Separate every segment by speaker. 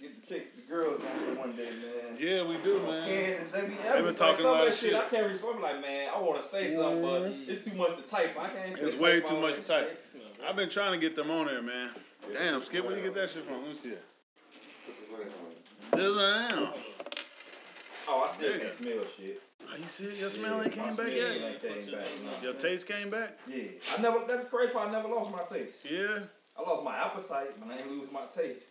Speaker 1: Get to kick the girls out one day, man.
Speaker 2: Yeah, we do, man.
Speaker 1: And they be, I
Speaker 2: been
Speaker 1: be- like,
Speaker 2: talking
Speaker 1: some
Speaker 2: a lot
Speaker 1: of
Speaker 2: of
Speaker 1: that shit.
Speaker 2: shit.
Speaker 1: I can't respond. I'm like, man, I want to say something, but it's too much to type. I can't.
Speaker 2: It's
Speaker 1: type
Speaker 2: way too
Speaker 1: all
Speaker 2: much
Speaker 1: that
Speaker 2: to type.
Speaker 1: shit. You know,
Speaker 2: I've been trying to get them on there, man. Damn, Skip, where you get that shit from? Let me see it. This I am.
Speaker 1: Oh, I still
Speaker 2: Yeah.
Speaker 1: can smell shit.
Speaker 2: Are you serious? Your smell ain't
Speaker 1: Yeah, my
Speaker 2: came back
Speaker 1: smell
Speaker 2: yet?
Speaker 1: ain't came back, no.
Speaker 2: Your taste came back?
Speaker 1: Yeah, I never. That's the crazy part. I never lost my taste.
Speaker 2: Yeah.
Speaker 1: I lost my appetite, but I ain't lose my taste.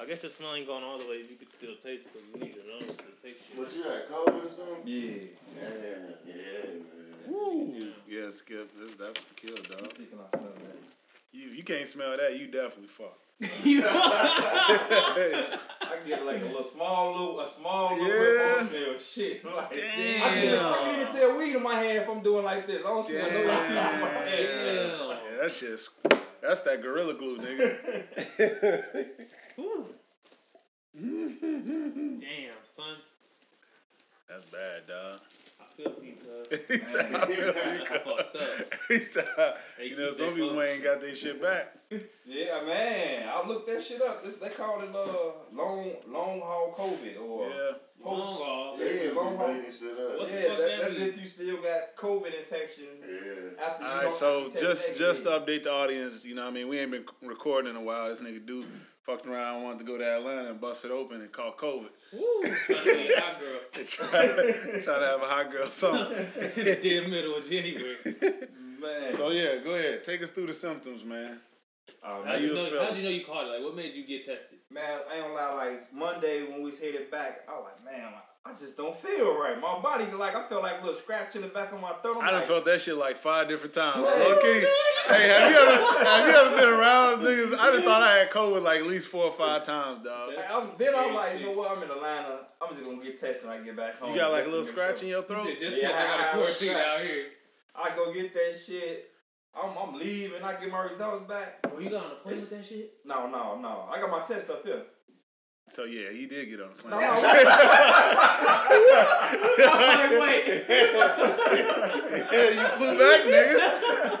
Speaker 3: I guess your smell ain't going all the way. You can still taste because you need your lungs to taste shit.
Speaker 4: But you had COVID or something?
Speaker 1: Yeah,
Speaker 4: Yeah, yeah, man.
Speaker 2: Woo. Yeah, Skip, this, that's what killed, dog.
Speaker 1: let's see can I smell that.
Speaker 2: You you can't smell that. You definitely fucked.
Speaker 1: I get like a little small little, a small little
Speaker 2: Yeah.
Speaker 1: whip on smell shit. Like,
Speaker 2: Damn.
Speaker 1: I can't, I can't even tell weed in my hand if I'm doing like this. I don't smell no weed in my hand.
Speaker 2: Yeah, that shit's that's that gorilla glue, nigga.
Speaker 3: Damn, son.
Speaker 2: That's bad, dog.
Speaker 3: I feel for you, cuz.
Speaker 2: he said, I feel you,
Speaker 3: That's fucked up.
Speaker 2: cuz. He said, I-
Speaker 3: Hey,
Speaker 2: you know,
Speaker 3: keep
Speaker 2: some
Speaker 3: that
Speaker 2: people
Speaker 3: close.
Speaker 2: ain't got their shit back.
Speaker 1: Yeah, man. I looked that shit up. This they called it uh long long haul COVID or
Speaker 2: Yeah.
Speaker 1: post.
Speaker 3: Long haul.
Speaker 4: Yeah, yeah, we making shit up.
Speaker 3: What the
Speaker 1: Yeah, that,
Speaker 3: fuck that
Speaker 1: that's
Speaker 3: mean?
Speaker 1: if you still got COVID infection
Speaker 4: Yeah.
Speaker 1: after. you
Speaker 2: All right,
Speaker 1: don't
Speaker 2: so
Speaker 1: have to
Speaker 2: just
Speaker 1: take
Speaker 2: just to
Speaker 1: that.
Speaker 2: update the audience, you know, what I mean, we ain't been recording in a while. This nigga dude fucked around, wanted to go to Atlanta and bust it open and call COVID.
Speaker 3: Trying to be a hot girl.
Speaker 2: And try, try to have a hot girl summer.
Speaker 3: In the dead middle of January.
Speaker 1: man.
Speaker 2: So yeah, go ahead, take us through the symptoms, man.
Speaker 1: Oh,
Speaker 3: How'd
Speaker 1: man.
Speaker 3: you,
Speaker 2: was
Speaker 3: know,
Speaker 2: feeling?
Speaker 3: how'd you know you caught it? Like, what made you get tested?
Speaker 1: man, I ain't gonna lie. Like Monday when we was headed back, I was like, man, I I just don't feel right. My body, like, I felt like a little scratch in the back of Oh my throat. I'm
Speaker 2: I done
Speaker 1: like,
Speaker 2: felt that shit like five different times.
Speaker 1: What?
Speaker 2: Okay. Hey, have you ever have you ever been around niggas? I done thought I had COVID like at least four or five times, dog.
Speaker 1: Like, I'm, then I'm like, you know what? I'm in Atlanta. I'm just gonna get tested when I get back home.
Speaker 3: Oh,
Speaker 2: You got like a
Speaker 1: Just
Speaker 2: little
Speaker 1: to make sure.
Speaker 2: scratch in your
Speaker 3: You
Speaker 2: throat?
Speaker 3: said, just
Speaker 1: Yeah,
Speaker 3: because I got
Speaker 1: I-
Speaker 3: a quarantine out here.
Speaker 1: I go get that shit. I'm, I'm leaving. I get my results back.
Speaker 3: Oh, you got on a plane with that shit?
Speaker 1: No, no, no. I got my test up here.
Speaker 2: So yeah, he did get on the
Speaker 1: No,
Speaker 2: plane.
Speaker 1: no, wait.
Speaker 3: Wait, wait.
Speaker 2: Yeah, you flew back, nigga.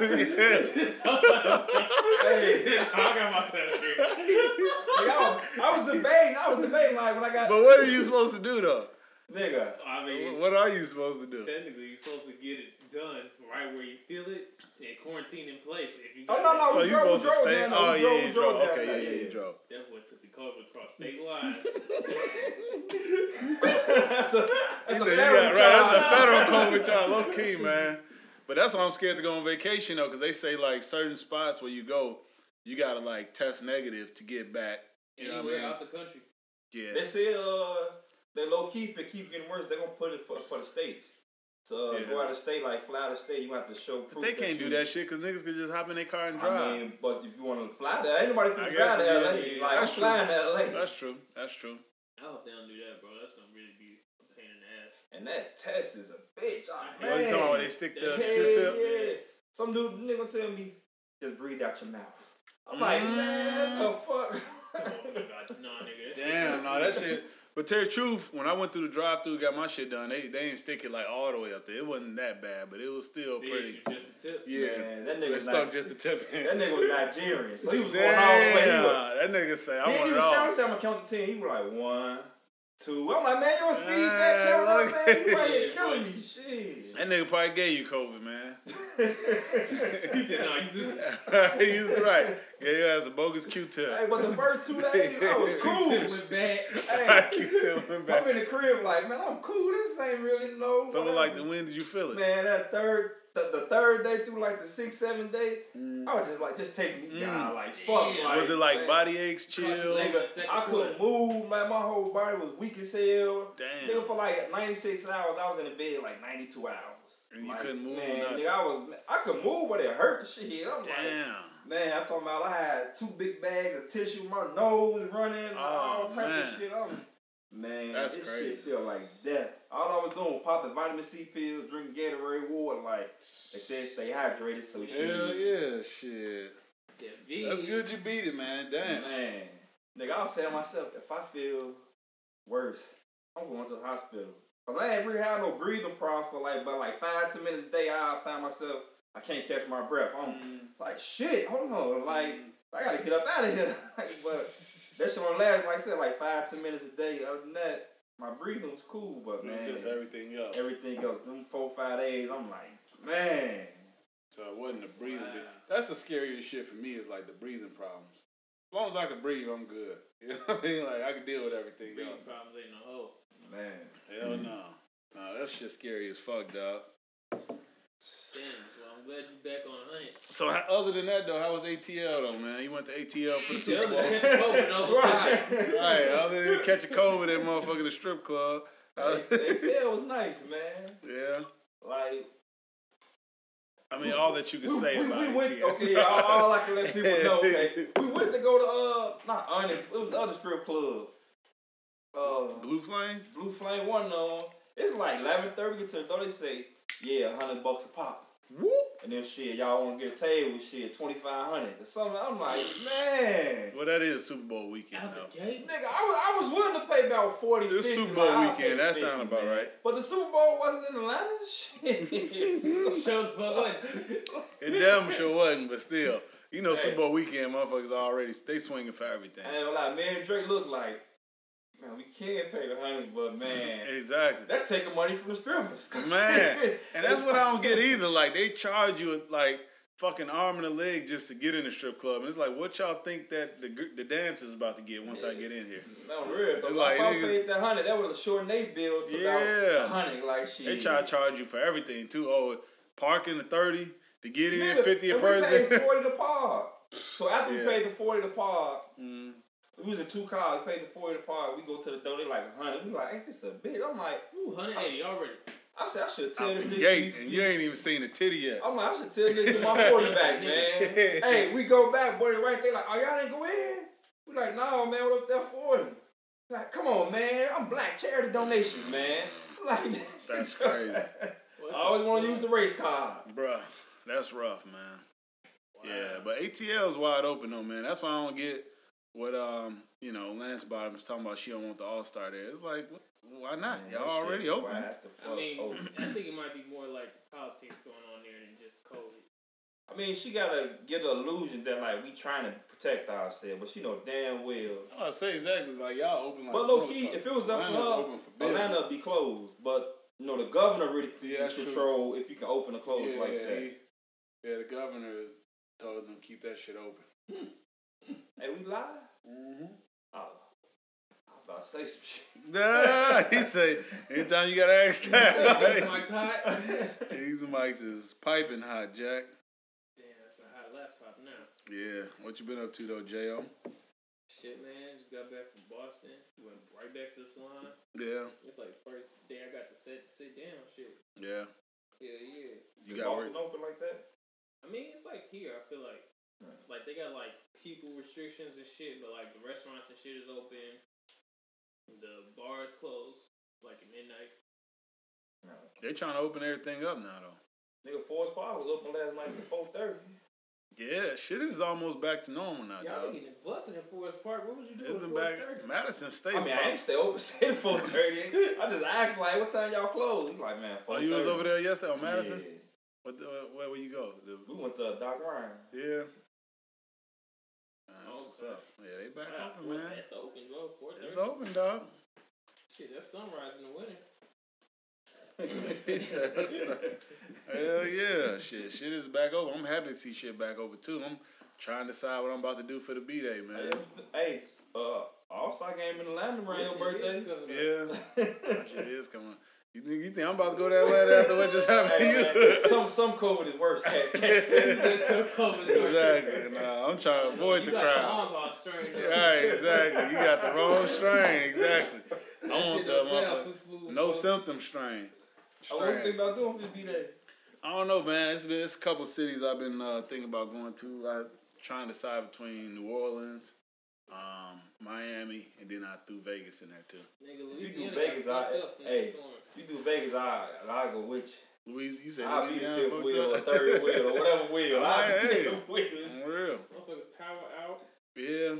Speaker 2: Yes.
Speaker 1: hey,
Speaker 3: I got my test here.
Speaker 1: like, I, was, I was debating. I was debating like when I got
Speaker 2: But what are you supposed to do though?
Speaker 1: nigga.
Speaker 3: I mean,
Speaker 2: What are you supposed to do?
Speaker 3: Technically, you're supposed to get it done right where you feel it and quarantine in place. If you
Speaker 1: Oh no, no.
Speaker 2: So
Speaker 1: we
Speaker 2: you
Speaker 1: drove, we
Speaker 2: supposed to
Speaker 1: drove
Speaker 2: stay?
Speaker 1: down there.
Speaker 2: Oh
Speaker 1: we
Speaker 2: yeah,
Speaker 1: drove,
Speaker 2: you
Speaker 1: we
Speaker 2: drove.
Speaker 1: down
Speaker 2: Okay,
Speaker 1: there.
Speaker 2: yeah, yeah, you drove.
Speaker 3: that boy took the COVID across state lines.
Speaker 1: that's a,
Speaker 2: He
Speaker 1: that's a
Speaker 2: said,
Speaker 1: federal
Speaker 2: yeah, right,
Speaker 1: job.
Speaker 2: that's a federal COVID job, low key, man. But that's why I'm scared to go on vacation though, because they say like certain spots where you go, you gotta like test negative to get back. You know what
Speaker 3: Anywhere
Speaker 2: I mean?
Speaker 3: out the country.
Speaker 2: Yeah.
Speaker 1: They said uh, they low key if it keep getting worse, they're gonna put it for, for the states. So uh,
Speaker 2: Yeah.
Speaker 1: go out of state, like fly out of state, you have to show proof.
Speaker 2: But they can't
Speaker 1: you-
Speaker 2: do that shit because niggas can just hop in their car and drive.
Speaker 1: I mean, but if you want to fly there, ain't nobody
Speaker 2: I
Speaker 1: finna
Speaker 2: guess,
Speaker 1: drive to
Speaker 2: yeah,
Speaker 1: LA. like
Speaker 3: yeah,
Speaker 1: I'm
Speaker 2: that's true.
Speaker 1: flying to LA,
Speaker 2: that's true. That's true.
Speaker 3: I hope they don't do that, bro. That's gonna really be a pain in the ass.
Speaker 1: and that test is a bitch.
Speaker 3: What
Speaker 1: Oh,
Speaker 3: you
Speaker 2: What you talking about
Speaker 1: man.
Speaker 2: when they stick the
Speaker 3: Yeah,
Speaker 2: Q-tip?
Speaker 1: yeah, yeah. Some dude nigga tell me, just breathe out your mouth. I'm like, man, the fuck.
Speaker 3: Come on, man. God, nah, nigga. that shit-
Speaker 2: Damn, no, that shit. But tell you the truth, when I went through the drive through, got my shit done. They they didn't stick it like all the way up there. It wasn't that bad, but it was still
Speaker 3: They
Speaker 2: pretty.
Speaker 3: issue just a tip.
Speaker 2: Yeah,
Speaker 1: Man, that
Speaker 2: they
Speaker 1: nigga
Speaker 2: stuck
Speaker 1: Ni-
Speaker 2: just the tip in.
Speaker 1: That nigga was Nigerian, so he was going all the way. He
Speaker 2: Damn,
Speaker 1: was,
Speaker 2: that nigga say
Speaker 1: Then
Speaker 2: I want
Speaker 1: he
Speaker 2: it
Speaker 1: was counting.
Speaker 2: all.
Speaker 1: he said, I'm gonna count to ten. He was like one, two. I'm like, man, you don't speed
Speaker 2: Man,
Speaker 1: that count
Speaker 2: look
Speaker 1: up, man. You right here
Speaker 3: at-
Speaker 1: killing me, shit.
Speaker 2: That nigga probably gave you COVID, man.
Speaker 3: He said, "Nah, you just
Speaker 2: he was right. Yeah, you has a bogus Q-tip.
Speaker 1: hey, but the first two days I was
Speaker 3: tip
Speaker 1: cool.
Speaker 3: went back."
Speaker 1: hey,
Speaker 2: Q-tip went
Speaker 1: I'm
Speaker 2: back.
Speaker 1: in the crib like, man, I'm cool. This ain't really no.
Speaker 2: Something
Speaker 1: whatever.
Speaker 2: like the when did you feel it?
Speaker 1: man. That third, the, the third day through like the sixth, seventh day, I was just like, just take me down, like fuck.
Speaker 3: Damn.
Speaker 1: Like,
Speaker 2: Mm. was it like
Speaker 1: man,
Speaker 2: body aches, chill?
Speaker 3: Like,
Speaker 1: Nigga,
Speaker 3: Second
Speaker 1: I couldn't
Speaker 3: quarter.
Speaker 1: move, man. My whole body was weak as hell.
Speaker 2: Damn.
Speaker 1: Nigga, for like 96 hours, I was in the bed like 92 hours.
Speaker 2: And you
Speaker 1: Like,
Speaker 2: couldn't move or
Speaker 1: man,
Speaker 2: nothing?
Speaker 1: nigga, I was, I could move, but it hurt. Shit, I'm like,
Speaker 2: Damn.
Speaker 1: man, I'm talking about. I had two big bags of tissue, my nose running,
Speaker 2: Oh,
Speaker 1: all type
Speaker 2: man.
Speaker 1: of shit. I'm, Man,
Speaker 2: That's
Speaker 1: this
Speaker 2: crazy.
Speaker 1: shit feel like death. All I was doing was popping vitamin C pills, drinking Gatorade water. Like they said, stay hydrated. So shit.
Speaker 2: Hell yeah, shit.
Speaker 3: That V.
Speaker 2: That's good you beat it, man. Damn.
Speaker 1: Man, nigga, I was saying to myself, if I feel worse, I'm going to the hospital. Cause I ain't really had no breathing problem for like, but like five, ten minutes a day, I find myself I can't catch my breath. I'm
Speaker 2: Mm.
Speaker 3: Mm-hmm.
Speaker 1: like, shit, hold on, like I gotta get up out of here. Like, but that shit only lasts, like I said, like five, ten minutes a day. Other than that, my breathing was cool, but man,
Speaker 2: It's just everything else.
Speaker 1: everything else, them four, five days, I'm like, man,
Speaker 2: So it wasn't the breathing.
Speaker 3: Wow.
Speaker 2: bit. That's the scariest shit for me is like the breathing problems. As long as I can breathe, I'm good. You know what I mean? Like I can deal with everything
Speaker 3: Breathing
Speaker 2: else.
Speaker 3: problems ain't no hoe.
Speaker 1: man,
Speaker 2: Hell no. Nah, that's just scary as fuck, dog.
Speaker 3: Damn. Well, I'm glad you back on hunting.
Speaker 2: So how, other than that though, how was ATL though, man? You went to ATL for the Super Bowl.
Speaker 3: Catch COVID over
Speaker 1: Right.
Speaker 3: time.
Speaker 2: right, other than catching COVID at motherfucking the strip club. Uh,
Speaker 1: they, they tell was nice, man.
Speaker 2: yeah.
Speaker 1: Like
Speaker 2: I mean all that you
Speaker 1: we,
Speaker 2: can say
Speaker 1: we,
Speaker 2: about
Speaker 1: we went,
Speaker 2: ATL.
Speaker 1: okay, yeah, all, all I can let people know, okay, we went to go to uh, not Onyx, it was the other strip club, uh, Blue,
Speaker 2: Blue Flame?
Speaker 1: Flame One on. It's like eleven thirty. We get to the door. They say, yeah, hundred bucks a pop,
Speaker 2: Whoop.
Speaker 1: and then shit, y'all want to get a table? Shit, twenty five hundred or something. I'm like, man.
Speaker 2: Well that is Super Bowl weekend
Speaker 3: Out
Speaker 2: though.
Speaker 3: the gate.
Speaker 1: Nigga, I was I was willing to pay about forty.
Speaker 2: This
Speaker 1: 50,
Speaker 2: Super Bowl
Speaker 1: like, I'll
Speaker 2: weekend,
Speaker 1: pay
Speaker 2: that
Speaker 1: 50,
Speaker 2: sound about
Speaker 1: man.
Speaker 2: right.
Speaker 1: But the Super Bowl wasn't in Atlanta. Shit.
Speaker 3: Show the fuck what?
Speaker 2: It damn sure wasn't, but still, you know,
Speaker 1: Hey.
Speaker 2: Super Bowl weekend, motherfuckers already they swinging for everything.
Speaker 1: I ain't gonna lie, man. Drake looked like, man, we can pay the hundred, but man,
Speaker 2: Exactly,
Speaker 1: that's taking money from the strippers.
Speaker 2: man, and that's what I don't get either. Like they charge you like fucking arm and a leg just to get in the strip club, and it's like, what y'all think that the gr- the dance is about to get once I get in here?
Speaker 1: No, real. Cause
Speaker 2: It's like,
Speaker 1: if I
Speaker 2: niggas-
Speaker 1: paid that hundred, that would have shortened they bill to
Speaker 2: Yeah.
Speaker 1: about hundred, like shit.
Speaker 2: They try to charge you for everything too. Oh, parking the thirty to get in,
Speaker 1: Nigga,
Speaker 2: fifty a
Speaker 1: and we paid
Speaker 2: person.
Speaker 1: forty to par. So after
Speaker 2: Yeah.
Speaker 1: we paid the forty to par,
Speaker 2: Mm.
Speaker 1: we was in two cars. We paid the forty to par. We go to the door. They like hundred. We like, ain't this a bitch? I'm like,
Speaker 3: Ooh, 180 already.
Speaker 1: I said I should tell
Speaker 2: Out
Speaker 1: this
Speaker 2: the
Speaker 1: nigga.
Speaker 2: gate,
Speaker 1: you-
Speaker 2: and you ain't even seen a titty yet.
Speaker 1: I'm like, I should tell you to get my 40 back, man. hey, we go back, boy, right there, like, oh, y'all didn't go in? We like, no, man, what up there 40? Like, come on, man. I'm black charity donations, man. Like,
Speaker 2: That's crazy.
Speaker 1: I always want to use the race card.
Speaker 2: Bruh, that's rough, man. Yeah, but ATL is wide open though, man. That's why I don't get what um you know Lance Bottoms talking about. She don't want the All Star there. It's like, what, why not? Y'all already open.
Speaker 3: I mean, I think it might be more like politics going on there than just COVID.
Speaker 1: I mean, she gotta get the illusion that like we trying to protect ourselves, but she know damn well.
Speaker 2: I say exactly like y'all open. Like
Speaker 1: But low key, if it was up
Speaker 2: Atlanta's open
Speaker 1: to
Speaker 2: for
Speaker 1: her,
Speaker 2: business.
Speaker 1: Atlanta would be closed. But you know, the governor really
Speaker 2: Yeah,
Speaker 1: can
Speaker 2: that's true.
Speaker 1: control if you can open or close
Speaker 2: yeah,
Speaker 1: like that.
Speaker 2: he- yeah, the governor told them keep that shit open.
Speaker 1: Hey, we live?
Speaker 2: Mm-hmm.
Speaker 1: Oh, I was about to say some shit.
Speaker 2: Nah,
Speaker 1: Mm-hmm.
Speaker 2: he said anytime you gotta ask that.
Speaker 3: Mike's hot. Damn,
Speaker 2: These mics is piping hot, Jack.
Speaker 3: that's a hot laptop now.
Speaker 2: Yeah, what you been up to though, Jo?
Speaker 3: Shit, man, just got back from Boston. Went right back to the salon.
Speaker 2: Yeah,
Speaker 3: It's like first day I got to sit sit down. Shit.
Speaker 2: yeah.
Speaker 3: Yeah, yeah.
Speaker 1: Is
Speaker 2: You got work.
Speaker 1: Boston open like that?
Speaker 3: I mean, it's like here. I feel like like they got like people restrictions and shit, but like the restaurants and shit is open. The bar is closed like at midnight.
Speaker 1: No.
Speaker 2: They trying to open everything up now though.
Speaker 1: Nigga, Forest Park was open last night at four thirty.
Speaker 2: Yeah, shit is almost back to normal now,
Speaker 3: Y'all
Speaker 2: dog.
Speaker 3: been getting busted in Forest Park. What was you
Speaker 2: It's
Speaker 3: doing
Speaker 2: been back.
Speaker 3: at 4:30?
Speaker 2: Madison State.
Speaker 1: I mean, I
Speaker 2: pop-
Speaker 1: ain't stay open stay at four thirty. I just asked like, what time y'all close? He like, man,
Speaker 2: oh,
Speaker 1: four thirty.
Speaker 2: you was over there yesterday on Madison.
Speaker 1: Yeah.
Speaker 2: What the, where where you go? The-
Speaker 1: We went to Doc Ryan.
Speaker 2: yeah. Man, that's
Speaker 3: Oh,
Speaker 2: what's up. Yeah, they back
Speaker 1: Ah,
Speaker 3: Wow,
Speaker 2: open, man.
Speaker 3: That's open, bro. Four
Speaker 2: It's
Speaker 3: thirty.
Speaker 2: open, dog.
Speaker 3: Shit, that's sunrise in the winter.
Speaker 2: He said, "That's up." Hell yeah, shit, shit is back open. I'm happy to see shit back open too. I'm trying to decide what I'm about to do for the B
Speaker 1: Hey,
Speaker 2: day, man.
Speaker 1: it was the- Hey, s- uh, All Star game in Atlanta around your
Speaker 3: Shit,
Speaker 1: birthday.
Speaker 3: it's coming up.
Speaker 2: Yeah, that shit is coming. You think you think I'm about to go that way after what just happened to
Speaker 1: Hey,
Speaker 2: you?
Speaker 1: man, some some COVID is worse. Catch, catch
Speaker 3: It's just so cold. It's like-
Speaker 2: exactly. Nah, I'm trying to avoid
Speaker 3: you
Speaker 2: the
Speaker 3: got The
Speaker 2: crowd.
Speaker 3: long ball strain, though.
Speaker 2: Right, exactly. You got the wrong strain. Exactly. I
Speaker 3: That
Speaker 2: want
Speaker 3: shit
Speaker 2: the
Speaker 3: don't sound so
Speaker 2: motherfucker-
Speaker 3: smooth,
Speaker 2: no
Speaker 3: bro.
Speaker 2: symptom strain.
Speaker 1: I was
Speaker 2: strain.
Speaker 1: thinking about doing for be that.
Speaker 2: I don't know, man. It's been it's a couple cities I've been uh, thinking about going to. I trying to decide between New Orleans, um, Miami, and then I threw Vegas in there too.
Speaker 3: Nigga,
Speaker 1: If you do
Speaker 3: Louisiana
Speaker 1: Vegas,
Speaker 3: got
Speaker 1: I-
Speaker 3: fucked up from
Speaker 1: hey.
Speaker 3: the storm.
Speaker 1: If you do Vegas, I I go with you.
Speaker 2: Louise, you said
Speaker 1: I'll be the
Speaker 2: Louisiana
Speaker 1: fifth
Speaker 2: fucked
Speaker 1: wheel or
Speaker 2: up?
Speaker 1: third wheel or whatever wheel. I'll be
Speaker 2: Hey.
Speaker 1: the wheels.
Speaker 2: For real,
Speaker 3: Motherfuckers power out,
Speaker 2: yeah.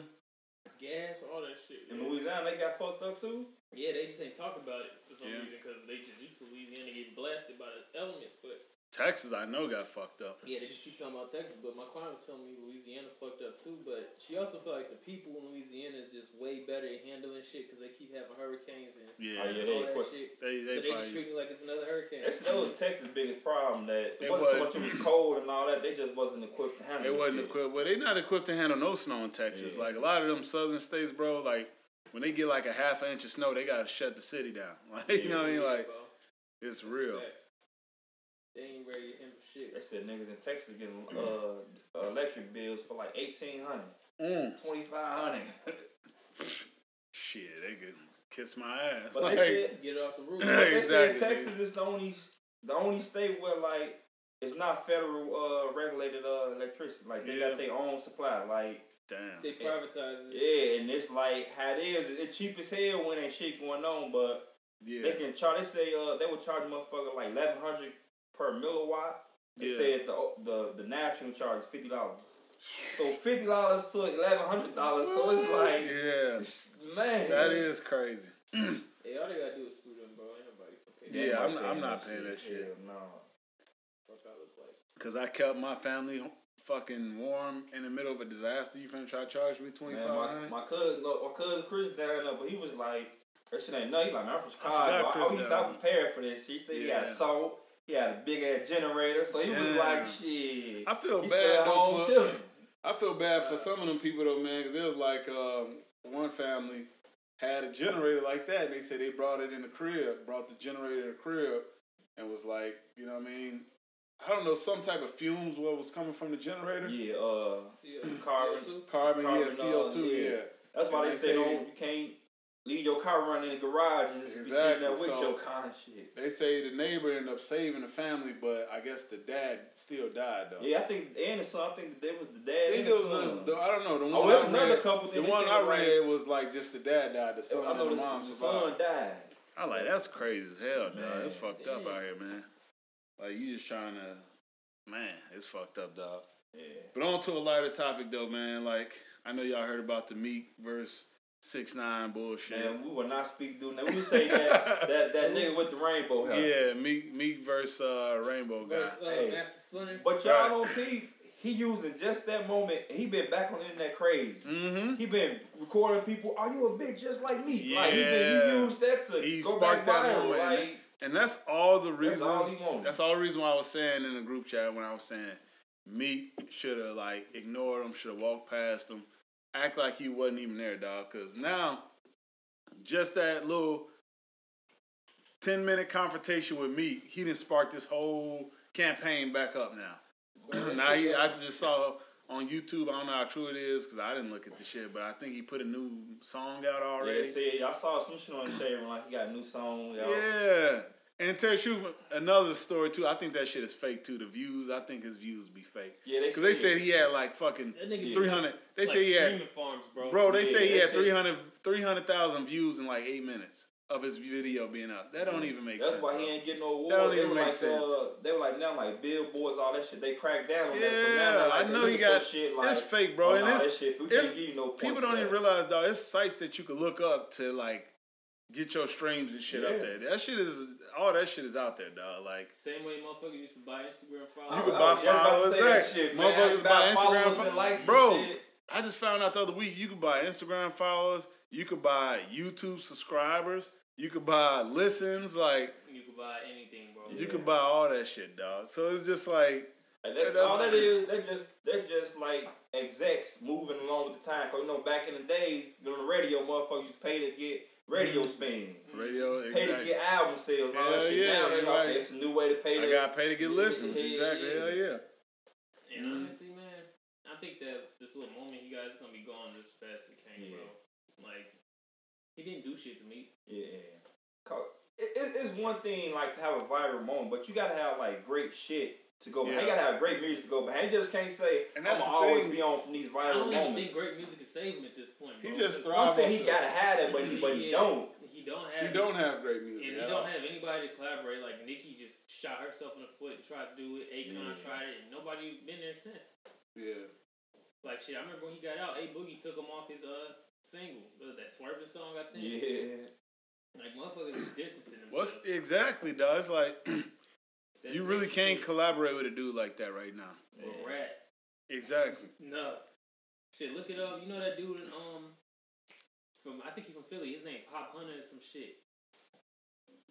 Speaker 3: gas, all that shit.
Speaker 1: In
Speaker 3: man.
Speaker 1: Louisiana, they got fucked up too.
Speaker 3: Yeah, they just ain't talk about it for some
Speaker 2: Yeah.
Speaker 3: reason 'cause reason because they just used to Louisiana get blasted by the elements. But
Speaker 2: Texas, I know got fucked up.
Speaker 3: yeah, they just keep talking about Texas. But my client was telling me Louisiana fucked up too. But she also felt like the people in Louisiana is just way better at handling shit because they keep having hurricanes and
Speaker 1: Oh, yeah.
Speaker 2: Yeah,
Speaker 3: all
Speaker 1: they
Speaker 3: that
Speaker 1: quit-
Speaker 3: shit.
Speaker 2: they they
Speaker 3: so they
Speaker 2: probably
Speaker 3: just treat it like it's another hurricane.
Speaker 1: That's that was Texas' biggest problem. That
Speaker 2: They
Speaker 1: it wasn't so much it was
Speaker 2: wasn't-
Speaker 1: cold and all that. They just wasn't equipped to handle.
Speaker 2: They
Speaker 1: the
Speaker 2: wasn't
Speaker 1: shit.
Speaker 2: equipped. Well, they not equipped to handle no snow in Texas.
Speaker 1: Yeah.
Speaker 2: Like a lot of them southern states, bro. Like when they get like a half an inch of snow, they gotta shut the city down. Like you know what I mean? Like
Speaker 3: bro.
Speaker 2: it's
Speaker 3: That's
Speaker 2: real.
Speaker 3: facts. They ain't ready to handle shit.
Speaker 1: They said niggas in Texas getting uh electric bills for like 1800
Speaker 2: Mm.
Speaker 1: 2500
Speaker 2: Shit, they could kiss my ass.
Speaker 1: But
Speaker 2: like,
Speaker 1: they said
Speaker 3: Get it off the roof.
Speaker 1: but they
Speaker 2: Exactly,
Speaker 1: said Texas is the only the only state where like it's not federal uh regulated uh electricity. Like they
Speaker 2: Yeah.
Speaker 1: got their own supply. Like
Speaker 2: damn.
Speaker 3: they privatize it.
Speaker 1: yeah, and it's like how it is. It's cheap as hell when ain't shit going on, but
Speaker 2: Yeah,
Speaker 1: They can charge. They say uh, they would charge motherfucker like eleven hundred per milliwatt. They
Speaker 2: Yeah.
Speaker 1: said the the the national charge is fifty dollars. So fifty dollars to eleven hundred dollars. So it's
Speaker 2: yeah,
Speaker 1: like, man,
Speaker 2: that is crazy.
Speaker 3: Hey, all they gotta do is sue them, bro. Ain't nobody fucking
Speaker 2: Yeah, I'm not- I'm
Speaker 1: paying
Speaker 2: not
Speaker 1: that
Speaker 2: paying that shit.
Speaker 1: Hell No,
Speaker 3: fuck I look like.
Speaker 2: Cause I kept my family fucking warm in the middle of a disaster. You finna try to charge me twenty
Speaker 1: man,
Speaker 2: five hundred?
Speaker 1: my, my cousin, no, my cousin Chris down there, but he was like, that shit ain't nothing. He like, man, I'm from
Speaker 2: forgot
Speaker 1: Chicago. I,
Speaker 2: Chris
Speaker 1: I, he's
Speaker 2: down
Speaker 1: out prepared for this. He said he had
Speaker 2: Yeah.
Speaker 1: salt. He had a big ass generator, so he was
Speaker 2: Yeah.
Speaker 1: like, shit.
Speaker 2: I feel
Speaker 1: He stayed
Speaker 2: bad
Speaker 1: at
Speaker 2: though.
Speaker 1: home
Speaker 2: For,
Speaker 1: chilling.
Speaker 2: I feel bad
Speaker 1: Uh,
Speaker 2: for some of them people though, man, because it was like um, one family had a generator like that, and they said they brought it in the crib, brought the generator to the crib, and was like, you know what I mean? I don't know, some type of fumes what was coming from the generator,
Speaker 1: Yeah, uh,
Speaker 3: CO,
Speaker 1: Carbon.
Speaker 3: CO2?
Speaker 2: carbon,
Speaker 1: Carbon,
Speaker 2: yeah, CO two,
Speaker 1: uh, yeah.
Speaker 2: yeah.
Speaker 1: That's why
Speaker 2: And
Speaker 1: they,
Speaker 2: they
Speaker 1: say
Speaker 2: say-
Speaker 1: don't, you can't leave your car running in the garage and just be sitting
Speaker 2: Exactly,
Speaker 1: there with
Speaker 2: so-
Speaker 1: your car and shit.
Speaker 2: They say the neighbor ended up saving the family, but I guess the dad still died though.
Speaker 1: Yeah, I think and the son. I think that they was the
Speaker 2: I
Speaker 1: dad
Speaker 2: think
Speaker 1: and
Speaker 2: it
Speaker 1: the
Speaker 2: was
Speaker 1: son.
Speaker 2: a, the, I don't know the one.
Speaker 1: oh, that's
Speaker 2: I
Speaker 1: another
Speaker 2: read,
Speaker 1: couple.
Speaker 2: The
Speaker 1: thing they
Speaker 2: one
Speaker 1: said,
Speaker 2: I
Speaker 1: right?
Speaker 2: read was like just the dad died, the son
Speaker 1: I know
Speaker 2: and the
Speaker 1: the,
Speaker 2: mom
Speaker 1: the
Speaker 2: survived.
Speaker 1: son died.
Speaker 2: I like that's crazy as hell, dog.
Speaker 1: Man,
Speaker 2: It's fucked up
Speaker 3: damn.
Speaker 2: out here, man. Like you just trying to, man, it's fucked up, dog.
Speaker 1: Yeah,
Speaker 2: But on to a lighter topic though, man. Like I know y'all heard about the Meek verse six nine bullshit.
Speaker 1: man, we will not speak dude. Now we say that that that nigga with the rainbow hat.
Speaker 2: yeah, Meek Meek versus uh, Rainbow guy.
Speaker 3: Versus, uh,
Speaker 1: Hey.
Speaker 3: Master Splinter.
Speaker 1: But y'all
Speaker 2: Right.
Speaker 1: all don't peep. He using just that moment. and He been back on the internet crazy.
Speaker 2: Mm-hmm.
Speaker 1: He been recording people. Are you a bitch just like me? Like he, been, he
Speaker 2: Yeah.
Speaker 1: used that to
Speaker 2: He
Speaker 1: go
Speaker 2: sparked
Speaker 1: back
Speaker 2: that
Speaker 1: viral.
Speaker 2: moment.
Speaker 1: Like
Speaker 2: And that's all the reason.
Speaker 1: that's all he wanted.
Speaker 2: That's all the reason why I was saying in the group chat when I was saying Meek should have like ignored him, should have walked past him, act like he wasn't even there, dog. Because now, just that little ten minute confrontation with Meek, he didn't spark this whole campaign back up. Now, now
Speaker 3: Bro, that shit
Speaker 2: he, I
Speaker 3: got-
Speaker 2: just saw on YouTube. I don't know how true it is because I didn't look at the shit, but I think he put a new song out
Speaker 1: Yeah,
Speaker 2: already.
Speaker 1: they said I saw some shit on Shade Room, like he got a new song. Y'all.
Speaker 2: Yeah. And tell you the truth, another story too. I think that shit is fake too. The views, I think his views be fake.
Speaker 1: yeah, they
Speaker 2: Cause they said he had like fucking
Speaker 3: that nigga
Speaker 1: Yeah.
Speaker 2: three hundred. They
Speaker 3: like
Speaker 2: say he had,
Speaker 3: streaming farms, bro.
Speaker 2: bro. They say he
Speaker 1: Yeah,
Speaker 2: had
Speaker 1: they said-
Speaker 2: 300 300,000 views in like eight minutes of his video being up. That don't even make
Speaker 1: Mm. That's
Speaker 2: sense.
Speaker 1: why
Speaker 2: bro.
Speaker 1: he ain't getting no award.
Speaker 2: That don't
Speaker 1: they
Speaker 2: even
Speaker 1: were
Speaker 2: make
Speaker 1: like,
Speaker 2: sense.
Speaker 1: Uh, they were like now like billboards, all that shit. They cracked down on that. So now
Speaker 2: yeah,
Speaker 1: they're like,
Speaker 2: I know he
Speaker 1: niggas so
Speaker 2: got.
Speaker 1: shit
Speaker 2: that's
Speaker 1: like,
Speaker 2: fake,
Speaker 1: oh,
Speaker 2: bro. and
Speaker 1: nah,
Speaker 2: it's
Speaker 1: that shit, we
Speaker 2: it's-
Speaker 1: can't give you no points
Speaker 2: people
Speaker 1: for
Speaker 2: don't even
Speaker 1: that.
Speaker 2: realize though it's sites that you can look up to like get your streams and shit
Speaker 1: Yeah.
Speaker 2: up there. That shit is all that shit is out there, dog. Like
Speaker 3: Same way motherfuckers used to buy Instagram Oh, followers.
Speaker 1: I-
Speaker 2: You could
Speaker 1: I
Speaker 2: buy
Speaker 1: was just about to
Speaker 2: followers
Speaker 1: say that
Speaker 2: back.
Speaker 1: shit, man.
Speaker 2: Motherfuckers
Speaker 1: You could
Speaker 2: buy Instagram
Speaker 1: followers
Speaker 2: fo-
Speaker 1: and likes,
Speaker 2: Bro.
Speaker 1: And shit.
Speaker 2: I just found out the other week you could buy Instagram followers, you could buy YouTube subscribers, you could buy listens, like
Speaker 3: You could buy anything, bro.
Speaker 2: you
Speaker 1: Yeah.
Speaker 2: could buy all that shit, dog. So it's just like
Speaker 1: And
Speaker 2: Yeah,
Speaker 1: that,
Speaker 2: that's-
Speaker 1: all that is, they're just they're just like execs moving along with the time. Cause you know back in the day, on the radio, motherfuckers used to pay to get radio spins.
Speaker 2: radio.
Speaker 1: Pay to
Speaker 2: Mm-hmm. Exactly.
Speaker 1: get album sales and all
Speaker 2: Hell
Speaker 1: that shit.
Speaker 2: yeah,
Speaker 1: now they
Speaker 2: you're
Speaker 1: like,
Speaker 2: right.
Speaker 1: okay, it's a new way to pay
Speaker 2: I
Speaker 1: to
Speaker 2: got pay to get listens.
Speaker 1: Yeah,
Speaker 2: Exactly.
Speaker 1: yeah.
Speaker 2: Hell yeah.
Speaker 3: And
Speaker 2: Mhm.
Speaker 3: honestly, man, I think that this little moment he got is gonna be gone just as fast as it came,
Speaker 1: Yeah.
Speaker 3: bro. Like he didn't do shit to me.
Speaker 1: Yeah. Co- It, it, it's one thing like to have a viral moment, but you gotta have like great shit to go.
Speaker 2: Yeah.
Speaker 1: Behind. You gotta have great music to go behind. You just can't say I'm
Speaker 2: And that's
Speaker 1: gonna
Speaker 2: the
Speaker 1: always
Speaker 2: thing.
Speaker 1: be on from these
Speaker 3: I
Speaker 1: viral
Speaker 3: don't even think
Speaker 1: moments.
Speaker 3: great music can save him at this point.
Speaker 2: He
Speaker 3: bro,
Speaker 2: just
Speaker 3: because
Speaker 2: thrives
Speaker 1: I'm saying he
Speaker 2: off
Speaker 1: gotta have that, but he, but he
Speaker 3: Yeah.
Speaker 1: don't.
Speaker 3: He don't
Speaker 2: the-
Speaker 3: have.
Speaker 2: You don't have great
Speaker 3: And
Speaker 2: music.
Speaker 3: you
Speaker 2: at all.
Speaker 3: don't have anybody to collaborate. Like Nikki just shot herself in the foot and tried to do it. Akon
Speaker 4: Yeah.
Speaker 3: tried it, and nobody been there since.
Speaker 2: Yeah.
Speaker 3: Like shit, I remember when he got out, A Boogie took him off his uh single, What was that swerving song I think.
Speaker 1: Yeah.
Speaker 3: Like motherfuckers is distancing themselves.
Speaker 2: What's exactly, dog? It's like
Speaker 3: That's
Speaker 2: you really
Speaker 3: Nicki
Speaker 2: can't
Speaker 3: shit.
Speaker 2: collaborate with a dude like that right now.
Speaker 3: Well,
Speaker 1: Yeah.
Speaker 3: Rat.
Speaker 2: Exactly.
Speaker 3: No. Shit, look it up. You know that dude in, um from I think he from Philly. His name Pop Hunter or some shit.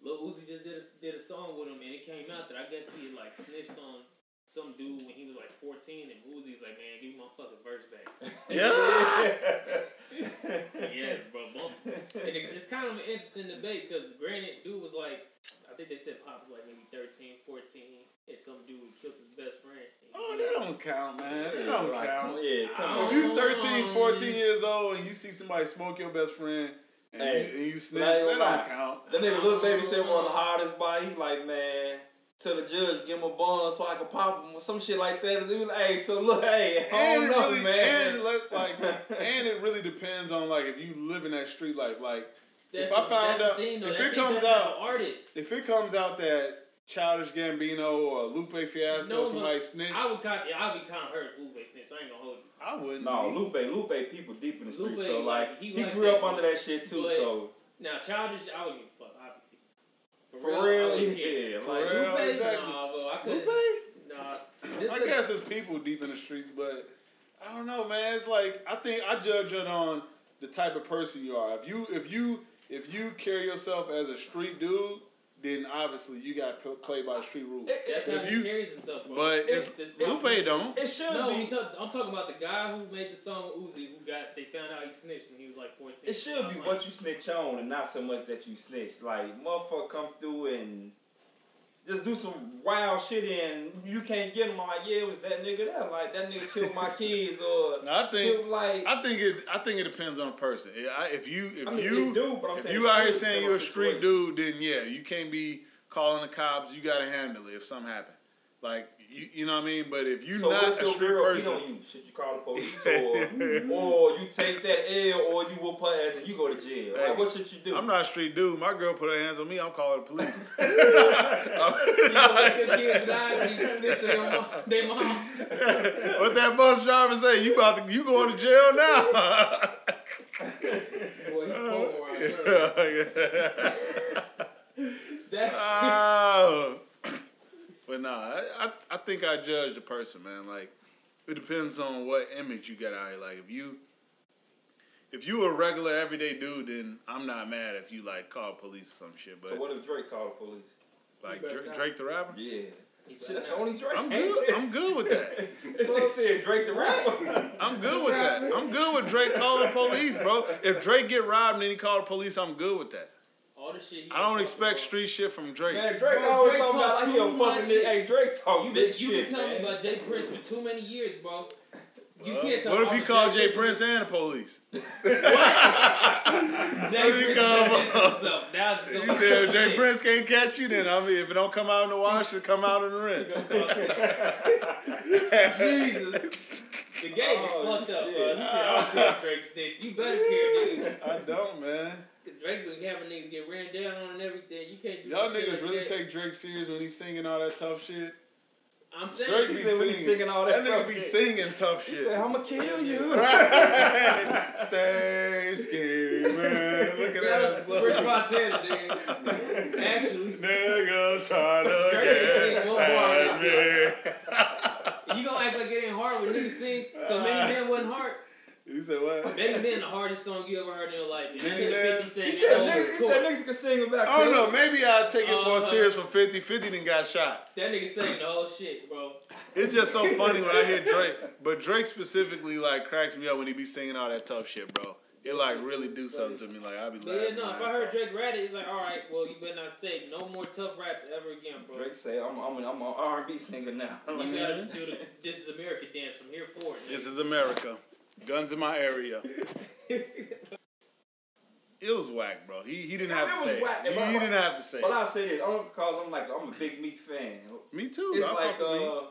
Speaker 3: Lil Uzi just did a, did a song with him, and it came out that I guess he had like snitched on some dude when he was like fourteen, and Uzi's like, man, give me my fucking verse back. yes, bro. Bump. And it's, it's kind of an interesting debate because granted, dude was like, I think they said Pop was like maybe 13, 14, and some dude killed his best friend.
Speaker 2: Oh, that don't count, man. That don't
Speaker 1: Like,
Speaker 2: count.
Speaker 1: Yeah, come
Speaker 2: If
Speaker 1: on.
Speaker 2: you 13, 14
Speaker 3: Um,
Speaker 2: years old and you see somebody smoke your best friend and,
Speaker 1: Hey,
Speaker 2: you, and you snitch,
Speaker 1: I ain't
Speaker 2: that
Speaker 1: gonna lie.
Speaker 2: don't count.
Speaker 1: That nigga little baby said one of the hardest body. He like, man, tell the judge give him a bond so I can pop him or some shit like that. Dude, hey, so look, hey, I
Speaker 2: And
Speaker 1: don't
Speaker 2: it,
Speaker 1: know,
Speaker 2: really, and,
Speaker 1: man.
Speaker 2: it let- like, and it really depends on like if you live in that street life. Like
Speaker 3: That's
Speaker 2: If I
Speaker 3: the-
Speaker 2: found
Speaker 3: that's
Speaker 2: out-
Speaker 3: the thing, though.
Speaker 2: if
Speaker 3: That's-
Speaker 2: it comes
Speaker 3: that's how
Speaker 2: out-
Speaker 3: artists.
Speaker 2: if it comes out that Childish Gambino or Lupe Fiasco
Speaker 3: No, but
Speaker 2: somebody snitched,
Speaker 3: I would kind, yeah, I would kind of hurt if Lupe snitch. I ain't gonna hold you.
Speaker 2: I wouldn't.
Speaker 1: no,
Speaker 2: be.
Speaker 1: Lupe, Lupe, people deep in the street,
Speaker 3: Lupe,
Speaker 1: so like
Speaker 3: he
Speaker 1: he,
Speaker 3: like
Speaker 1: grew up
Speaker 3: that.
Speaker 1: under that shit too.
Speaker 3: But-
Speaker 1: so
Speaker 3: Now, childish, I wouldn't give a fuck, obviously.
Speaker 1: for real,
Speaker 3: I wouldn't care.
Speaker 1: yeah,
Speaker 2: For
Speaker 1: like
Speaker 2: real.
Speaker 3: Lupe,
Speaker 2: exactly.
Speaker 3: nah, bro, I couldn't.
Speaker 2: Lupe.
Speaker 3: Nah, just
Speaker 2: I
Speaker 3: the-
Speaker 2: guess it's people deep in the streets, but I don't know, man. It's like I think I judge it on the type of person you are. If you if you if you carry yourself as a street dude, then obviously you got to play by the street rules.
Speaker 1: it,
Speaker 3: That's
Speaker 1: it,
Speaker 3: how
Speaker 2: if
Speaker 3: he
Speaker 2: you-
Speaker 3: carries himself, bro.
Speaker 2: But
Speaker 3: This-
Speaker 2: it's,
Speaker 3: this-
Speaker 2: Lupe don't.
Speaker 1: it should
Speaker 3: No,
Speaker 1: be.
Speaker 3: we talk, I'm talking about the guy who made the song with Uzi, who got they found out he snitched when he was like 14.
Speaker 1: It should be
Speaker 3: I'm like,
Speaker 1: what you snitch on and not so much that you snitch. Like, motherfucker come through and just do some wild shit and you can't get him like, yeah, it was that nigga that. Like, that nigga killed my kids or
Speaker 2: No, I think
Speaker 1: killed, like, I,
Speaker 2: I think it I think it depends on the person. Yeah, I- If you if
Speaker 1: mean,
Speaker 2: you
Speaker 1: it do, but I'm
Speaker 2: if
Speaker 1: saying
Speaker 2: you out here
Speaker 1: should
Speaker 2: saying
Speaker 1: be
Speaker 2: you're a
Speaker 1: those
Speaker 2: street
Speaker 1: situations.
Speaker 2: dude, then yeah, you can't be calling the cops. You gotta handle it if something happened. Like you, you know what I mean. But if you're
Speaker 1: so
Speaker 2: not
Speaker 1: what if
Speaker 2: a
Speaker 1: your
Speaker 2: street
Speaker 1: girl
Speaker 2: person,
Speaker 1: beat on you? Should you call the police or, or you take that L or you whoop her ass and you go to jail?
Speaker 2: Hey,
Speaker 1: like, what should you do?
Speaker 2: I'm not a street dude. My girl put her hands on me. I'm calling the police.
Speaker 3: You gonna let your kids die and you snitch on your mom, their mom.
Speaker 2: what that bus driver say? You about to you going to jail now?
Speaker 3: Boy,
Speaker 2: Uh,
Speaker 3: he polarized her. That-
Speaker 2: Oh. but nah, I, I I think I judge the person, man. Like it depends on what image you got out here. Like if you if you a regular everyday dude, then I'm not mad if you like call police or some shit. But
Speaker 1: so what if Drake called the police?
Speaker 2: like
Speaker 3: You better
Speaker 2: Drake,
Speaker 3: not.
Speaker 2: Drake the rapper,
Speaker 1: Yeah.
Speaker 3: He
Speaker 1: Shit, that's
Speaker 3: better
Speaker 1: the
Speaker 3: not.
Speaker 1: only Drake.
Speaker 2: I'm good. I'm good with that.
Speaker 1: this nigga said Drake the rapper.
Speaker 2: I'm good with that. I'm good with Drake calling the police, bro. If Drake get robbed and then he call the police, I'm good with that.
Speaker 3: All the shit. he
Speaker 2: I don't
Speaker 3: talking
Speaker 2: expect
Speaker 3: about.
Speaker 2: street shit from Drake.
Speaker 1: Man, Drake
Speaker 3: Bro,
Speaker 1: always
Speaker 3: Drake
Speaker 1: talking
Speaker 3: talk
Speaker 1: about like he
Speaker 3: too
Speaker 1: a
Speaker 3: much
Speaker 1: fucking
Speaker 3: shit.
Speaker 1: nigga. Hey, Drake talk. You big
Speaker 3: You
Speaker 1: shit,
Speaker 3: can tell
Speaker 1: man. Uh,
Speaker 3: me about Jay Prince for too many years, bro. You
Speaker 2: Well,
Speaker 3: can't tell
Speaker 2: what
Speaker 3: all
Speaker 2: if you
Speaker 3: the
Speaker 2: call Jay Prince
Speaker 3: Prince?
Speaker 2: and the police?
Speaker 3: Jay
Speaker 2: What if you
Speaker 3: Prince
Speaker 2: call- uh,
Speaker 3: did himself. Now it's
Speaker 2: You
Speaker 3: gonna be
Speaker 2: said if Jay
Speaker 3: shit.
Speaker 2: Prince can't catch you, then I mean, if it don't come out in the wash, it come out in the rinse.
Speaker 3: Jesus. The game is
Speaker 1: Oh,
Speaker 3: fucked up,
Speaker 1: shit.
Speaker 3: bro. He said, I don't care if Drake snitch. You better care, nigga.
Speaker 2: I don't, man.
Speaker 3: Cause Drake been having niggas get ran down on and everything. You can't do
Speaker 2: Y'all
Speaker 3: no shit
Speaker 2: niggas
Speaker 3: like
Speaker 2: really
Speaker 3: that.
Speaker 2: take Drake serious when he's singing all that tough shit.
Speaker 3: I'm saying.
Speaker 2: Drake
Speaker 1: He
Speaker 2: be
Speaker 1: said when he
Speaker 2: singing.
Speaker 1: singing all
Speaker 2: That
Speaker 1: that
Speaker 2: nigga
Speaker 1: tough
Speaker 2: be
Speaker 1: shit.
Speaker 2: singing tough
Speaker 1: He
Speaker 2: shit.
Speaker 1: said, "I'ma kill you."
Speaker 2: Right. Stay scary, man. Look at
Speaker 3: that
Speaker 2: that.
Speaker 3: was Rich Montana, nigga. Actually,
Speaker 2: Nigga trying to
Speaker 3: Drake ain't sing
Speaker 2: get
Speaker 3: no bar
Speaker 2: at
Speaker 3: like
Speaker 2: me.
Speaker 3: you gonna act like it ain't hard when niggas sing. So many men wasn't hard.
Speaker 2: You said what?
Speaker 3: Many men, the hardest song you ever heard in your life. And you
Speaker 2: Many
Speaker 3: said
Speaker 2: Men?
Speaker 3: 50 Cent.
Speaker 1: He
Speaker 3: that
Speaker 1: said,
Speaker 3: was
Speaker 1: niggas, he said
Speaker 3: recorded.
Speaker 1: niggas can sing about
Speaker 2: I don't
Speaker 1: killing.
Speaker 2: know. Maybe I'll take it more
Speaker 3: Uh,
Speaker 2: serious for 50. 50 then got shot.
Speaker 3: That nigga sang the whole shit, bro.
Speaker 2: It's just so funny when I hear Drake. But Drake specifically, like, cracks me up when he be singing all that tough shit, bro. It, like, really do something to me. Like, I be
Speaker 3: But yeah,
Speaker 2: laughing.
Speaker 3: no, if
Speaker 2: my ass
Speaker 3: I heard
Speaker 2: off.
Speaker 3: Drake rat it, it's like, all right, well, you better not say no more tough raps ever again, bro.
Speaker 1: Drake said, "I'm I'm an, I'm an R&B singer now." Mm-hmm.
Speaker 3: you gotta do the This Is America dance from here forward.
Speaker 2: This is America. Guns in my area.
Speaker 3: nigga.
Speaker 2: it was whack, bro. He he didn't
Speaker 1: It-
Speaker 2: have
Speaker 1: it
Speaker 2: to
Speaker 1: was
Speaker 2: say.
Speaker 1: whack,
Speaker 2: it.
Speaker 1: but-
Speaker 2: He, he didn't have to say.
Speaker 1: But
Speaker 2: it.
Speaker 1: I'll say this only because I'm like I'm a big Meek fan.
Speaker 2: Me too.
Speaker 1: It's
Speaker 2: I
Speaker 1: like
Speaker 2: fuck with Meek.
Speaker 1: uh,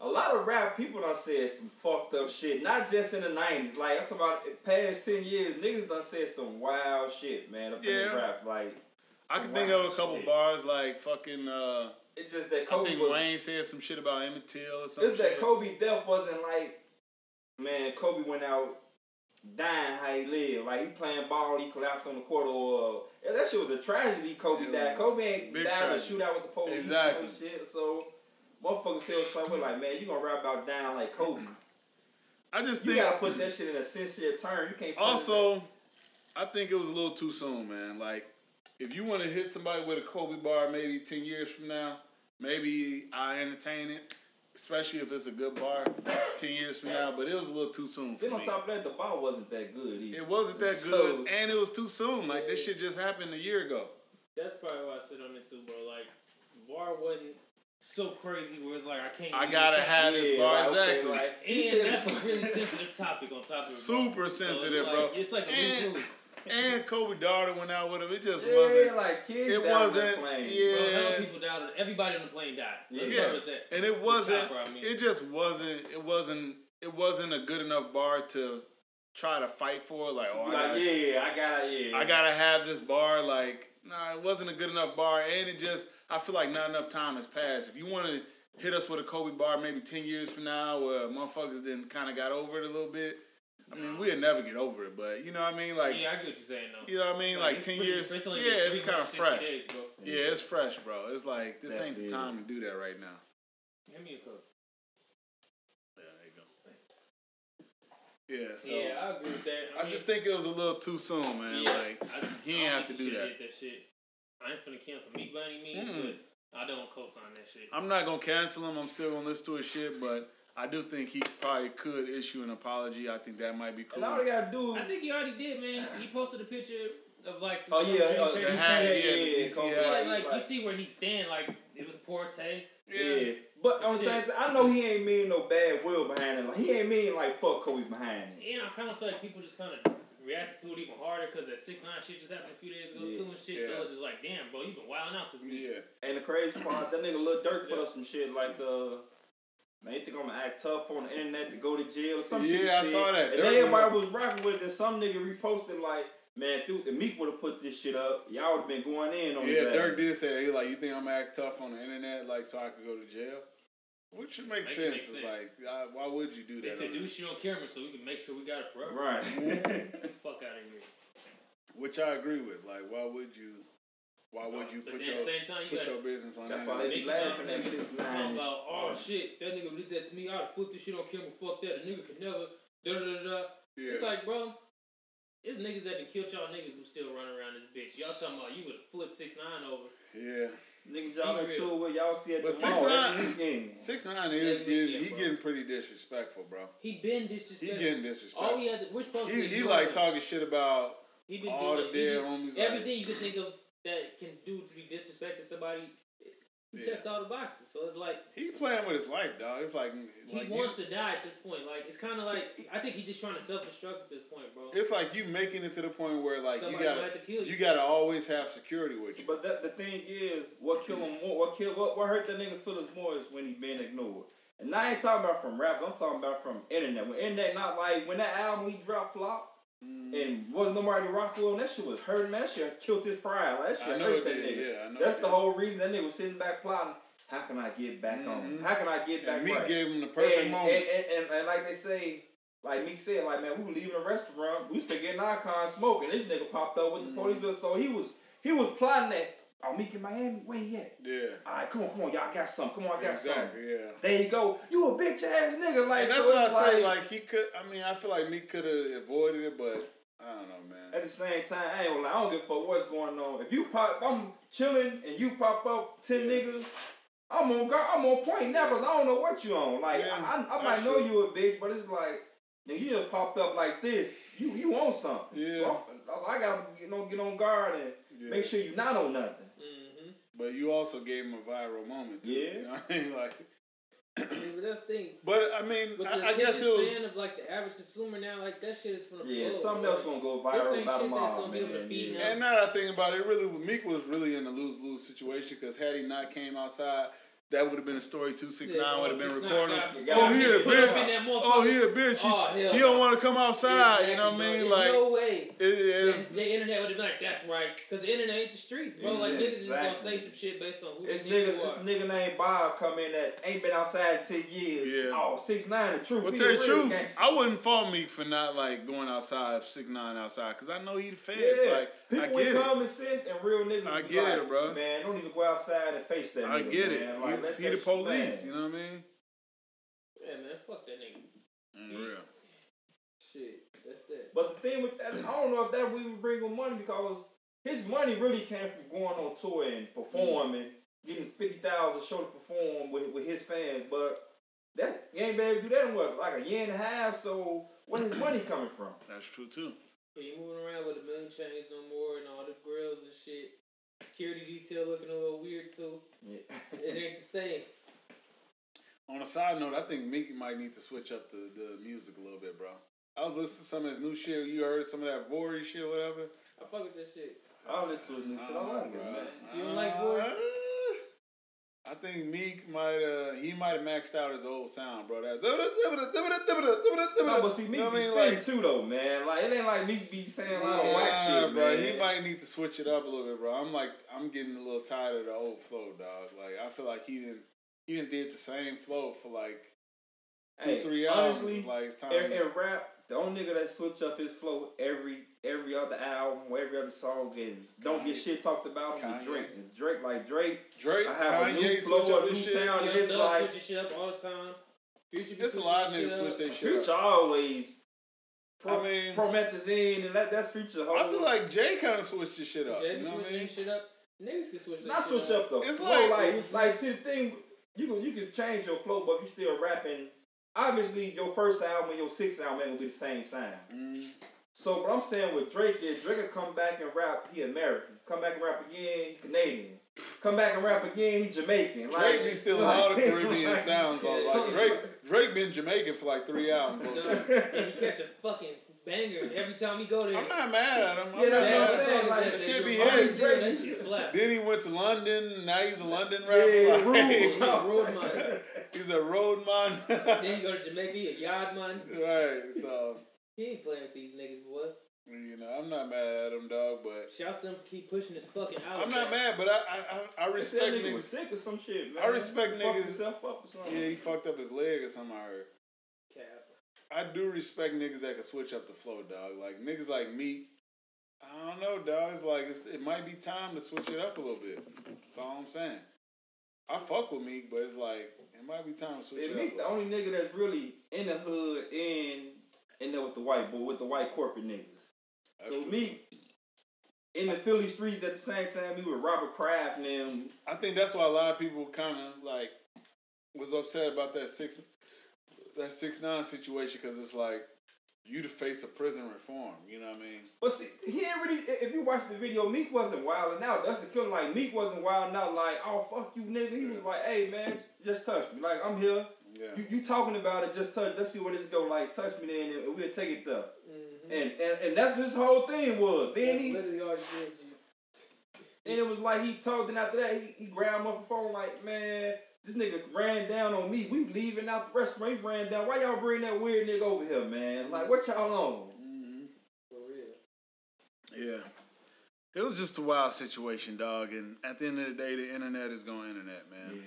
Speaker 1: a lot of rap people done said some fucked up shit. Not just in the '90s. Like I'm talking about the past ten years, niggas done said some wild shit, man. Up in
Speaker 2: Yeah.
Speaker 1: the rap, like
Speaker 2: I
Speaker 1: some
Speaker 2: can think of a
Speaker 1: wild
Speaker 2: couple
Speaker 1: shit.
Speaker 2: bars like fucking. Uh,
Speaker 1: It's just that
Speaker 2: I
Speaker 1: Kobe
Speaker 2: think
Speaker 1: was.
Speaker 2: Wayne said some shit about Emmett Till or something.
Speaker 1: It's that Kobe death wasn't like, man. Kobe went out dying how he lived. Like he playing ball, he collapsed on the court. Or yeah, that shit was a tragedy. Kobe
Speaker 2: It was
Speaker 1: died. Kobe ain't
Speaker 2: big
Speaker 1: died in a
Speaker 2: tragedy.
Speaker 1: shootout with the police
Speaker 2: Exactly.
Speaker 1: and shit. So motherfuckers feel some way like, man, you gonna rap about dying like Kobe?
Speaker 2: I just
Speaker 1: You
Speaker 2: think
Speaker 1: gotta put that shit in a sincere term. You can't. put it-
Speaker 2: Also, I think it was a little too soon, man. Like, if you want to hit somebody with a Kobe bar, maybe ten years from now, maybe I entertain it, especially if it's a good bar. ten years from now, but it was a little too soon for
Speaker 1: Then on
Speaker 2: me.
Speaker 1: top of that, the ball wasn't that good either.
Speaker 2: It wasn't that
Speaker 1: So-
Speaker 2: good, and it was too soon. Like this shit just happened a year ago.
Speaker 3: That's probably why I sit on it too, bro. Like, Bar wasn't so crazy where it's like I can't.
Speaker 2: I
Speaker 3: leave
Speaker 2: gotta
Speaker 3: this out.
Speaker 2: have this
Speaker 1: Yeah,
Speaker 2: bar
Speaker 1: like, okay,
Speaker 2: exactly.
Speaker 1: like, he
Speaker 3: And
Speaker 1: said-
Speaker 3: that's a really sensitive topic on top of it. bro.
Speaker 2: Super
Speaker 3: So it's
Speaker 2: sensitive,
Speaker 3: like-
Speaker 2: bro.
Speaker 3: It's like a
Speaker 2: And-
Speaker 3: loose move.
Speaker 2: and Kobe daughter went out with him. It just
Speaker 1: Yeah,
Speaker 2: wasn't.
Speaker 1: like kids.
Speaker 2: it
Speaker 1: died
Speaker 2: wasn't-
Speaker 1: when playing.
Speaker 2: yeah.
Speaker 3: Bro, how many people died? on- Everybody on the plane died. Let's
Speaker 2: Yeah.
Speaker 3: start with that.
Speaker 2: and it wasn't
Speaker 3: chopper, I mean.
Speaker 2: it just wasn't it wasn't it wasn't a good enough bar to try to fight for like, oh,
Speaker 1: Be
Speaker 2: I,
Speaker 1: Like
Speaker 2: gotta,
Speaker 1: yeah, I gotta yeah.
Speaker 2: I gotta have this bar like nah it wasn't a good enough bar and it just i feel like not enough time has passed if you want to hit us with a kobe bar maybe 10 years from now where motherfuckers then kind of got over it a little bit i mean we'll never get over it but you know what i mean like
Speaker 3: Yeah, I get what you're saying though.
Speaker 2: you know what i mean like, 10 years yeah it's kind of fresh yeah it's fresh bro it's like this
Speaker 1: That
Speaker 2: ain't the
Speaker 1: big.
Speaker 2: time to do that right now
Speaker 3: Give me a cup.
Speaker 2: Yeah, there you go. Yeah, so
Speaker 3: yeah, I agree with that.
Speaker 2: I,
Speaker 3: mean,
Speaker 2: just think it was a little too soon, man.
Speaker 3: yeah,
Speaker 2: Like
Speaker 3: I-
Speaker 2: he
Speaker 3: I
Speaker 2: didn't
Speaker 3: don't
Speaker 2: have to
Speaker 3: think
Speaker 2: do
Speaker 3: you shoulda
Speaker 2: that.
Speaker 3: did shit. I ain't finna cancel me by any means,
Speaker 2: Mm.
Speaker 3: but I don't co-sign that shit.
Speaker 2: I'm not gonna cancel him. I'm still gonna listen to his shit, but I do think he probably could issue an apology. I think that might be cool.
Speaker 1: And all they gotta do.
Speaker 3: I think he already did, man. He posted a picture of like.
Speaker 1: Oh
Speaker 3: some
Speaker 1: yeah,
Speaker 3: Dream
Speaker 1: oh, the
Speaker 3: Chasers.
Speaker 2: Tracy
Speaker 1: hat, yeah,
Speaker 2: said-
Speaker 1: yeah,
Speaker 2: yeah,
Speaker 1: yeah,
Speaker 2: the
Speaker 1: Kobe
Speaker 2: DC,
Speaker 1: Bryant,
Speaker 3: like, you
Speaker 1: like,
Speaker 3: see where he stand, like it was poor taste.
Speaker 1: yeah. But I'm
Speaker 3: Shit.
Speaker 1: saying, I know he ain't mean no bad will behind it. Like, he ain't mean like fuck Kobe behind it.
Speaker 3: And I kind of feel like people just kind of reacted to it even harder because that six nine shit just happened a few days ago
Speaker 1: Yeah.
Speaker 3: too and shit.
Speaker 2: Yeah.
Speaker 3: So it's just like, damn, bro, you been wilding out this week.
Speaker 2: yeah.
Speaker 1: And the crazy part, that nigga Lil Durk put up some shit like, uh, man, you think I'm gonna act tough on the internet to go to jail or some shit?
Speaker 2: Yeah, I
Speaker 1: he said.
Speaker 2: saw that.
Speaker 1: And
Speaker 2: Durk
Speaker 1: then everybody
Speaker 2: was-
Speaker 1: was rocking with it, and some nigga reposted like, man, dude, the Meek would have put this shit up. Y'all would have been going in on
Speaker 2: Yeah,
Speaker 1: that.
Speaker 2: Dirk did say he like you think I'm gonna act tough on the internet, like so I could go to jail, which should make
Speaker 3: Make it
Speaker 2: sense.
Speaker 3: make
Speaker 2: it's
Speaker 3: sense.
Speaker 2: like I, why would you do
Speaker 3: They
Speaker 2: that?
Speaker 3: said
Speaker 2: on
Speaker 3: do
Speaker 2: the-
Speaker 3: shit on camera so we can make sure we got it forever.
Speaker 1: Right.
Speaker 3: Get the fuck out of here.
Speaker 2: which I agree with. Like why would you? Why would you
Speaker 3: But
Speaker 2: put
Speaker 3: then
Speaker 2: your
Speaker 3: at the same time, you
Speaker 2: put
Speaker 3: gotta-
Speaker 2: your business on? the
Speaker 1: That's why
Speaker 2: internet?
Speaker 1: they
Speaker 3: Nicky
Speaker 1: laughing at
Speaker 3: Johnson
Speaker 1: six
Speaker 3: was Talking
Speaker 1: nine.
Speaker 3: about, oh shit, that nigga did that to me. I'd flip this shit on camera. Fuck that. A nigga could never. Da da da da.
Speaker 2: yeah.
Speaker 3: It's like, bro, it's niggas that done killed y'all niggas who still running around this bitch. Y'all talking about you would flip six nine over.
Speaker 2: yeah.
Speaker 1: Niggas, y'all
Speaker 3: He
Speaker 1: done
Speaker 3: real.
Speaker 1: too what y'all see at
Speaker 2: But
Speaker 1: the
Speaker 2: six
Speaker 1: mall
Speaker 2: nine-
Speaker 1: every weekend.
Speaker 2: Six nine is
Speaker 3: That's
Speaker 2: getting
Speaker 3: weekend,
Speaker 2: he
Speaker 3: bro.
Speaker 2: getting pretty disrespectful, bro.
Speaker 3: He been
Speaker 2: He
Speaker 3: disrespectful.
Speaker 2: getting disrespectful.
Speaker 3: All we had, to, we're supposed to.
Speaker 2: he
Speaker 3: be
Speaker 2: he
Speaker 3: doing
Speaker 2: like
Speaker 3: it.
Speaker 2: talking shit about
Speaker 3: He been
Speaker 2: all
Speaker 3: doing
Speaker 2: the
Speaker 3: he
Speaker 2: dead
Speaker 3: did
Speaker 2: homies, like-
Speaker 3: Everything you could think of that can do to be disrespect to somebody, he
Speaker 2: Yeah.
Speaker 3: checks all the boxes. So it's like
Speaker 2: he playing with his life, dog. It's like,
Speaker 3: he
Speaker 2: like
Speaker 3: wants
Speaker 2: you,
Speaker 3: to die at this point. Like it's kind of like I think he's just trying to self destruct at this point, bro.
Speaker 2: it's like you making it to the point where like
Speaker 3: Somebody
Speaker 2: you
Speaker 3: gonna
Speaker 2: gotta
Speaker 3: have to kill you.
Speaker 2: you gotta always have security with you.
Speaker 1: But that, the thing is, what kill him more, what kill, what, what hurt that nigga feelings more is when he been ignored. And I ain't talking about from rap, I'm talking about from internet. When internet not like when that album he dropped flop
Speaker 2: Mm,
Speaker 1: and wasn't nobody rocking on that shit was hurting man. That shit killed his pride. Like, that shit
Speaker 2: I know
Speaker 1: hurt
Speaker 2: it
Speaker 1: that
Speaker 2: did,
Speaker 1: nigga.
Speaker 2: yeah, I know
Speaker 1: That's
Speaker 2: it
Speaker 1: the
Speaker 2: did.
Speaker 1: whole reason that nigga was sitting back plotting. How can I get back on?
Speaker 2: Mhm.
Speaker 1: How can I get back
Speaker 2: And me
Speaker 1: right?
Speaker 2: gave him the perfect
Speaker 1: and,
Speaker 2: moment.
Speaker 1: And, and, and, and like they say, like Meek said, like man, we were leaving the restaurant, we was getting icon smoking. This nigga popped up with the
Speaker 2: Mm-hmm.
Speaker 1: police bill, so he was he was plotting that. Oh, Meek in Miami, where he at?
Speaker 2: yeah,
Speaker 1: All right, come on, come on, y'all got some. Come on, I got
Speaker 2: exactly.
Speaker 1: some.
Speaker 2: Yeah.
Speaker 1: There you go. You a bitch ass nigga. Like
Speaker 2: And that's
Speaker 1: so
Speaker 2: why I
Speaker 1: it's
Speaker 2: say like he could. I mean, I feel like Meek could have avoided it, but I don't know, man.
Speaker 1: At the same time, I ain't gonna lie, I don't give a fuck what's going on. If you pop, if I'm chilling and you pop up ten niggas, I'm on guard, I'm on point now because I don't know what you on. Like
Speaker 2: Yeah,
Speaker 1: I, I, I
Speaker 2: that's
Speaker 1: might know
Speaker 2: true.
Speaker 1: you a bitch, but it's like nigga, you just popped up like this. You you want something?
Speaker 2: Yeah.
Speaker 1: So, I'm, so I gotta get on get on guard and
Speaker 2: Yeah.
Speaker 1: make sure you not on nothing.
Speaker 3: Mm-hmm.
Speaker 2: But you also gave him a viral moment too.
Speaker 1: Yeah.
Speaker 2: You know what I mean? Like
Speaker 3: I mean, but that's the thing.
Speaker 2: But I mean,
Speaker 3: But the
Speaker 2: I, I
Speaker 3: attention
Speaker 2: guess it was.
Speaker 3: span of like the average consumer now, like that shit is gonna
Speaker 1: Yeah,
Speaker 3: blow,
Speaker 1: something
Speaker 3: bro.
Speaker 1: else gonna go
Speaker 3: This ain't
Speaker 1: viral by
Speaker 3: shit that's
Speaker 1: tomorrow,
Speaker 3: gonna be able to
Speaker 1: man.
Speaker 3: feed
Speaker 1: Yeah.
Speaker 3: him.
Speaker 2: And now that I think about it, really, Meek was really in a lose lose situation because had he not came outside, that would have been a story. Two six
Speaker 3: Yeah,
Speaker 2: nine would have been
Speaker 3: 269
Speaker 2: recorded.
Speaker 3: got-
Speaker 1: got-
Speaker 2: Oh, he a
Speaker 1: put up
Speaker 2: bitch.
Speaker 1: in
Speaker 3: that motherfucker.
Speaker 2: Oh, he a bitch. He's,
Speaker 3: Oh, hell
Speaker 2: he
Speaker 3: no.
Speaker 2: don't want to come outside. You know what I
Speaker 3: Exactly,
Speaker 2: mean?
Speaker 3: bro.
Speaker 2: Like,
Speaker 3: There's no way.
Speaker 2: it is.
Speaker 3: The, the internet would have been like, that's right, because the internet ain't the streets, bro. Like niggas is just gonna say
Speaker 1: Exactly.
Speaker 3: some shit based on who
Speaker 1: This
Speaker 3: these
Speaker 1: nigga,
Speaker 3: niggas
Speaker 1: this
Speaker 3: are.
Speaker 1: nigga named Bob come in that ain't been outside in ten years.
Speaker 2: Yeah.
Speaker 1: Oh, six nine, the truth.
Speaker 2: But
Speaker 1: He
Speaker 2: tell
Speaker 1: a
Speaker 2: you the
Speaker 1: real
Speaker 2: truth,
Speaker 1: gangster.
Speaker 2: I wouldn't fault Meek for not like going outside six nine outside because I know he the feds.
Speaker 1: yeah.
Speaker 2: Like,
Speaker 1: people
Speaker 2: I
Speaker 1: with
Speaker 2: get it.
Speaker 1: common sense and real niggas.
Speaker 2: I
Speaker 1: be
Speaker 2: get
Speaker 1: like,
Speaker 2: it, bro.
Speaker 1: Man, don't even go outside and face that.
Speaker 2: I
Speaker 1: nigga,
Speaker 2: get
Speaker 1: man.
Speaker 2: it.
Speaker 1: Like,
Speaker 2: He-
Speaker 1: let
Speaker 2: he
Speaker 1: that
Speaker 2: the
Speaker 1: shit
Speaker 2: police.
Speaker 1: stand.
Speaker 2: You know what I mean?
Speaker 3: Yeah, man, fuck that nigga.
Speaker 2: Unreal.
Speaker 3: Shit, that's that.
Speaker 1: But the thing with that, I don't know if that we would bring him money because his money really came from going on tour and performing, getting fifty thousand show to perform with, with his fans. But that he ain't been able to do that in what like a year and a half. So where his money coming from?
Speaker 2: That's true too.
Speaker 3: When you moving around with a million chains no more and all the grills and shit, security detail looking a little weird too. It ain't the same.
Speaker 2: On a side note, I think Meek might need to switch up the, the music a little bit, bro. I was listening to some of his new shit. You heard some of that Vory shit, whatever. Oh,
Speaker 3: I fuck with this shit.
Speaker 1: I don't listen to his new shit. I like it,
Speaker 2: Bruh.
Speaker 1: man.
Speaker 3: You don't like Vory?
Speaker 2: Uh, I think Meek might uh he might have maxed out his old sound, bro. That no,
Speaker 1: No, but see, Meek be spitting too though, man. Like it ain't like Meek be saying a lot of whack
Speaker 2: Nah,
Speaker 1: shit,
Speaker 2: bro.
Speaker 1: man.
Speaker 2: He might need to switch it up a little bit, bro. I'm like, I'm getting a little tired of the old flow, dog. Like, I feel like he didn't, he didn't did the same flow for like two,
Speaker 1: Hey,
Speaker 2: three hours.
Speaker 1: honestly,
Speaker 2: It's like it's time.
Speaker 1: In, in rap, the only nigga that switch up his flow every every other album, or every other song, and don't get
Speaker 2: Kanye.
Speaker 1: shit talked about him
Speaker 2: Kanye.
Speaker 1: is Drake. And Drake, like Drake,
Speaker 2: Drake,
Speaker 1: I have a
Speaker 2: Kanye,
Speaker 1: new flow,
Speaker 2: switch up
Speaker 1: a
Speaker 2: his
Speaker 1: new
Speaker 2: shit.
Speaker 1: sound.
Speaker 3: Young
Speaker 1: it's
Speaker 3: Thug
Speaker 1: like-
Speaker 3: switch his shit up all the time. Future be
Speaker 2: It's a lot of niggas
Speaker 3: switching shit
Speaker 2: switch
Speaker 3: up.
Speaker 2: their shit
Speaker 1: Future
Speaker 2: up.
Speaker 1: always. Pro,
Speaker 2: I mean-
Speaker 1: Promethazine and that, that's Future. Whole,
Speaker 2: I feel like Jay kind of switched his shit up. you
Speaker 3: Jay be
Speaker 2: know what I
Speaker 3: switching
Speaker 2: mean?
Speaker 3: his shit up. Niggas can switch their
Speaker 1: not
Speaker 3: shit
Speaker 1: switch up though.
Speaker 2: It's
Speaker 1: It's
Speaker 2: like-
Speaker 1: like, like, like see the thing, you can you can change your flow, but if you still rapping, obviously your first album and your sixth album ain't gonna be the same sound.
Speaker 2: Mm,
Speaker 1: So what I'm saying with Drake is Drake will come back and rap, he American. Come back and rap again, he Canadian. Come back and rap again, he Jamaican. Like,
Speaker 2: Drake be stealing
Speaker 1: like-
Speaker 2: all the Caribbean sounds, bro.
Speaker 3: Yeah.
Speaker 2: Like Drake, Drake been Jamaican for like three albums.
Speaker 3: Dog,
Speaker 2: bro.
Speaker 3: and he catch a fucking banger every time he go there.
Speaker 2: I'm not mad at him. I'm
Speaker 1: Yeah,
Speaker 2: not
Speaker 1: that's what I'm
Speaker 2: mad at him.
Speaker 1: saying. Like,
Speaker 2: That shit be
Speaker 1: Drake-
Speaker 2: his.
Speaker 3: Drake, that shit slap.
Speaker 2: Then he went to London. Now he's a London rapper.
Speaker 1: Yeah,
Speaker 2: Like,
Speaker 1: rude.
Speaker 3: He's a road
Speaker 2: he's a road
Speaker 3: man.
Speaker 2: man.
Speaker 3: Then you go to Jamaica, he a yard man.
Speaker 2: right. So
Speaker 3: He ain't playing with these niggas, boy.
Speaker 2: you know, I'm not mad at him, dog. But
Speaker 3: Shouts to him for keep pushing his fucking album.
Speaker 2: I'm not mad. But I I, I, I
Speaker 1: This that
Speaker 2: respect
Speaker 1: nigga was
Speaker 2: niggas.
Speaker 1: sick or some shit, man.
Speaker 2: I respect
Speaker 1: Fucked
Speaker 2: niggas.
Speaker 1: himself up or something.
Speaker 2: Yeah, he fucked up his leg or something. I heard.
Speaker 3: Cap.
Speaker 2: I do respect niggas that can switch up the flow, dog. Like niggas like me. I don't know, dog. It's like it's, it might be time to switch it up a little bit. That's all I'm saying. I fuck with Meek, but it's like it might be time to switch
Speaker 1: And
Speaker 2: it
Speaker 1: Meek
Speaker 2: up.
Speaker 1: the only nigga that's really in the hood and in there with the white boy, with the white corporate niggas.
Speaker 2: That's
Speaker 1: so
Speaker 2: true.
Speaker 1: Meek in the Philly streets at the same time he with Robert Kraft and them.
Speaker 2: I think that's why a lot of people kind of like was upset about that six that six nine situation because it's like you the face of prison reform. You know what I mean?
Speaker 1: But see, he ain't really. i- If you watch the video, Meek wasn't wilding out. That's the killer. Like Meek wasn't wilding out. Like, oh fuck you, nigga. He was like, hey man, just touch me. Like I'm here.
Speaker 2: Yeah.
Speaker 1: You, you talking about it? Just touch. Let's see where this go. Like touch me then, and we'll take it there.
Speaker 3: Mm-hmm.
Speaker 1: And and, and that's what his whole thing was. Then he and
Speaker 3: literally all he did, G.
Speaker 1: it was like he talked. Then after that, he, he grabbed him off the phone. Like man, this nigga ran down on me. We leaving out the restaurant. He ran down. Why y'all bring that weird nigga over here, man? Like what y'all on?
Speaker 2: hmm
Speaker 3: For real.
Speaker 2: Yeah. It was just a wild situation, dog. And at the end of the day, the internet is going internet, man.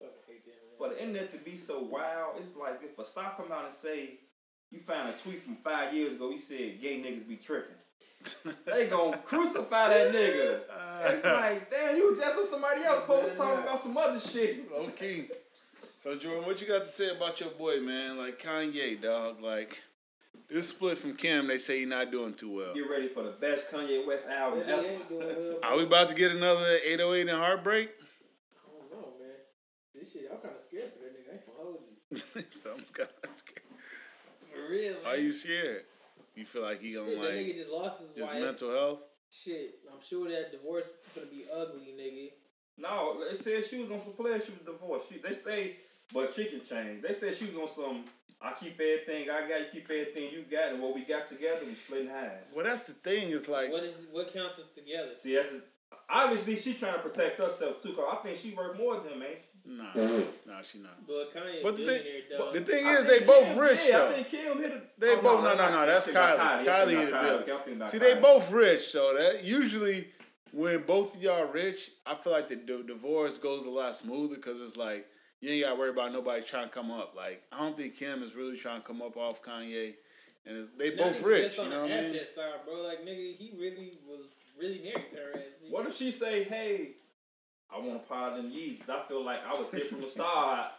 Speaker 3: Fucking hate that.
Speaker 1: for the internet to be so wild, it's like if a star come out and say you found a tweet from five years ago, he said gay niggas be tripping. They gonna crucify that nigga.
Speaker 2: Uh,
Speaker 1: It's like, damn, you just with somebody else post talking about some other shit.
Speaker 2: Okay. So Jordan, what you got to say about your boy, man? Like Kanye, dog. Like this split from Kim, they say you're not doing too well.
Speaker 1: Get ready for the best Kanye West album
Speaker 3: Really
Speaker 1: ever.
Speaker 3: ain't doing well. but
Speaker 2: Are we about to get another 808 and heartbreak?
Speaker 3: I don't know, man. This shit, I'm kind of scared for that nigga. I ain't gonna hold you.
Speaker 2: so I'm kind of scared.
Speaker 3: For real, man.
Speaker 2: Are you scared? You feel like he
Speaker 3: Shit,
Speaker 2: gonna
Speaker 3: that nigga
Speaker 2: like
Speaker 3: just lost his
Speaker 2: just
Speaker 3: wife.
Speaker 2: mental health?
Speaker 3: Shit, I'm sure that divorce is gonna be ugly, nigga.
Speaker 1: No, it said she was on some flair. She was divorced. She, they say, but chicken change. They said she was on some. I keep everything I got. You keep everything you got, and what we got together, we splitting halves.
Speaker 2: Well, that's the thing. Is like
Speaker 3: What is what counts as together?
Speaker 1: See, that's obviously she trying to protect herself too. Cause I think she worth more than him, man.
Speaker 2: nah, nah, she not.
Speaker 3: But Kanye
Speaker 2: But
Speaker 3: but
Speaker 2: the
Speaker 3: billionaire
Speaker 2: thing,
Speaker 3: dog.
Speaker 2: the thing is, they both rich
Speaker 1: yeah, I
Speaker 2: though.
Speaker 1: think Kim hit a,
Speaker 2: They
Speaker 1: oh,
Speaker 2: both- no,
Speaker 1: I'm
Speaker 2: no,
Speaker 1: not
Speaker 2: no, that's
Speaker 1: thinking about
Speaker 2: Kylie.
Speaker 1: I'm
Speaker 2: Kylie
Speaker 1: thinking
Speaker 2: hit
Speaker 1: about
Speaker 2: a bill.
Speaker 1: Okay, I'm thinking about
Speaker 2: See, they
Speaker 1: Kylie.
Speaker 2: both rich, so that usually when both of y'all rich, I feel like the d- divorce goes a lot smoother because it's like you ain't got to worry about nobody trying to come up. Like I don't think Kim is really trying to come up off Kanye, and it's, they
Speaker 3: Not
Speaker 2: both
Speaker 3: even
Speaker 2: rich.
Speaker 3: just
Speaker 2: You
Speaker 3: on
Speaker 2: know what
Speaker 3: the
Speaker 2: I
Speaker 3: asset
Speaker 2: mean?
Speaker 3: side, bro. Like nigga, he really was really married to her ass. nigga.
Speaker 1: What if she say, "Hey, I want to pile them Yeezys. I feel like I was hit from the start.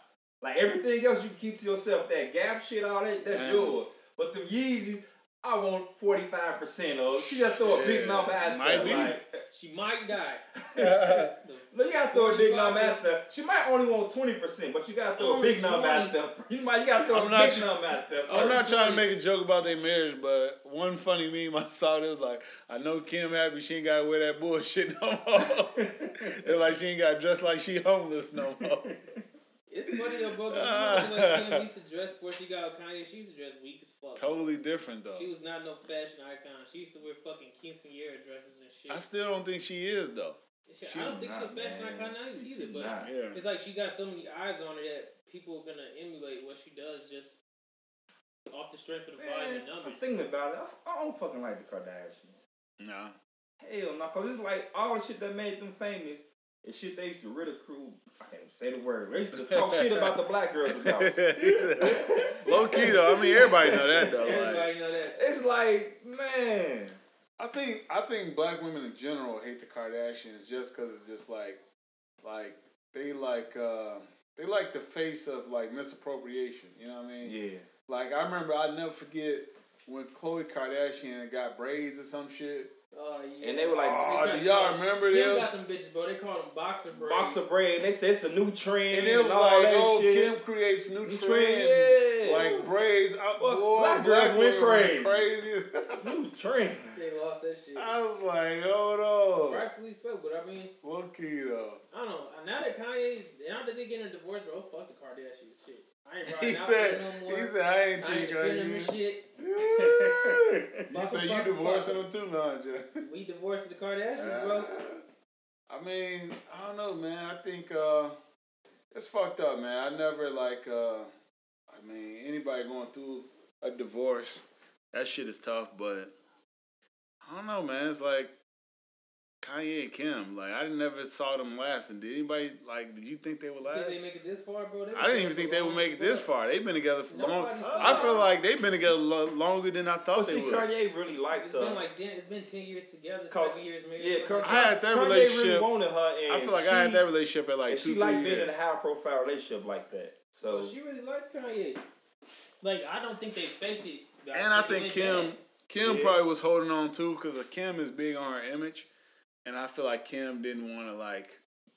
Speaker 1: like everything else you keep to yourself. That Gap shit, all that, that's
Speaker 2: Yeah.
Speaker 1: yours. But them Yeezys, I want forty five percent of. She just throw a
Speaker 2: Yeah,
Speaker 1: big number out
Speaker 2: might
Speaker 1: there.
Speaker 2: be.
Speaker 1: Like,
Speaker 3: She might die. The-
Speaker 1: look, you gotta throw a big number
Speaker 3: 45%.
Speaker 1: out there. She might only want twenty percent, but you gotta throw
Speaker 3: Only
Speaker 1: a big number out there. You might, you gotta throw
Speaker 2: I'm
Speaker 1: a
Speaker 2: not
Speaker 1: big
Speaker 2: tr-
Speaker 1: number out there.
Speaker 2: I'm not
Speaker 1: first.
Speaker 2: trying
Speaker 3: Oh,
Speaker 2: to make a joke about their marriage, but one funny meme I saw it was like, I know Kim happy she ain't got to wear that bullshit no more. and like she ain't got to dress like she homeless no more.
Speaker 3: It's funny though, bro. 'cause You know what Kim used to dress before she got with Kanye? She used to dress weak as fuck.
Speaker 2: totally different though.
Speaker 3: She was not no fashion icon. She used to wear fucking quinceanera dresses and shit.
Speaker 2: I still don't think she is though.
Speaker 3: Shit,
Speaker 2: she
Speaker 3: I don't think she's a
Speaker 1: Nah,
Speaker 3: fashion
Speaker 1: man.
Speaker 3: icon now
Speaker 1: She-
Speaker 3: either,
Speaker 1: she
Speaker 3: but
Speaker 1: not.
Speaker 2: Yeah.
Speaker 3: it's like she got so many eyes on her that people are gonna emulate what she does just off the strength of the volume
Speaker 1: Man,
Speaker 3: and
Speaker 1: I'm
Speaker 3: numbers.
Speaker 1: thinking about it. I- I don't fucking like the Kardashians.
Speaker 2: No.
Speaker 1: Hell no, cause it's like all the shit that made them famous and shit they used to ridicule. I can't even say the word. They used to talk shit about the black girls about.
Speaker 2: Low key though. I mean everybody know that though. Like,
Speaker 3: Everybody know that.
Speaker 1: It's like, man,
Speaker 2: I think I think black women in general hate the Kardashians just because it's just like like they like uh, they like the face of like misappropriation. You know what I mean?
Speaker 1: yeah,
Speaker 2: Like I remember I will never forget when Khloe Kardashian got braids or some shit.
Speaker 3: Oh, yeah.
Speaker 1: and they were like
Speaker 2: Oh,
Speaker 3: tried
Speaker 2: do
Speaker 3: to
Speaker 2: y'all
Speaker 3: call-
Speaker 2: remember
Speaker 3: Kim
Speaker 2: this?
Speaker 3: got them bitches, bro. They call them boxer braids.
Speaker 1: box of bread. They said it's a new trend
Speaker 2: And
Speaker 1: and,
Speaker 2: it was
Speaker 1: all
Speaker 2: like,
Speaker 1: that
Speaker 2: oh,
Speaker 1: shit.
Speaker 2: Kim creates new
Speaker 1: New
Speaker 2: trends,
Speaker 1: trend, yeah.
Speaker 2: like braids. I,
Speaker 1: Well,
Speaker 2: boy,
Speaker 1: black girls went
Speaker 2: women went crazy.
Speaker 1: New trend.
Speaker 3: They lost that shit.
Speaker 2: I was like, hold on.
Speaker 3: Rightfully so, but I mean,
Speaker 2: Low key though.
Speaker 3: I don't know. Now that Kanye's, now that they getting a divorce, bro, fuck the Kardashians shit. I ain't
Speaker 2: He
Speaker 3: riding out
Speaker 2: said,
Speaker 3: there no more.
Speaker 2: he said, I ain't
Speaker 3: I ain't
Speaker 2: taking
Speaker 3: defending
Speaker 2: you.
Speaker 3: this shit.
Speaker 2: you
Speaker 3: Fuck
Speaker 2: said
Speaker 3: it, fuck
Speaker 2: you
Speaker 3: it,
Speaker 2: divorcing
Speaker 3: fuck
Speaker 2: him too, nah, Jeff.
Speaker 3: We divorced the Kardashians, bro.
Speaker 2: Uh, I mean, I don't know, man. I think uh, it's fucked up, man. I never like. Uh, I mean, anybody going through a divorce, that shit is tough. But I don't know, man. It's like Kanye and Kim. Like I never saw them lasting. Did anybody like? Did you think they would
Speaker 3: Did
Speaker 2: last?
Speaker 3: they make it this far, bro? They
Speaker 2: I didn't even think they would make it this far. They've been together for long.
Speaker 3: Nobody saw
Speaker 2: I feel
Speaker 3: it.
Speaker 2: like they've been together lo- longer than I thought
Speaker 1: But
Speaker 2: they
Speaker 1: Oh, see,
Speaker 2: would.
Speaker 1: Kanye really liked
Speaker 3: It's
Speaker 1: her.
Speaker 3: been like damn, it's been ten years together,
Speaker 1: Cause-
Speaker 3: seven years married.
Speaker 1: yeah,
Speaker 3: Fuck.
Speaker 1: Kanye,
Speaker 2: I had that
Speaker 1: Kanye
Speaker 2: relationship.
Speaker 1: really wanted her, and
Speaker 2: I feel like
Speaker 1: she,
Speaker 2: I had that relationship at like
Speaker 1: and
Speaker 2: two,
Speaker 1: she
Speaker 2: three
Speaker 1: liked being in
Speaker 2: years.
Speaker 1: a high-profile relationship like that. So
Speaker 3: So Oh, she really liked Kanye. Like I don't think they faked it.
Speaker 2: And I think
Speaker 3: they
Speaker 2: Kim,
Speaker 3: bad.
Speaker 2: Kim
Speaker 1: Yeah.
Speaker 2: probably was holding on too because Kim is big on her image, and I feel like Kim didn't want to like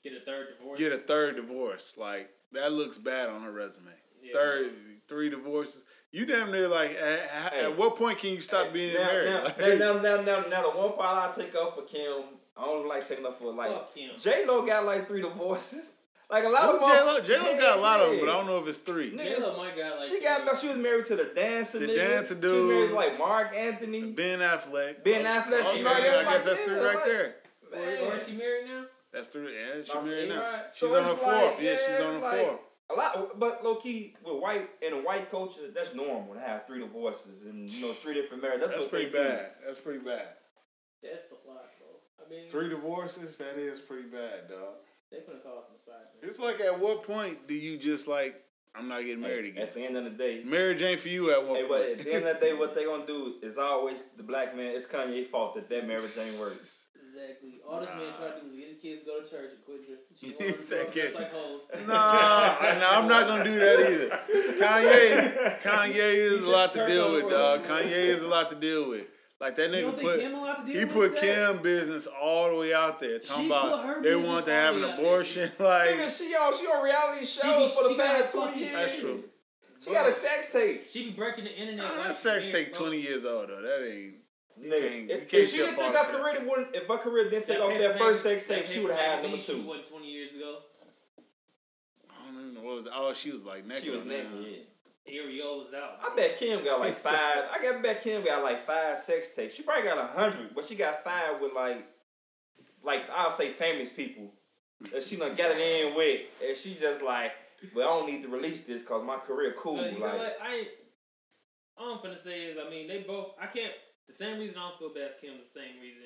Speaker 3: did a third divorce.
Speaker 2: get a third divorce. Like that looks bad on her resume.
Speaker 3: Yeah.
Speaker 2: Third, three divorces. You damn near like at, at-
Speaker 1: Hey.
Speaker 2: at what point can you stop being
Speaker 1: now,
Speaker 2: married?
Speaker 1: Now,
Speaker 2: Like,
Speaker 1: now, now, now, now, now, the one part I take up for Kim, I don't like taking up for like
Speaker 3: Fuck Kim.
Speaker 1: J Lo got like three divorces. Like a lot of
Speaker 2: J-Lo,
Speaker 1: motherf-
Speaker 2: J-Lo got a lot of them, but I
Speaker 1: Yeah.
Speaker 2: don't know if it's three.
Speaker 1: Nigga,
Speaker 3: J-Lo might got like
Speaker 1: She got she was married to the dancer.
Speaker 2: The
Speaker 1: nigga.
Speaker 2: dancer
Speaker 1: She was married
Speaker 2: dude.
Speaker 1: to like Mark Anthony,
Speaker 2: Ben Affleck.
Speaker 1: Ben Affleck.
Speaker 2: Oh,
Speaker 1: she
Speaker 2: yeah,
Speaker 1: married
Speaker 2: I
Speaker 1: everybody
Speaker 2: guess that's
Speaker 1: else,
Speaker 2: three right
Speaker 1: like,
Speaker 2: there.
Speaker 3: Or, or is she married now?
Speaker 2: That's three. Yeah, she
Speaker 1: Nah,
Speaker 2: married
Speaker 3: they
Speaker 2: now.
Speaker 3: right.
Speaker 2: She's
Speaker 1: So
Speaker 2: on her
Speaker 1: it's
Speaker 2: fourth.
Speaker 1: like,
Speaker 2: yeah, she's
Speaker 1: yeah,
Speaker 2: on her
Speaker 1: like-
Speaker 2: fourth.
Speaker 1: A lot, but low key with white in a white culture, that's normal to have three divorces and you know three different marriages. That's,
Speaker 2: That's
Speaker 1: what
Speaker 2: pretty
Speaker 1: they do.
Speaker 2: bad. That's pretty bad.
Speaker 3: That's a lot, bro. I mean,
Speaker 2: Three divorces, that is pretty bad, dog.
Speaker 3: they finna call us misogyny.
Speaker 2: It's like at what point do you just like I'm not getting married again?
Speaker 1: At the end of the day,
Speaker 2: Marriage ain't for you at one
Speaker 1: Hey, but
Speaker 2: point.
Speaker 1: at the end of the day, what they gonna do is always the black man. It's Kanye's fault that that marriage ain't working.
Speaker 3: Exactly. All this man tried to do was get his kids to go to church and quit drinking.
Speaker 2: He said
Speaker 3: Just
Speaker 2: get-
Speaker 3: like hoes.
Speaker 2: Nah, I- nah, I'm not gonna do that either. Kanye, Kanye is
Speaker 3: He
Speaker 2: a lot to
Speaker 3: just
Speaker 2: deal
Speaker 3: turned
Speaker 2: with,
Speaker 3: over.
Speaker 2: dog. Kanye is a lot to deal with. Like that
Speaker 3: You don't
Speaker 2: nigga
Speaker 3: think
Speaker 2: put
Speaker 3: Kim allowed to deal
Speaker 2: he
Speaker 3: with
Speaker 2: put
Speaker 3: that?
Speaker 2: Kim business all the way out there, talking
Speaker 3: She put her
Speaker 2: about they
Speaker 3: business
Speaker 2: want to
Speaker 3: all
Speaker 2: have
Speaker 3: the
Speaker 2: an
Speaker 3: way out there.
Speaker 2: abortion. Like
Speaker 1: Nigga, she on she on reality
Speaker 3: be-
Speaker 1: shows for
Speaker 3: she
Speaker 1: the
Speaker 3: got
Speaker 1: past
Speaker 3: a
Speaker 1: twenty
Speaker 3: fucking-
Speaker 1: years.
Speaker 2: that's true.
Speaker 1: She got a sex tape.
Speaker 3: She be breaking the internet.
Speaker 2: Nah,
Speaker 3: like
Speaker 2: that sex take
Speaker 3: she married,
Speaker 2: twenty years old though. That ain't
Speaker 1: Nigga,
Speaker 2: can't- you
Speaker 1: if,
Speaker 2: can't
Speaker 1: if she didn't
Speaker 2: step
Speaker 1: think
Speaker 2: off
Speaker 1: her
Speaker 2: that.
Speaker 1: career wouldn't, if her career didn't take off
Speaker 3: paper
Speaker 1: that first
Speaker 3: mag-
Speaker 1: sex tape,
Speaker 3: that
Speaker 1: she would have
Speaker 3: paper
Speaker 1: had number
Speaker 3: magazine shoot
Speaker 1: two.
Speaker 3: wasn't twenty years ago.
Speaker 2: I don't even know what was. Oh, she was like naked.
Speaker 1: She was
Speaker 2: man.
Speaker 1: naked. Yeah.
Speaker 3: Ariola's out.
Speaker 1: I bet Kim got like five. I got bet Kim got like five sex tapes. She probably got a hundred, but she got five with like, like I'll say famous people that she done got it in with, and she just like, well, I don't need to release this because my career cool.
Speaker 3: But Uh, you know
Speaker 1: like,
Speaker 3: what? I ain't. All I'm finna say is, I mean, they both. I can't. The same reason I don't feel bad for Kim is the same reason.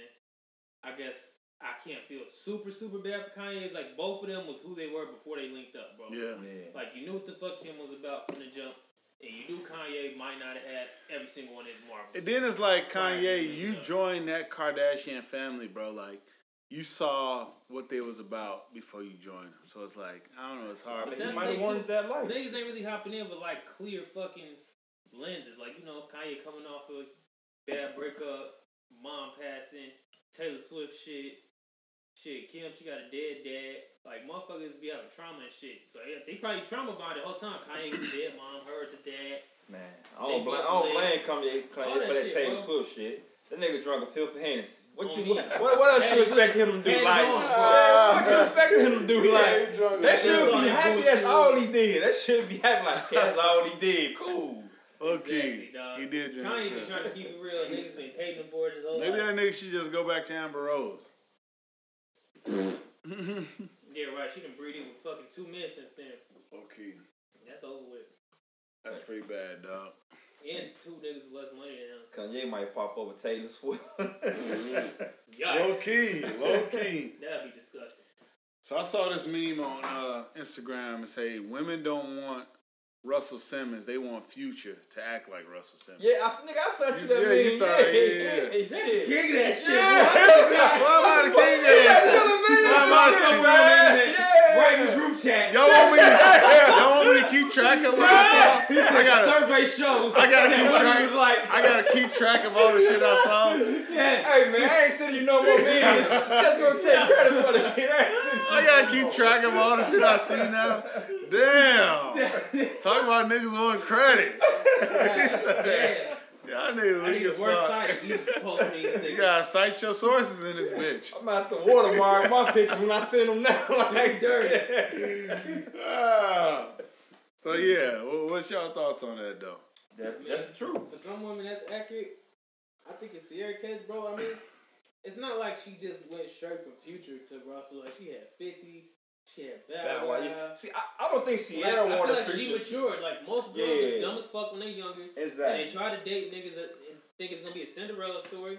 Speaker 3: I guess I can't feel super, super bad for Kanye. It's like both of them was who they were before they linked up, bro.
Speaker 2: Yeah.
Speaker 1: yeah.
Speaker 3: Like you knew what the fuck Kim was about from the jump, and you knew Kanye might not have had every single one of his marbles.
Speaker 2: And then it's like
Speaker 3: Right,
Speaker 2: Kanye, you
Speaker 3: yeah.
Speaker 2: joined that Kardashian family, bro. Like you saw what they was about before you joined them. So it's like I don't know. It's hard.
Speaker 1: Like,
Speaker 3: But
Speaker 2: For
Speaker 1: you
Speaker 3: that's
Speaker 2: me.
Speaker 1: might have
Speaker 3: like
Speaker 1: wanted
Speaker 3: too-
Speaker 1: that life.
Speaker 3: Niggas ain't really hopping in with like clear fucking lenses. Like, you know, Kanye coming off of bad breakup, mom passing, Taylor Swift shit. Shit, Kim, she got a dead dad. Like, motherfuckers be having trauma and shit. So, yeah, they probably trauma bonded the whole time. Kanye was dead, mom heard the dad.
Speaker 1: Man, I
Speaker 3: They
Speaker 1: don't blame, I
Speaker 3: both
Speaker 1: don't blame Kanye,
Speaker 3: All
Speaker 1: Kanye
Speaker 3: that
Speaker 1: for that
Speaker 3: shit,
Speaker 1: Taylor
Speaker 3: bro. Oh,
Speaker 1: Swift shit. That nigga drunk a filthy Hennessy. What
Speaker 3: On
Speaker 1: you
Speaker 3: me.
Speaker 1: what, what else you
Speaker 3: Had it
Speaker 1: expect him to do?
Speaker 3: had it
Speaker 1: Like,
Speaker 3: on,
Speaker 1: man,
Speaker 3: bro.
Speaker 1: what you expected him to do? Like,
Speaker 4: Yeah, he drunk
Speaker 1: That
Speaker 4: as
Speaker 1: should
Speaker 4: hell.
Speaker 1: be
Speaker 3: like
Speaker 1: happy.
Speaker 3: bullshit.
Speaker 1: That's all he did. That should be happy. Like that's all he did. Cool.
Speaker 2: Okay,
Speaker 3: Exactly, dog.
Speaker 2: he did. drink.
Speaker 3: Kanye been trying to keep it real. Niggas been hating him for it his whole
Speaker 2: Maybe
Speaker 3: life.
Speaker 2: that nigga should just go back to Amber Rose. okay.
Speaker 3: Yeah, right. She done breeding with fucking two men since then. That's over with.
Speaker 2: That's pretty bad, dog.
Speaker 3: And two niggas with less money than him.
Speaker 1: Kanye might pop over Taylor Swift.
Speaker 2: Low
Speaker 3: Yikes.
Speaker 2: key, low key.
Speaker 3: That'd be disgusting.
Speaker 2: So I saw this meme on uh, Instagram and say women don't want Russell Simmons; they want Future to act like Russell Simmons.
Speaker 1: yeah, I, nigga, I sent you that
Speaker 2: Yeah,
Speaker 1: meme.
Speaker 2: you saw it. Yeah, yeah,
Speaker 1: yeah, yeah.
Speaker 3: King that shit.
Speaker 1: Yeah.
Speaker 2: Why am I the king of
Speaker 1: Yeah,
Speaker 2: this?
Speaker 1: Taylor Swift,
Speaker 2: Why am I the king?
Speaker 1: man. Yeah.
Speaker 3: group chat.
Speaker 2: Y'all want me? Y'all want me to keep track of what I saw? I gotta,
Speaker 3: Survey shows.
Speaker 2: I gotta keep
Speaker 3: that
Speaker 2: track-
Speaker 3: women Like,
Speaker 2: I gotta keep track of all the shit I saw.
Speaker 3: yeah.
Speaker 1: Hey man, I ain't sending you no more memes. That's gonna take credit for the shit. I ain't sending you
Speaker 2: I gotta keep track of all the shit I see now. Damn. Talk about niggas want credit.
Speaker 3: yeah.
Speaker 2: Y'all niggas
Speaker 3: I
Speaker 2: weak
Speaker 3: need
Speaker 2: as
Speaker 3: to work
Speaker 2: fuck.
Speaker 3: site. You post memes,
Speaker 2: You
Speaker 3: nigga.
Speaker 2: gotta cite your sources in this bitch.
Speaker 1: I'm out the watermark my pictures when I send them now. Like dirty.
Speaker 2: Ah. So yeah, wha- what's y'all thoughts on that though?
Speaker 1: That's, that's the truth.
Speaker 3: For some women, that's accurate. I think it's Sierra case, bro. I mean, it's not like she just went straight from Future to Russell. Like she had fifty. She had Bow
Speaker 1: Bow Wow.
Speaker 3: Wow.
Speaker 1: See, I, I don't think
Speaker 3: Like,
Speaker 1: Sierra
Speaker 3: I feel
Speaker 1: wanted
Speaker 3: like
Speaker 1: to
Speaker 3: she matured. Like most girls
Speaker 1: Yeah.
Speaker 3: is dumb as fuck when they're younger. And they try to date niggas that and think it's gonna be a Cinderella story.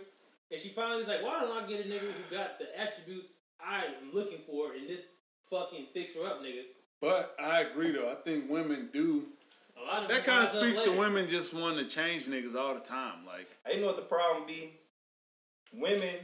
Speaker 3: And she finally is like, why don't I get a nigga who got the attributes I am looking for in this fucking fixer up nigga?
Speaker 2: But I agree though. I think women do.
Speaker 3: A lot of them
Speaker 2: That kind of
Speaker 3: rise up
Speaker 2: speaks to
Speaker 3: later.
Speaker 2: women just wanting to change niggas all the time. Like
Speaker 1: You know what the problem be? Women,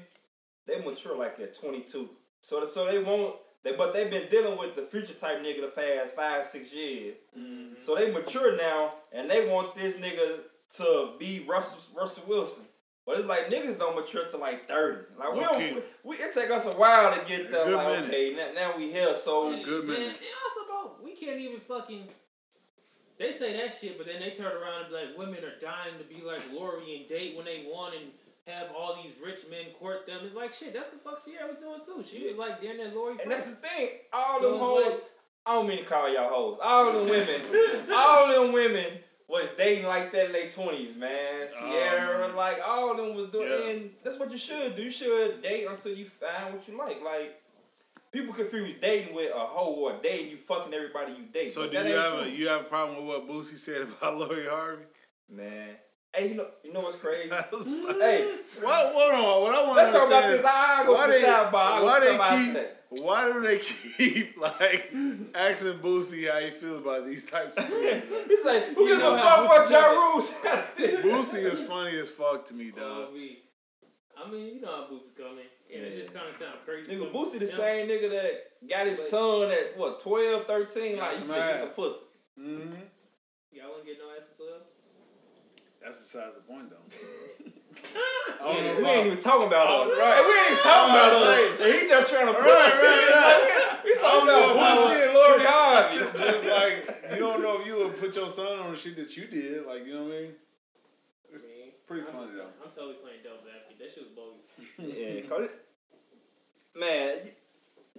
Speaker 1: they mature like they're 22. So so they won't. They, but they've been dealing with the future type nigga the past five six years.
Speaker 3: Mhm.
Speaker 1: So they mature now, and they want this nigga to be Russell Russell Wilson. But it's like niggas don't mature to like 30. Like we
Speaker 2: Okay.
Speaker 1: don't. We, it take us a while to get there.
Speaker 2: Good
Speaker 1: Like
Speaker 2: minute.
Speaker 1: okay, now, now we here.
Speaker 3: Mm-hmm.
Speaker 1: So
Speaker 2: Yeah. good
Speaker 3: Man,
Speaker 2: minute.
Speaker 3: and also, bro, we can't even fucking. They say that shit, but then they turn around and be like, women are dying to be like Lori and date when they want and have all these rich men court them. It's like, shit, that's the fuck Sierra was doing too. She was like, damn that Lori.
Speaker 1: And that's the thing. All
Speaker 3: So
Speaker 1: them
Speaker 3: it's
Speaker 1: hoes.
Speaker 3: like-
Speaker 1: I don't mean to call y'all hoes. All them women. all them women was dating like that in their twenties, man.
Speaker 2: Oh,
Speaker 1: Sierra,
Speaker 2: man.
Speaker 1: like all them was doing.
Speaker 2: Yeah.
Speaker 1: And that's what you should do. You should date until you find what you like. Like people confuse dating with a hoe or dating you fucking everybody you date.
Speaker 2: so
Speaker 1: But
Speaker 2: do
Speaker 1: that
Speaker 2: you
Speaker 1: ain't
Speaker 2: have a,
Speaker 1: true.
Speaker 2: you have a problem with what Boosie said about Lori Harvey?
Speaker 1: man? Hey, you know you know what's crazy?
Speaker 2: That was funny.
Speaker 1: Oh, hey,
Speaker 2: What what on what I
Speaker 1: Mm-hmm.
Speaker 2: want
Speaker 1: let's
Speaker 2: to
Speaker 1: talk about
Speaker 2: understand
Speaker 1: this.
Speaker 2: is
Speaker 1: I go
Speaker 2: why
Speaker 1: to
Speaker 2: they-
Speaker 1: sidebar. I go
Speaker 2: why
Speaker 1: to
Speaker 2: they
Speaker 1: somebody
Speaker 2: keep-
Speaker 1: that.
Speaker 2: why do they keep like asking Boosie how he feels about these types of things?
Speaker 1: It's like who
Speaker 3: You
Speaker 1: gives
Speaker 3: know
Speaker 1: a fuck
Speaker 3: how
Speaker 1: what
Speaker 3: Boosie does it.
Speaker 1: Ja Rule said?
Speaker 2: Boosie is funny as fuck to me,
Speaker 1: Uh,
Speaker 3: Oh,
Speaker 2: dog.
Speaker 3: we. I mean, you know how Boosie coming. And it just kind of sound crazy.
Speaker 1: Nigga, Boosie the
Speaker 3: Yeah.
Speaker 1: same nigga that got his
Speaker 3: But-
Speaker 1: son at what 12, 13?
Speaker 2: Got
Speaker 1: Like you
Speaker 2: some
Speaker 1: think he's some
Speaker 2: ass.
Speaker 1: pussy.
Speaker 2: hmm
Speaker 3: Y'all wouldn't get no ass until
Speaker 2: That's besides the point, though.
Speaker 1: We
Speaker 2: I don't know if I-
Speaker 1: ain't even talking about us.
Speaker 2: Oh, right.
Speaker 1: Hey, we ain't even talking
Speaker 2: Oh,
Speaker 1: about us.
Speaker 2: right.
Speaker 1: And he just trying to push
Speaker 2: Right,
Speaker 1: us.
Speaker 2: right, right.
Speaker 1: Like, we talking
Speaker 2: I
Speaker 1: about
Speaker 2: don't know
Speaker 1: Boosie and Lord God.
Speaker 2: Just like you don't know if you would put your son on the shit that you did, like you know what I mean? It's
Speaker 3: mean,
Speaker 2: pretty
Speaker 3: I'm
Speaker 2: funny,
Speaker 3: just-
Speaker 2: though.
Speaker 3: I'm totally playing devil's advocate. That shit was bogus.
Speaker 1: Yeah, cause it, man, you,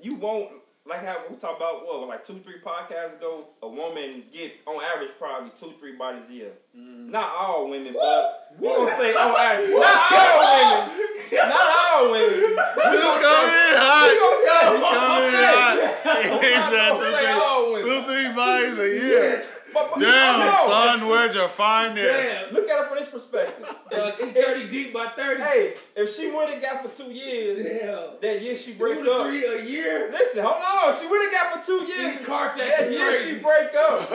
Speaker 1: you won't like how we talked about what like two three podcasts ago. A woman get on average probably two three bodies a year.
Speaker 2: Mm-hmm.
Speaker 1: Not all women, but we gonna say on average. Not all women. Not all women.
Speaker 2: You coming in
Speaker 1: We
Speaker 2: hot.
Speaker 1: gonna say "Oh,
Speaker 2: You coming in hot.
Speaker 1: I'm
Speaker 2: He
Speaker 1: not
Speaker 2: said
Speaker 1: gonna say all
Speaker 2: two, three, two,
Speaker 1: women.
Speaker 2: three bodies a
Speaker 1: oh, Yeah,
Speaker 2: year.
Speaker 1: but- but-
Speaker 2: Damn,
Speaker 1: no.
Speaker 2: son, where'd you find this?
Speaker 3: Damn.
Speaker 1: Look at it from this perspective.
Speaker 3: Dog, she 30 deep by 30.
Speaker 1: hey, if she would have got for two years,
Speaker 3: Damn.
Speaker 1: that year she break
Speaker 3: Two to
Speaker 1: up.
Speaker 3: three a year.
Speaker 1: Listen, hold on. She would have got for two years.
Speaker 3: These car
Speaker 1: That
Speaker 3: facts
Speaker 1: year she
Speaker 3: crazy.
Speaker 1: break up.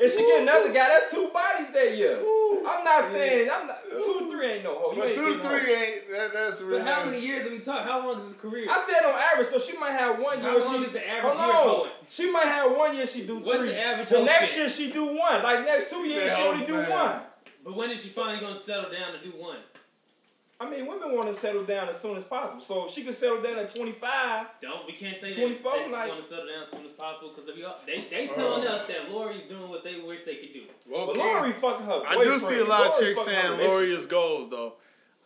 Speaker 1: If she get another guy, that's two bodies that year. I'm not saying I'm not two three ain't no hoe. You
Speaker 2: But
Speaker 1: ain't
Speaker 2: two,
Speaker 1: getting
Speaker 2: three
Speaker 1: hoe.
Speaker 2: ain't. That, that's
Speaker 3: But
Speaker 2: really.
Speaker 3: how many years have we talked? How long is his career?
Speaker 1: I said on average, so she might have one year.
Speaker 3: How long
Speaker 1: she,
Speaker 3: is the average year
Speaker 1: hold
Speaker 3: going?
Speaker 1: on. She might have one year she do
Speaker 3: What's
Speaker 1: three.
Speaker 3: the average
Speaker 1: The
Speaker 3: hoe
Speaker 1: next
Speaker 3: spent?
Speaker 1: year she do one. Like next two years
Speaker 2: Yeah,
Speaker 1: she only do
Speaker 2: man.
Speaker 1: one.
Speaker 3: But when is she finally gonna settle down to do one?
Speaker 1: I mean, women want to settle down as soon as possible. So if she could settle down at 25,
Speaker 3: Don't we can't say that
Speaker 1: 24,
Speaker 3: they just
Speaker 1: like-
Speaker 3: want to settle down as soon as possible because they, they they telling us that Lori's doing what they wish they could do.
Speaker 1: but Lori fucking her
Speaker 2: I do
Speaker 1: boyfriend.
Speaker 2: see a lot of
Speaker 1: Lori
Speaker 2: chicks
Speaker 1: fucking her
Speaker 2: saying
Speaker 1: relationship.
Speaker 2: Lori is goals though.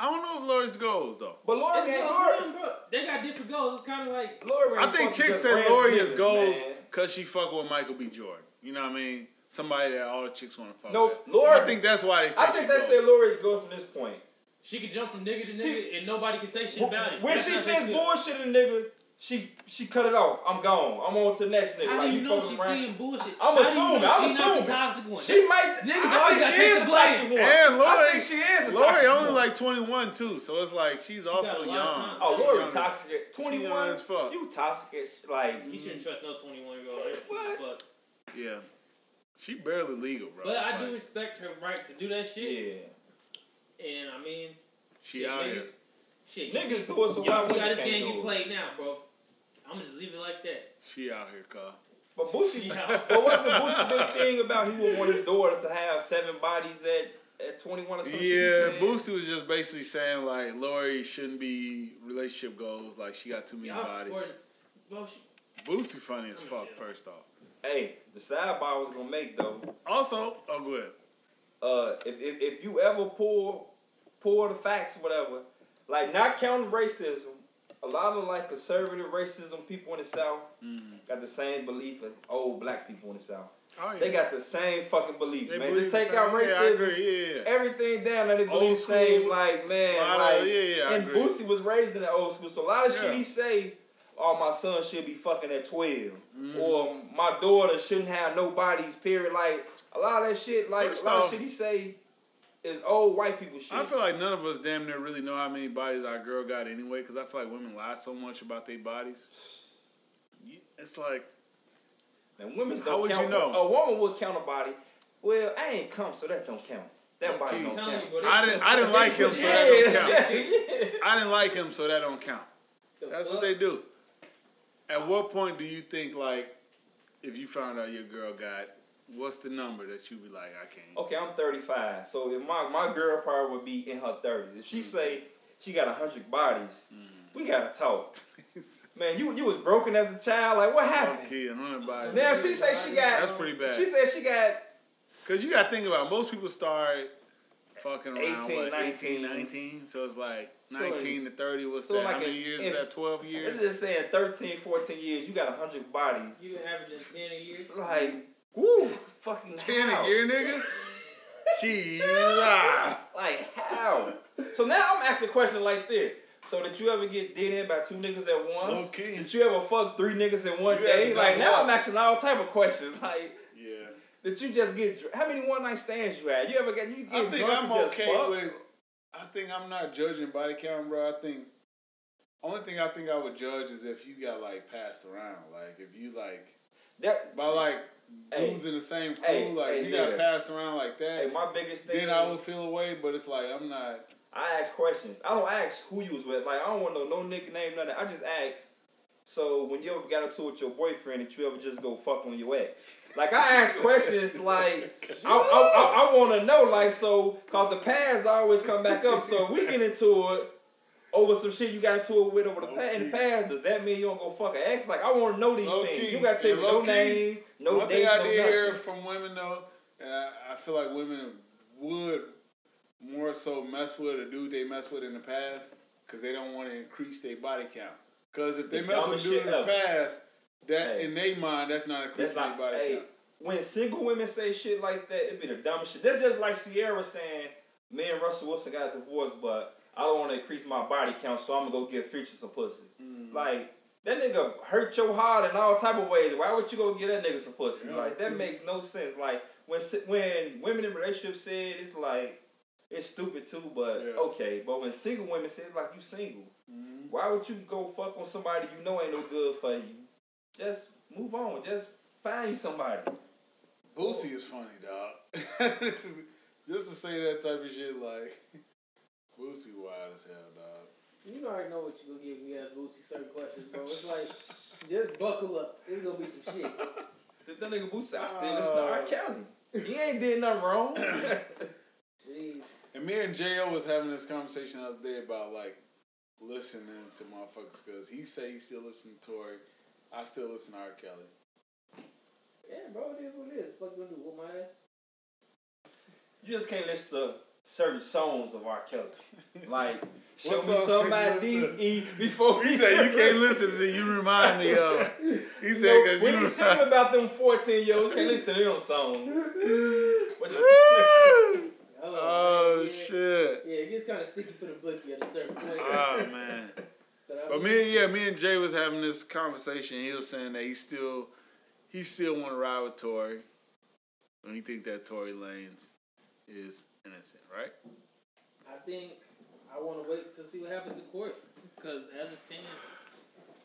Speaker 2: I don't know if Lori's goals though.
Speaker 1: But Lori
Speaker 3: It's
Speaker 1: ain't
Speaker 3: goals
Speaker 1: Lori.
Speaker 3: for them, bro. They got different goals. It's kind of like
Speaker 1: Lori
Speaker 2: I
Speaker 1: ain't
Speaker 2: think
Speaker 1: fucking good
Speaker 2: chicks say
Speaker 1: friends
Speaker 2: Lori
Speaker 1: with
Speaker 2: is
Speaker 1: niggas,
Speaker 2: goals
Speaker 1: man.
Speaker 2: because she fuck with Michael B. Jordan. You know what I mean? Somebody that all the chicks want to fuck.
Speaker 1: No,
Speaker 2: with.
Speaker 1: Lori-
Speaker 2: I think that's why they say.
Speaker 1: I think they say Lori is goals from this point.
Speaker 3: she could jump from nigga to nigga
Speaker 1: She-
Speaker 3: and nobody can say shit about it.
Speaker 1: When
Speaker 3: That's
Speaker 1: she
Speaker 3: how they
Speaker 1: says
Speaker 3: feel.
Speaker 1: bullshit to the nigga, she she cut it off. I'm gone. I'm on to the next nigga.
Speaker 3: how
Speaker 1: like
Speaker 3: do you know
Speaker 1: fucking
Speaker 3: she's
Speaker 1: around.
Speaker 3: seeing bullshit?
Speaker 1: I'm
Speaker 3: How do you
Speaker 1: assuming,
Speaker 3: know
Speaker 1: I'm
Speaker 3: she not
Speaker 1: assuming.
Speaker 3: the toxic one.
Speaker 1: She might.
Speaker 3: Niggas
Speaker 1: I
Speaker 3: always
Speaker 1: think
Speaker 3: gotta
Speaker 1: she
Speaker 3: take
Speaker 1: is
Speaker 3: the
Speaker 1: the
Speaker 3: blame.
Speaker 1: toxic one.
Speaker 2: And
Speaker 1: I
Speaker 2: Lori-
Speaker 1: think she is the
Speaker 2: Lori
Speaker 1: toxic
Speaker 2: only
Speaker 1: one.
Speaker 2: like 21 too, so it's like she's
Speaker 3: got a
Speaker 2: also
Speaker 3: lot of time.
Speaker 2: young.
Speaker 1: Oh, Lori
Speaker 2: She's
Speaker 1: toxic. at
Speaker 2: young
Speaker 1: 21.
Speaker 2: as fuck.
Speaker 1: You toxic as sh- like.
Speaker 3: you shouldn't trust no 21 year old.
Speaker 1: What?
Speaker 3: But,
Speaker 2: Yeah, she barely legal, bro.
Speaker 3: but
Speaker 2: It's
Speaker 3: I do
Speaker 2: like,
Speaker 3: respect her right to do that shit.
Speaker 1: Yeah.
Speaker 3: And I mean,
Speaker 2: She
Speaker 3: shit,
Speaker 2: out here.
Speaker 3: niggas- Shit, you see-
Speaker 1: Niggas do it, so why
Speaker 3: Y'all see
Speaker 1: women
Speaker 3: how this
Speaker 1: can't
Speaker 3: game
Speaker 1: do
Speaker 3: get
Speaker 1: it?
Speaker 3: played now, bro. I'm gonna just leave it like that.
Speaker 2: She out here, Carl.
Speaker 1: But Boosie, but what's the Boosie big thing about he would want his daughter to have seven bodies at, at 21 or something?
Speaker 2: Yeah, Boosie was just basically saying like Lori shouldn't be relationship goals. Like she got too many
Speaker 3: Y'all
Speaker 2: bodies.
Speaker 3: supporting, bro. She,
Speaker 2: Boosie funny as
Speaker 3: I'm
Speaker 2: fuck.
Speaker 3: chill.
Speaker 2: First off,
Speaker 1: Hey, the sidebar I was gonna make though.
Speaker 2: also oh go ahead.
Speaker 1: Uh, if, if if you ever pull pull the facts, whatever, like not counting racism, a lot of like conservative racism people in the South got the same belief as old black people in the South.
Speaker 2: Mm-hmm. Oh, yeah.
Speaker 1: They got the same fucking beliefs,
Speaker 2: They
Speaker 1: man.
Speaker 2: believe
Speaker 1: Just take
Speaker 2: the
Speaker 1: out
Speaker 2: same- Yeah, I
Speaker 1: racism.
Speaker 2: agree. Yeah, yeah.
Speaker 1: everything down there, they
Speaker 2: Old
Speaker 1: believe
Speaker 2: school
Speaker 1: same like man,
Speaker 2: model,
Speaker 1: like
Speaker 2: yeah, yeah, I
Speaker 1: and
Speaker 2: agree.
Speaker 1: Boosie was raised in the old school, so a lot of shit
Speaker 2: Yeah.
Speaker 1: he say, oh my son should be fucking at 12
Speaker 2: Mm-hmm.
Speaker 1: or my daughter shouldn't have nobody's period. Like a lot of that shit, like
Speaker 2: First
Speaker 1: a lot
Speaker 2: off-
Speaker 1: of shit he say is old white people shit.
Speaker 2: I feel like none of us damn near really know how many bodies our girl got anyway, because I feel like women lie so much about their bodies. You- It's like
Speaker 1: and women
Speaker 2: How
Speaker 1: don't
Speaker 2: would you
Speaker 1: count.
Speaker 2: know?
Speaker 1: A woman would count a body. Well, I ain't come, so that don't count. That body
Speaker 2: I'm
Speaker 1: don't
Speaker 3: I'm telling
Speaker 1: count.
Speaker 3: you, bro. they-
Speaker 2: I didn't- I didn't
Speaker 3: they
Speaker 2: like him,
Speaker 3: put
Speaker 2: so
Speaker 3: that
Speaker 2: that
Speaker 3: shit-
Speaker 2: don't count.
Speaker 1: yeah.
Speaker 2: I didn't like him, so that don't count.
Speaker 3: the
Speaker 2: That's
Speaker 3: fuck?
Speaker 2: what they do. At what point do you think like if you found out your girl got what's the number that you be like I can't?
Speaker 1: Okay, I'm 35. So if my, my girl probably would be in her 30s. If she
Speaker 2: Mm.
Speaker 1: say she got 100 bodies, we gotta talk. Man, you you was broken as a child. Like what happened?
Speaker 2: Okay, a hundred bodies.
Speaker 1: Now if she say she got
Speaker 2: That's pretty bad.
Speaker 1: She said she got
Speaker 2: Cause you gotta think about it. most people start fucking around
Speaker 1: 18,
Speaker 2: 18,
Speaker 1: 19.
Speaker 2: 18, 19. So it's like
Speaker 1: So-
Speaker 2: nineteen to thirty. What's
Speaker 1: so
Speaker 2: that?
Speaker 1: like
Speaker 2: How many
Speaker 1: if-
Speaker 2: years
Speaker 1: if-
Speaker 2: is that? Twelve years.
Speaker 1: it's just saying 13, 14 years, you got 100 bodies.
Speaker 3: You averaging ten a year.
Speaker 1: Like, woo, fucking
Speaker 2: Ten
Speaker 1: how?
Speaker 2: a year, nigga. Jeez. ah.
Speaker 1: Like how? So now I'm asking a question like this. So did you ever get did in by two niggas at once?
Speaker 2: Okay.
Speaker 1: Did you ever fuck three niggas in one
Speaker 2: You had
Speaker 1: day?
Speaker 2: to
Speaker 1: Like
Speaker 2: double
Speaker 1: now
Speaker 2: up.
Speaker 1: I'm asking all type of questions. Like
Speaker 2: Yeah.
Speaker 1: That you just get dr- how many one night stands you had? You ever get you get
Speaker 2: I think
Speaker 1: drunk
Speaker 2: I'm
Speaker 1: and just
Speaker 2: okay
Speaker 1: fuck?
Speaker 2: with. I think I'm not judging body count, bro. I think only thing I think I would judge is if you got like passed around, like if you like
Speaker 1: that.
Speaker 2: by like
Speaker 1: Hey.
Speaker 2: dudes in the same crew,
Speaker 1: Hey,
Speaker 2: like
Speaker 1: hey,
Speaker 2: you got
Speaker 1: nigga.
Speaker 2: passed around like that.
Speaker 1: hey, my biggest thing.
Speaker 2: then I would feel away, but it's like I'm not.
Speaker 1: I ask questions. I don't ask who you was with. Like I don't want to know no nickname, nothing. I just ask. So when you ever got into it with your boyfriend, did you ever just go fuck on your ex? Like I ask questions. Like I I, I, I want to know. Like so, cause the past always come back up. So if we get into it. Over some shit you got into it with over the past, in the past, does that mean you don't go fuck an ex? Like I want to know these
Speaker 2: Low
Speaker 1: things.
Speaker 2: key.
Speaker 1: You got to tell me
Speaker 2: Yeah,
Speaker 1: no
Speaker 2: low key.
Speaker 1: name, no
Speaker 2: One
Speaker 1: dates,
Speaker 2: thing I
Speaker 1: no
Speaker 2: did
Speaker 1: nothing.
Speaker 2: hear from women though, and I, I feel like women would more so mess with a dude they mess with in the past because they don't want to increase their body count. Because if they
Speaker 1: The
Speaker 2: mess with
Speaker 1: dumbest
Speaker 2: a dude
Speaker 1: shit
Speaker 2: in the
Speaker 1: ever.
Speaker 2: past, that
Speaker 1: Hey.
Speaker 2: in their mind that's not
Speaker 1: That's
Speaker 2: increasing
Speaker 1: like,
Speaker 2: their body
Speaker 1: hey,
Speaker 2: count.
Speaker 1: when single women say shit like that, it'd be the dumbest shit. That's just like Sierra saying, me and Russell Wilson got divorced, but I don't want to increase my body count, so I'm gonna go get Future some pussy.
Speaker 2: Mm-hmm.
Speaker 1: Like that nigga hurt your heart in all type of ways. Why would you go get that nigga some pussy?
Speaker 2: Yeah.
Speaker 1: Like that makes no sense. Like when si- when women in relationships say it, it's like it's stupid too, but
Speaker 2: Yeah.
Speaker 1: okay. But when single women say it's like you single,
Speaker 2: Mhm.
Speaker 1: why would you go fuck on somebody you know ain't no good for you? Just move on. Just find you somebody.
Speaker 2: Boosie is funny, dog. Just to say that type of shit, like Boosie wild as hell, dog.
Speaker 5: You already know what you gonna get when you ask Boosie certain questions, bro. It's like, just buckle up. It's gonna be some shit.
Speaker 1: That that nigga Boosie, I still listen to R. Kelly. Uh, He ain't did nothing wrong.
Speaker 5: Jeez.
Speaker 2: And me and Jo was having this conversation the other day about like listening to motherfuckers because he say he still listen to Tory, I still listen to R. Kelly.
Speaker 5: Yeah, bro, it is what it is. Fuck you gonna do? Whoop my ass?
Speaker 1: you just can't listen to certain songs of R. Kelly. Like, show me
Speaker 2: songs
Speaker 1: some
Speaker 2: can you listen
Speaker 1: ID E, before
Speaker 2: Oh, He said you can't listen to you remind me of. He
Speaker 1: You
Speaker 2: said
Speaker 1: know,
Speaker 2: because
Speaker 1: when
Speaker 2: you
Speaker 1: he sing
Speaker 2: remind
Speaker 1: about them 14 year olds, can't listen to them songs. What you-
Speaker 2: Woo!
Speaker 5: Oh,
Speaker 2: Oh
Speaker 5: man, yeah.
Speaker 2: shit.
Speaker 5: Yeah, it gets kind of sticky for the blicky at a certain point.
Speaker 2: Oh man. But me, yeah, me and Jay was having this conversation. He was saying that he still, he still want to ride with Tory, and he think that Tory Lanez is innocent, right?
Speaker 5: I think I want to wait to see what happens in court.
Speaker 3: Because as it stands,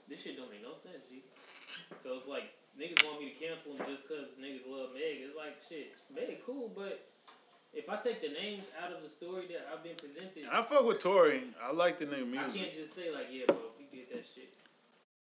Speaker 3: this shit don't make no sense, G. So it's like, niggas want me to cancel him just because niggas love Meg. It's like, shit, Meg cool, but if I take the names out of the story that I've been presented,
Speaker 2: And I fuck with Tory. I like the nigga
Speaker 3: I
Speaker 2: music.
Speaker 3: can't just say, like, yeah, bro, he did that shit.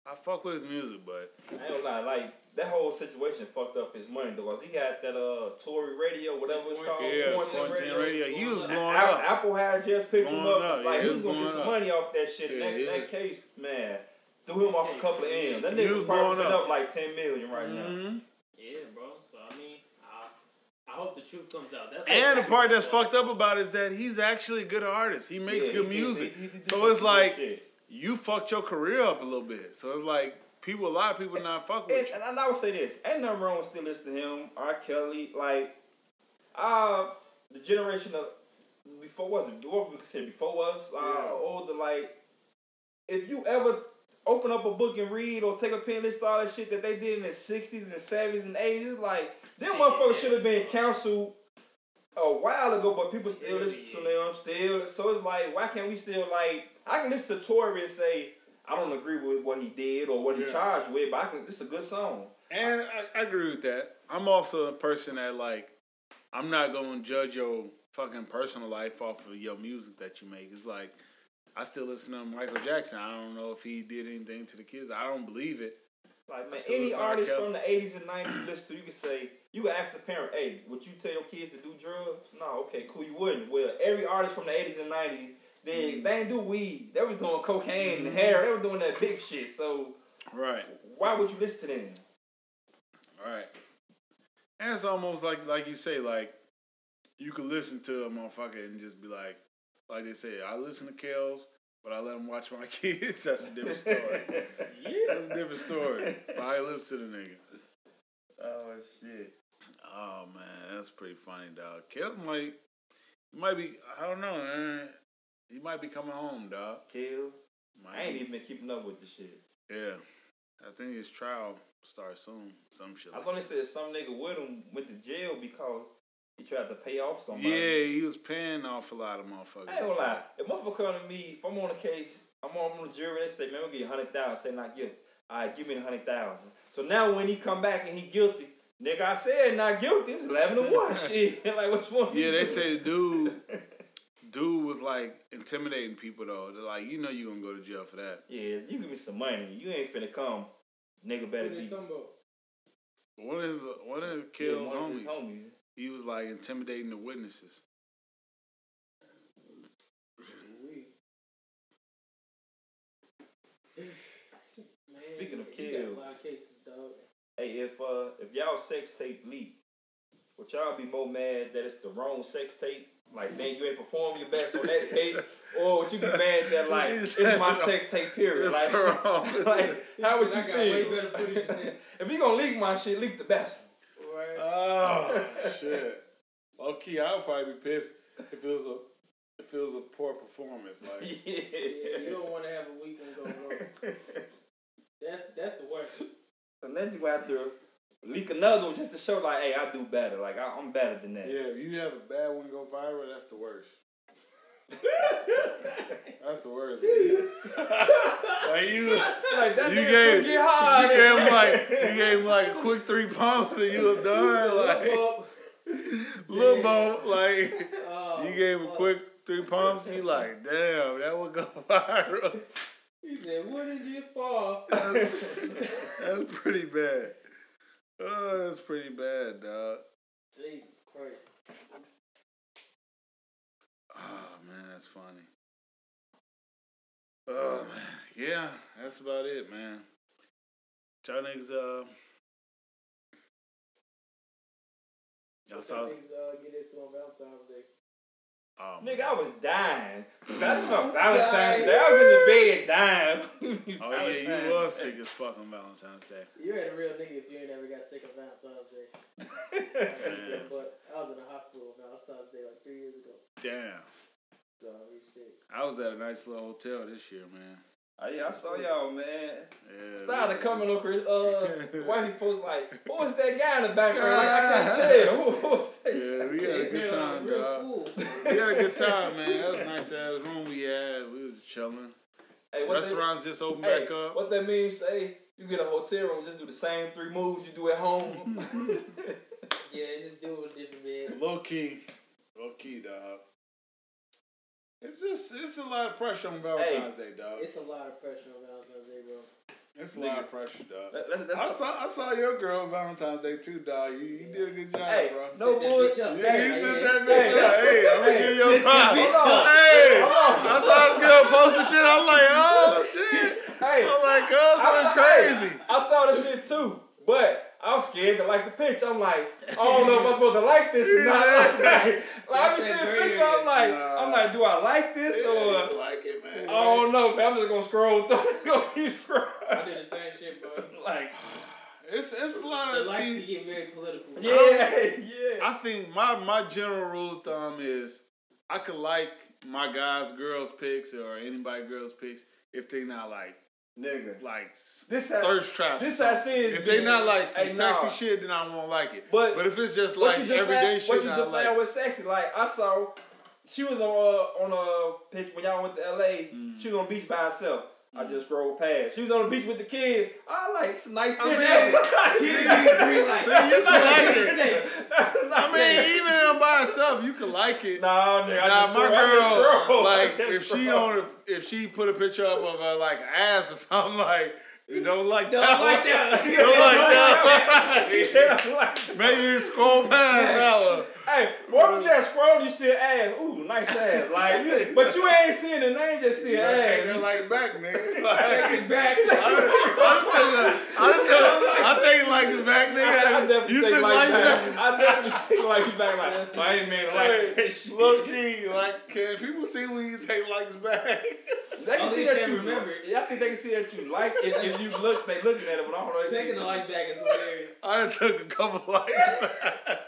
Speaker 2: I, fuck with his music, but
Speaker 1: I ain't gonna lie, like, that whole situation fucked up his money, though, because he had that uh, Tory radio, whatever it's called.
Speaker 2: yeah,
Speaker 1: Quarantine
Speaker 2: quarantine radio, he was blowing
Speaker 1: Apple,
Speaker 2: up.
Speaker 1: Apple had just picked him
Speaker 2: Blowing
Speaker 1: up.
Speaker 2: up,
Speaker 1: Like
Speaker 2: yeah,
Speaker 1: he
Speaker 2: it
Speaker 1: was
Speaker 2: was
Speaker 1: gonna get
Speaker 2: blowing
Speaker 1: some
Speaker 2: up.
Speaker 1: money off that shit.
Speaker 2: Yeah,
Speaker 1: that,
Speaker 2: yeah.
Speaker 1: that case, man, threw him off a couple of M's. That
Speaker 2: He was
Speaker 1: nigga's
Speaker 2: blowing
Speaker 1: probably
Speaker 2: up.
Speaker 1: up. like ten million right now.
Speaker 2: Mhm.
Speaker 3: Yeah, bro. So, I mean, I, I hope the truth comes out. That's
Speaker 2: and the
Speaker 3: what-
Speaker 2: part that's fucked up about it is that he's actually a good artist. He makes
Speaker 1: Yeah, he
Speaker 2: good
Speaker 1: did-
Speaker 2: music.
Speaker 1: he- he did
Speaker 2: so
Speaker 1: some
Speaker 2: it's
Speaker 1: good
Speaker 2: like
Speaker 1: shit.
Speaker 2: you fucked your career up a little bit. So it's like people, a lot of people not fuck with
Speaker 1: And,
Speaker 2: you.
Speaker 1: and, I would say this: ain't nothing wrong with still listening to him, R. Kelly. Like, uh, the generation of before us, what we consider before us, uh,
Speaker 2: Yeah.
Speaker 1: older. Like, if you ever open up a book and read or take a pen, list to all that shit that they did in the sixties and seventies and eighties, it's like them
Speaker 3: Shit,
Speaker 1: motherfuckers
Speaker 3: yes.
Speaker 1: should have been canceled. A while ago, but people still
Speaker 3: Yeah,
Speaker 1: listen to
Speaker 3: yeah.
Speaker 1: them. Still, so it's like, why can't we still like? I can listen to Tory and say I don't agree with what he did or what he
Speaker 2: Yeah.
Speaker 1: charged with, but I can. This is a good song.
Speaker 2: And I, I agree with that. I'm also a person that like I'm not gonna judge your fucking personal life off of your music that you make. It's like I still listen to Michael Jackson. I don't know if he did anything to the kids. I don't believe it.
Speaker 1: Like man,
Speaker 2: still
Speaker 1: any
Speaker 2: listen to R.
Speaker 1: artist
Speaker 2: Kelly.
Speaker 1: from the eighties and nineties listen to, you can say you can ask a parent, "Hey, would you tell your kids to do drugs?" No, okay, cool, you wouldn't. Well, every artist from the eighties and nineties, they
Speaker 2: Mm.
Speaker 1: they didn't do weed. They was doing cocaine
Speaker 2: Mm-hmm.
Speaker 1: and hair. They were doing that big shit. So
Speaker 2: Right.
Speaker 1: why would you listen to them?
Speaker 2: Right. And it's almost like like you say, like you could listen to a motherfucker and just be like, like they say, I listen to Kells, but I let him watch my kids. That's a different story. That's a different story. But I listen to the nigga.
Speaker 1: oh shit.
Speaker 2: Oh man, that's pretty funny, dog. Kev might, he might be. I don't know, man. He might be coming home, dog.
Speaker 1: Kill.
Speaker 2: Might
Speaker 1: I ain't
Speaker 2: be.
Speaker 1: even been keeping up with the shit.
Speaker 2: Yeah, I think his trial starts soon. Some shit.
Speaker 1: I'm
Speaker 2: Like
Speaker 1: gonna say some nigga with him went to jail because he tried to pay off
Speaker 2: that.
Speaker 1: somebody.
Speaker 2: Yeah, he was paying off a lot of motherfuckers.
Speaker 1: I ain't gonna lie. If motherfucker come to me, if I'm on a case, I'm on, the jury, they say, man, we'll give you 100000 say not guilty. All right, give me the 100000 So now when he come back and he guilty, nigga, I said not guilty. It's 11 to 1. Shit. like, what you want? me
Speaker 2: Yeah,
Speaker 1: to
Speaker 2: they
Speaker 1: do?
Speaker 2: say the dude, dude was like intimidating people though. They're like, you know, you gonna go to jail for that.
Speaker 1: Yeah, you give me some money. You ain't finna come. Nigga better
Speaker 5: What are
Speaker 1: be.
Speaker 5: they talking about?
Speaker 2: One of his, one of
Speaker 1: Yeah,
Speaker 2: Kill's
Speaker 1: one of
Speaker 2: homies,
Speaker 1: his homies.
Speaker 2: he was like intimidating the witnesses.
Speaker 5: Man,
Speaker 1: Speaking of
Speaker 5: you got
Speaker 1: kills.
Speaker 5: a lot of cases, dog.
Speaker 1: Hey, if uh, if y'all sex tape leak, would y'all be more mad that it's the wrong sex tape Like then you ain't perform your best on that tape, or would you be mad that like it's my sex tape period? Like,
Speaker 2: It's wrong.
Speaker 1: like how would you
Speaker 5: I got way
Speaker 1: feel?
Speaker 5: better footage than this.
Speaker 1: If you gonna leak my shit, leak the best.
Speaker 5: Right.
Speaker 2: Oh shit. Low key, I would probably be pissed if it was a if it was a poor performance.
Speaker 1: one.
Speaker 2: Like
Speaker 5: yeah, you don't want to have a weekend go wrong. That's that's the worst.
Speaker 1: So then you go out there, leak another one just to show like, hey, I do better. Like I, I'm better than that.
Speaker 2: Yeah, if you have a bad one go viral, that's the worst. That's the worst. like you,
Speaker 1: like that's
Speaker 2: You gave-
Speaker 1: get high.
Speaker 2: you gave him like you gave him like a quick three pumps and you was done. Like
Speaker 5: Well,
Speaker 2: little boat, like
Speaker 1: Oh,
Speaker 5: uh,
Speaker 2: you gave him a
Speaker 5: well,
Speaker 2: quick three pumps. You like damn, that would go viral.
Speaker 5: He said, "Wouldn't get far."
Speaker 2: That's pretty bad. Oh, that's pretty bad, dog.
Speaker 5: Jesus Christ.
Speaker 2: Oh man, that's funny. Oh man, yeah, that's about it, man. Y'all niggas, uh, y'all
Speaker 5: That's
Speaker 2: saw.
Speaker 5: how niggas uh, get into on Valentine's Day.
Speaker 2: Oh, man.
Speaker 1: Nigga, I was dying. That's my Valentine's Day. I was in the bed dying.
Speaker 2: oh yeah,
Speaker 1: Valentine's
Speaker 2: you was
Speaker 1: Day.
Speaker 2: sick as fuck on Valentine's Day.
Speaker 5: You ain't a real nigga if you ain't ever got sick on Valentine's Day.
Speaker 2: Oh, Man.
Speaker 5: But I was in the hospital on Valentine's Day like three years ago.
Speaker 2: Damn,
Speaker 5: So I mean, shit.
Speaker 2: I was at a nice little hotel this year, man.
Speaker 1: Oh yeah, I saw y'all, man.
Speaker 2: Yeah,
Speaker 1: Started coming on Chris. Uh, wifey folks like, who was that guy in the background? Like, I can't tell. Who, who was that?
Speaker 2: Yeah, we had a
Speaker 5: It's
Speaker 2: good
Speaker 5: real,
Speaker 2: time,
Speaker 5: real
Speaker 2: dog.
Speaker 5: fool.
Speaker 2: We had a good time, man. That was a nice ass room we had. We was chilling.
Speaker 1: Hey, what they-
Speaker 2: Restaurants just opened
Speaker 1: Hey,
Speaker 2: back up.
Speaker 1: What that meme say? You get a hotel room, just do the same three moves you do at home.
Speaker 5: yeah, just do it with different man.
Speaker 2: Low key, low key, dog. It's just it's a lot of pressure on Valentine's Day, dog. It's,
Speaker 5: It's a lot of pressure on Valentine's Day, bro.
Speaker 2: a lot of pressure, dog.
Speaker 1: That- that's- that's
Speaker 2: I
Speaker 1: the-
Speaker 2: saw I saw your girl Valentine's Day too, dog. You, you did a good job,
Speaker 1: Hey,
Speaker 2: bro.
Speaker 1: no-
Speaker 5: Set that
Speaker 1: bull-
Speaker 5: bitch up.
Speaker 2: You,
Speaker 1: Hey,
Speaker 2: you
Speaker 5: Like,
Speaker 2: sent
Speaker 5: hey,
Speaker 2: that bitch
Speaker 1: hey,
Speaker 2: up. Hey, I'm gonna
Speaker 1: hey,
Speaker 2: give you a
Speaker 1: sit that
Speaker 2: pop.
Speaker 1: bitch up.
Speaker 2: Hey,
Speaker 1: Hold on.
Speaker 2: I saw this girl post the shit. I'm like, oh shit.
Speaker 1: Hey,
Speaker 2: I'm like, girl,
Speaker 1: I
Speaker 2: that's
Speaker 1: saw, hey,
Speaker 2: crazy.
Speaker 1: I saw this shit too, but I was scared to like the picture. I'm like, I don't know if I'm supposed to like this or not. Like, I be
Speaker 5: That's
Speaker 1: seeing
Speaker 5: that
Speaker 1: pictures,
Speaker 5: gray
Speaker 1: I'm like,
Speaker 2: area.
Speaker 1: I'm like, do I like this
Speaker 2: Yeah,
Speaker 1: or
Speaker 2: you like it, man.
Speaker 1: I don't know? Man. I'm just gonna scroll through, I'm gonna keep
Speaker 5: I
Speaker 1: scrolling.
Speaker 5: did the same shit, bro.
Speaker 1: Like,
Speaker 2: it's it's a lot
Speaker 5: It
Speaker 2: of
Speaker 5: likes to
Speaker 2: see.
Speaker 5: get very political.
Speaker 1: yeah, yeah.
Speaker 2: I think my my general rule of thumb is I could like my guys' girls' picks or anybody girls' picks if they not like
Speaker 1: Nigga,
Speaker 2: like s-
Speaker 1: this has,
Speaker 2: thirst trap.
Speaker 1: this I see is
Speaker 2: if they not like some
Speaker 1: Hey,
Speaker 2: sexy
Speaker 1: nah.
Speaker 2: shit, then I won't like it.
Speaker 1: But-
Speaker 2: but if it's just
Speaker 1: what
Speaker 2: like
Speaker 1: you define,
Speaker 2: everyday shit,
Speaker 1: what you
Speaker 2: then I
Speaker 1: define
Speaker 2: like.
Speaker 1: with sexy? Like I saw, she was on a on a pitch when y'all went to L.A.
Speaker 2: Mm.
Speaker 1: She was on the beach by herself. I just scrolled past. She was on the beach with the kids. I like it's a nice
Speaker 2: I
Speaker 1: picture.
Speaker 2: mean,
Speaker 1: That's
Speaker 5: you agree, like,
Speaker 2: See,
Speaker 5: that's
Speaker 2: you
Speaker 5: not-
Speaker 2: can like
Speaker 5: that's
Speaker 2: it.
Speaker 5: safe.
Speaker 1: a nice
Speaker 2: I mean, even if by herself, you can like it.
Speaker 1: nah, nigga, I
Speaker 2: Nah,
Speaker 1: just
Speaker 2: my
Speaker 1: scroll- I just
Speaker 2: girl,
Speaker 1: scroll. I
Speaker 2: like
Speaker 1: just
Speaker 2: if she
Speaker 1: scroll.
Speaker 2: on, a, if she put a picture up of her like ass or something, like you don't like
Speaker 1: Don't
Speaker 2: that,
Speaker 1: like
Speaker 2: one.
Speaker 1: that.
Speaker 2: don't like that.
Speaker 1: Yeah, I'm like,
Speaker 2: Maybe you scroll past that one.
Speaker 1: hey, what if you just scroll, you see an ass? Ooh, nice ass. Like, you- but you ain't seeing the name, just see
Speaker 2: You
Speaker 1: an
Speaker 2: gotta take
Speaker 1: ass.
Speaker 2: that like back, nigga. Like,
Speaker 5: Back.
Speaker 2: I take it like it's back,
Speaker 1: I
Speaker 2: nigga.
Speaker 1: definitely
Speaker 2: You
Speaker 1: take
Speaker 2: took
Speaker 1: like
Speaker 2: like
Speaker 1: back.
Speaker 2: back.
Speaker 1: I definitely take like back. Like, oh, I ain't man like that
Speaker 2: Hey,
Speaker 1: shit.
Speaker 2: low key, like, can people see when you take likes back?
Speaker 1: They can
Speaker 5: Oh,
Speaker 1: see
Speaker 5: they
Speaker 1: that
Speaker 5: can't
Speaker 1: you
Speaker 5: remember it.
Speaker 1: Yeah, I think they can see that you like if, if you look. They looking at it, but I don't know. They
Speaker 5: Taking
Speaker 1: see
Speaker 5: the
Speaker 1: it.
Speaker 5: life back is hilarious.
Speaker 2: I done took a couple likes back.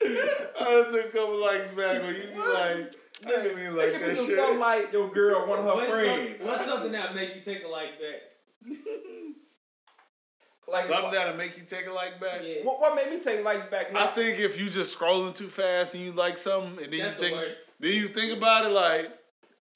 Speaker 2: I done took a couple likes back when you be like, I didn't mean
Speaker 1: They
Speaker 2: like
Speaker 1: can
Speaker 2: that
Speaker 1: be some
Speaker 2: shit.
Speaker 1: something like your girl, one of her
Speaker 5: What's,
Speaker 1: friends.
Speaker 5: some, what's something that make you take a life back?
Speaker 1: like
Speaker 2: Something
Speaker 1: what-
Speaker 2: that'll make you take a like back.
Speaker 5: Yeah.
Speaker 1: What, what made me take likes back?
Speaker 2: I
Speaker 1: Man?
Speaker 2: think if you just scrolling too fast and you like something, and then
Speaker 5: That's the
Speaker 2: you think,
Speaker 5: worst.
Speaker 2: then you think about it like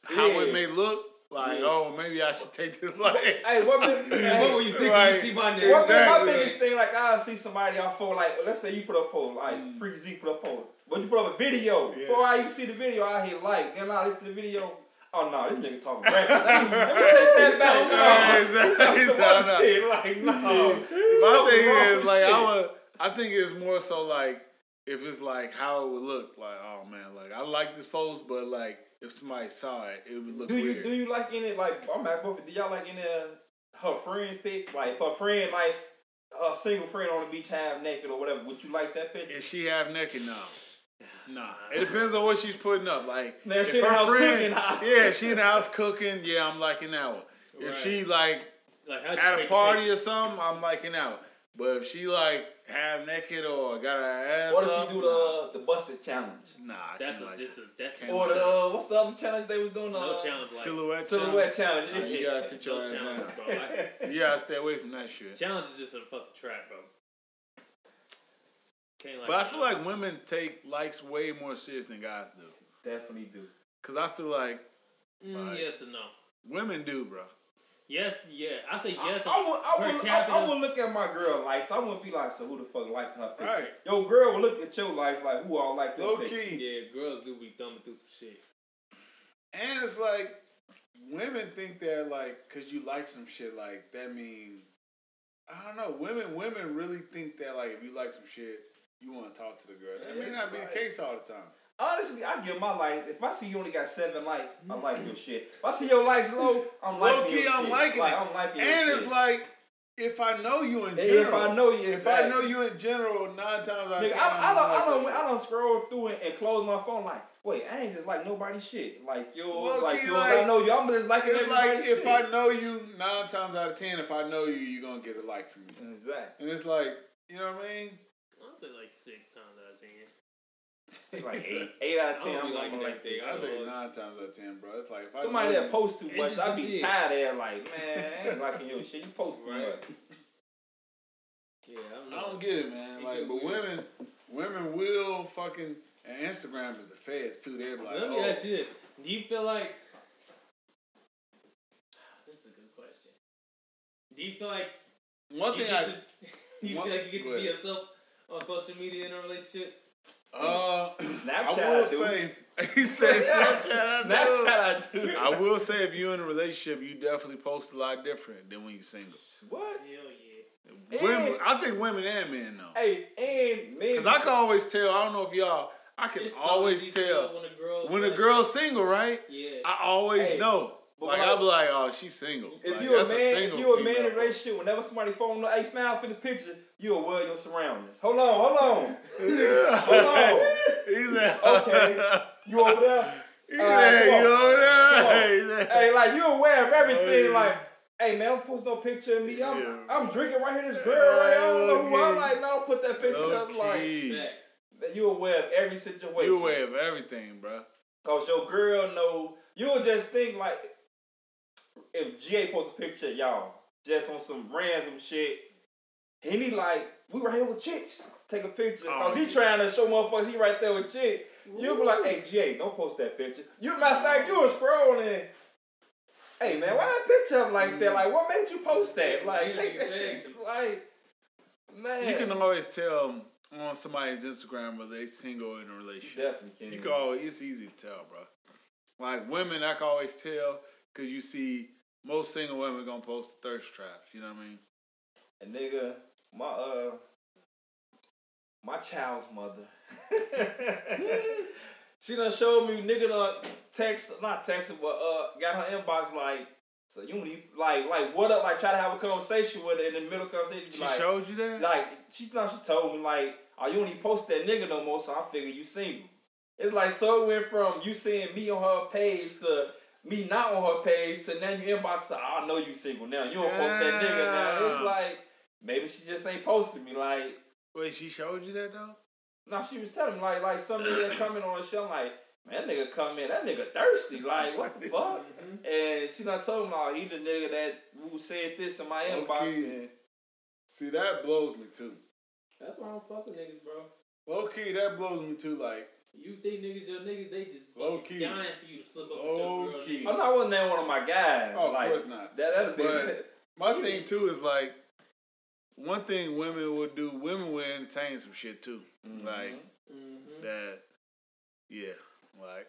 Speaker 2: how
Speaker 1: Yeah.
Speaker 2: it may look, like
Speaker 1: Yeah.
Speaker 2: oh maybe I should take this like.
Speaker 1: Hey, what? Made,
Speaker 5: And
Speaker 1: hey,
Speaker 5: what were you thinking?
Speaker 2: Right.
Speaker 5: You see my name?
Speaker 1: What been
Speaker 2: Exactly.
Speaker 1: my biggest thing, like I see somebody on phone, like let's say you put up a post, like Free Z put up a post, but you put up a video. Before I even see the video, I hit like, then I listen to the video. Oh no, this nigga talking crap. Let me, let me take that
Speaker 2: Yeah,
Speaker 1: back. No,
Speaker 2: exactly.
Speaker 1: He talking some
Speaker 2: Nah, nah.
Speaker 1: other shit. Like no, He's
Speaker 2: My
Speaker 1: talking
Speaker 2: thing
Speaker 1: wrong
Speaker 2: is like
Speaker 1: shit.
Speaker 2: I would. I think it's more so like if it's like how it would look, like oh man, like I like this post, but like if somebody saw it, it would look
Speaker 1: Do you
Speaker 2: weird.
Speaker 1: do you like any like I'm at both? Do y'all like any of her friend pics? Like if her friend like a single friend on the beach half naked or whatever. Would you like that picture?
Speaker 2: Is she half naked now? Nah, it depends on what she's putting up. Like,
Speaker 1: Now, if
Speaker 2: if
Speaker 1: she in the
Speaker 2: her
Speaker 1: house cooking,
Speaker 2: friend-
Speaker 1: I-
Speaker 2: yeah, if she in the house cooking, yeah, I'm liking that one. If
Speaker 3: Right.
Speaker 2: she like
Speaker 3: Like how'd you
Speaker 2: at a
Speaker 3: take
Speaker 2: party or something, I'm liking that one. But if she like half naked or got her ass,
Speaker 1: What if
Speaker 2: up,
Speaker 1: she do the uh, the busted challenge?
Speaker 2: Nah, I
Speaker 3: The picture? that's
Speaker 2: can't
Speaker 3: a
Speaker 2: like
Speaker 3: dis- that's
Speaker 2: Can't
Speaker 1: Or
Speaker 2: like
Speaker 1: the uh, what's the other challenge they was doing? Uh,
Speaker 3: no challenge like
Speaker 2: silhouette.
Speaker 1: Silhouette challenge.
Speaker 2: challenge. Nah, Oh, you gotta sit your
Speaker 3: No
Speaker 2: ass
Speaker 3: challenge,
Speaker 2: down.
Speaker 3: bro. Like,
Speaker 2: You gotta stay away from that shit.
Speaker 3: challenge is just a fucking trap, bro. Can't like
Speaker 2: But I feel like women take likes way more serious than guys do.
Speaker 1: Definitely do.
Speaker 2: Cause I feel like
Speaker 3: Mm,
Speaker 2: like-
Speaker 3: yes and no.
Speaker 2: women do, bro.
Speaker 3: Yes, yeah. I say
Speaker 1: I,
Speaker 3: yes.
Speaker 1: I, would, I,
Speaker 3: per
Speaker 1: wouldn't, I,
Speaker 3: capita.
Speaker 1: I wouldn't look at my girl likes. I wouldn't be like, so who the fuck like her picture?
Speaker 2: Right.
Speaker 1: Your girl would look at your likes like, who all like your
Speaker 2: Low
Speaker 1: picture?
Speaker 2: key.
Speaker 3: yeah, girls do be thumbing through some shit.
Speaker 2: And it's like women think that like cause you like some shit like that mean I don't know, women women really think that like if you like some shit, you wanna talk to the girl. That may not be the case all the time.
Speaker 1: Honestly, I give my likes. If I see you only got seven likes, I like your shit. If I see your likes low, I'm liking
Speaker 2: Low
Speaker 1: your
Speaker 2: key Mm-hmm. I'm
Speaker 1: shit.
Speaker 2: liking
Speaker 1: like,
Speaker 2: it.
Speaker 1: I'm liking your
Speaker 2: And
Speaker 1: shit.
Speaker 2: it's like if I know you in
Speaker 1: And
Speaker 2: general
Speaker 1: if I know you,
Speaker 2: if I
Speaker 1: exactly.
Speaker 2: know you in general, nine times out of
Speaker 1: Nigga,
Speaker 2: ten,
Speaker 1: I, I, don't, I,
Speaker 2: I'm
Speaker 1: don't,
Speaker 2: like,
Speaker 1: I don't scroll through and, and close my phone like, wait, I ain't just like nobody's shit. Like, yo,
Speaker 2: Low-key,
Speaker 1: like, yo,
Speaker 2: like-
Speaker 1: I know you. I'm just liking
Speaker 2: It's like
Speaker 1: everybody's
Speaker 2: if
Speaker 1: shit.
Speaker 2: I know you nine times out of ten, if I know you, you're gonna get a like from me.
Speaker 1: Exactly.
Speaker 2: And it's like, you know what I mean?
Speaker 3: I'll say like six times out of ten.
Speaker 1: Like eight, eight out of
Speaker 3: I
Speaker 1: ten.
Speaker 3: don't
Speaker 1: I'm
Speaker 3: be
Speaker 1: like,
Speaker 3: liking that
Speaker 1: like
Speaker 3: thing.
Speaker 1: that.
Speaker 2: I say
Speaker 3: Lord.
Speaker 2: nine times out of ten, bro. It's like if I
Speaker 1: Somebody
Speaker 2: know
Speaker 1: that
Speaker 2: you-
Speaker 1: posts too
Speaker 3: It
Speaker 1: much,
Speaker 3: just
Speaker 1: I be
Speaker 3: is.
Speaker 1: tired of that. Like, man, I ain't liking your shit. You post too
Speaker 3: Right.
Speaker 1: much.
Speaker 3: Yeah, I don't know.
Speaker 2: I don't get it, man.
Speaker 3: It
Speaker 2: Like,
Speaker 3: get
Speaker 2: but
Speaker 3: weird.
Speaker 2: women, women will fucking and Instagram is the feds too. They're like,
Speaker 3: Let me
Speaker 2: oh,
Speaker 3: ask you this: Do you feel like this is a good question? Do you feel like
Speaker 2: one
Speaker 3: you
Speaker 2: thing
Speaker 3: get
Speaker 2: I,
Speaker 3: to, you
Speaker 2: one-
Speaker 3: feel like you get to
Speaker 2: go
Speaker 3: be
Speaker 2: ahead.
Speaker 3: yourself on social media in a relationship?
Speaker 2: uh,
Speaker 1: Snapchat,
Speaker 2: I will
Speaker 1: dude.
Speaker 2: say, he says Snapchat. I do.
Speaker 1: Snapchat, I do.
Speaker 2: I will say, if you're in a relationship, you definitely post a lot different than when you're single.
Speaker 1: What?
Speaker 3: Hell yeah!
Speaker 2: Women, I think women and men though.
Speaker 1: Hey, and
Speaker 2: Cause
Speaker 1: men.
Speaker 2: I can always tell. I don't know if y'all. I can
Speaker 3: It's so
Speaker 2: always
Speaker 3: easy to
Speaker 2: tell
Speaker 3: when a girl
Speaker 2: when a
Speaker 3: like-
Speaker 2: girl's single, right?
Speaker 3: yeah.
Speaker 2: I always
Speaker 1: Hey,
Speaker 2: know.
Speaker 1: but
Speaker 2: Like
Speaker 1: like-
Speaker 2: I'll be like, oh, she's single.
Speaker 1: If
Speaker 2: Like,
Speaker 1: you a
Speaker 2: that's
Speaker 1: man,
Speaker 2: single
Speaker 1: if you a man
Speaker 2: female.
Speaker 1: in a relationship, whenever somebody phone, hey, smile for this picture, you aware of your surroundings. Hold on, hold on. Hold on.
Speaker 2: He's like,
Speaker 1: Okay. You over there?
Speaker 2: He's
Speaker 1: All right,
Speaker 2: like,
Speaker 1: come on.
Speaker 2: you over
Speaker 1: Come on.
Speaker 2: there? He's like-
Speaker 1: hey, like you aware of
Speaker 2: Hey.
Speaker 1: everything. Like, hey man, I'm posting no picture of me. I'm
Speaker 2: Oh, Yeah.
Speaker 1: I'm drinking right here. This girl right here. I don't know who I'm
Speaker 2: Okay.
Speaker 1: like. No, put that picture up. Like,
Speaker 2: Low-key.
Speaker 3: Facts.
Speaker 1: you aware of every situation.
Speaker 2: You aware of everything, bro.
Speaker 1: Cause your girl know. You'll just think like, if GA posts a picture of y'all just on some random shit, and he like, we right here with chicks. Take a picture. Cause
Speaker 2: Oh,
Speaker 1: he
Speaker 2: yeah.
Speaker 1: trying to show motherfuckers he right there with chicks. You'll be like, hey, GA, don't post that picture. You, matter of fact, you were scrolling. Hey, man, why that picture up like that? Like, what made you post that? Like,
Speaker 3: Yeah,
Speaker 1: take that shit.
Speaker 3: exactly.
Speaker 1: Like, man.
Speaker 2: You can always tell on somebody's Instagram whether they single or in a relationship.
Speaker 1: definitely can.
Speaker 2: You can always, it's easy to tell, bro. Like women, I can always tell because you see most single women gonna post thirst traps. You know what I mean?
Speaker 1: And nigga, my uh my child's mother. she done showed me nigga done text not texted but uh got her inbox like so you need like like what up like try to have a conversation with her in the middle of conversation be
Speaker 2: She
Speaker 1: like
Speaker 2: showed you that.
Speaker 1: like she now she told me like oh you don't even post that nigga no more so I figure you single. It's like so it went from you seeing me on her page to me not on her page to now you inbox her, I know you single now you don't post that nigga now it's
Speaker 2: Damn.
Speaker 1: like maybe she just ain't posting me like
Speaker 2: Wait, she showed you that though.
Speaker 1: no she was telling me like like some nigga that coming on the show I'm like man that nigga come in that nigga thirsty like what the fuck
Speaker 3: Mhm.
Speaker 1: and she done told me like he the nigga that who said this in my inbox
Speaker 2: Okay.
Speaker 1: and
Speaker 2: See, that blows me too.
Speaker 5: That's why I don't fuck with niggas, bro.
Speaker 2: Low key, that blows me too. Like,
Speaker 3: You think niggas your niggas? They just
Speaker 2: Low
Speaker 3: fucking
Speaker 2: key.
Speaker 3: dying for you to slip up
Speaker 2: Low
Speaker 3: with
Speaker 2: key.
Speaker 3: your
Speaker 1: I
Speaker 3: girl. nigga.
Speaker 1: know I wasn't that one of my guys
Speaker 2: oh,
Speaker 1: like
Speaker 2: of course not.
Speaker 1: that that's big.
Speaker 2: But- My thing too is like, one thing women will do. Women will entertain some shit too.
Speaker 1: Mm-hmm.
Speaker 2: Like
Speaker 3: Mhm.
Speaker 2: that. Yeah. Like,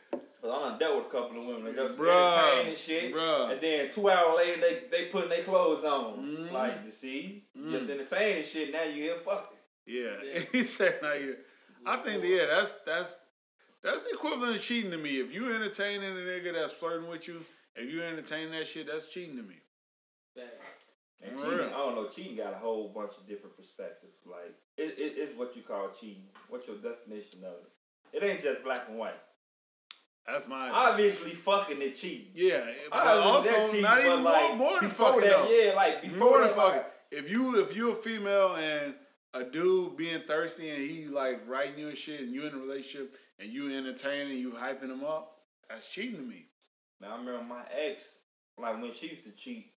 Speaker 1: Cause I done dealt with a couple of women that Oh, just
Speaker 2: Bruh,
Speaker 1: entertaining shit,
Speaker 2: bruh.
Speaker 1: and then two hours later they they putting their clothes on,
Speaker 2: Mm.
Speaker 1: like to see
Speaker 2: Mm.
Speaker 1: just entertaining shit. Now you here fucking.
Speaker 2: Yeah,
Speaker 3: Yeah.
Speaker 2: he said now you. I think yeah, that's that's that's the equivalent of cheating to me. If you entertaining a nigga that's flirting with you, if you entertain that shit, that's cheating to me.
Speaker 3: Facts.
Speaker 1: And
Speaker 2: For
Speaker 1: cheating,
Speaker 2: real.
Speaker 1: I don't know. cheating got a whole bunch of different perspectives. Like it, it it's what you call cheating. What's your definition of it? It ain't just black and white.
Speaker 2: That's mine.
Speaker 1: Obviously, fucking is cheating.
Speaker 2: yeah, but
Speaker 1: Obviously, that's
Speaker 2: also
Speaker 1: cheating,
Speaker 2: not
Speaker 1: but,
Speaker 2: even
Speaker 1: like,
Speaker 2: more, more than
Speaker 1: before
Speaker 2: fucking
Speaker 1: that,
Speaker 2: though.
Speaker 1: yeah, like before,
Speaker 2: More than
Speaker 1: that, like,
Speaker 2: fucking. If you if you a female and a dude being thirsty and he like writing you and shit and you in a relationship and you entertaining you hyping him up, that's cheating to me.
Speaker 1: Man, I remember my ex, like when she used to cheat,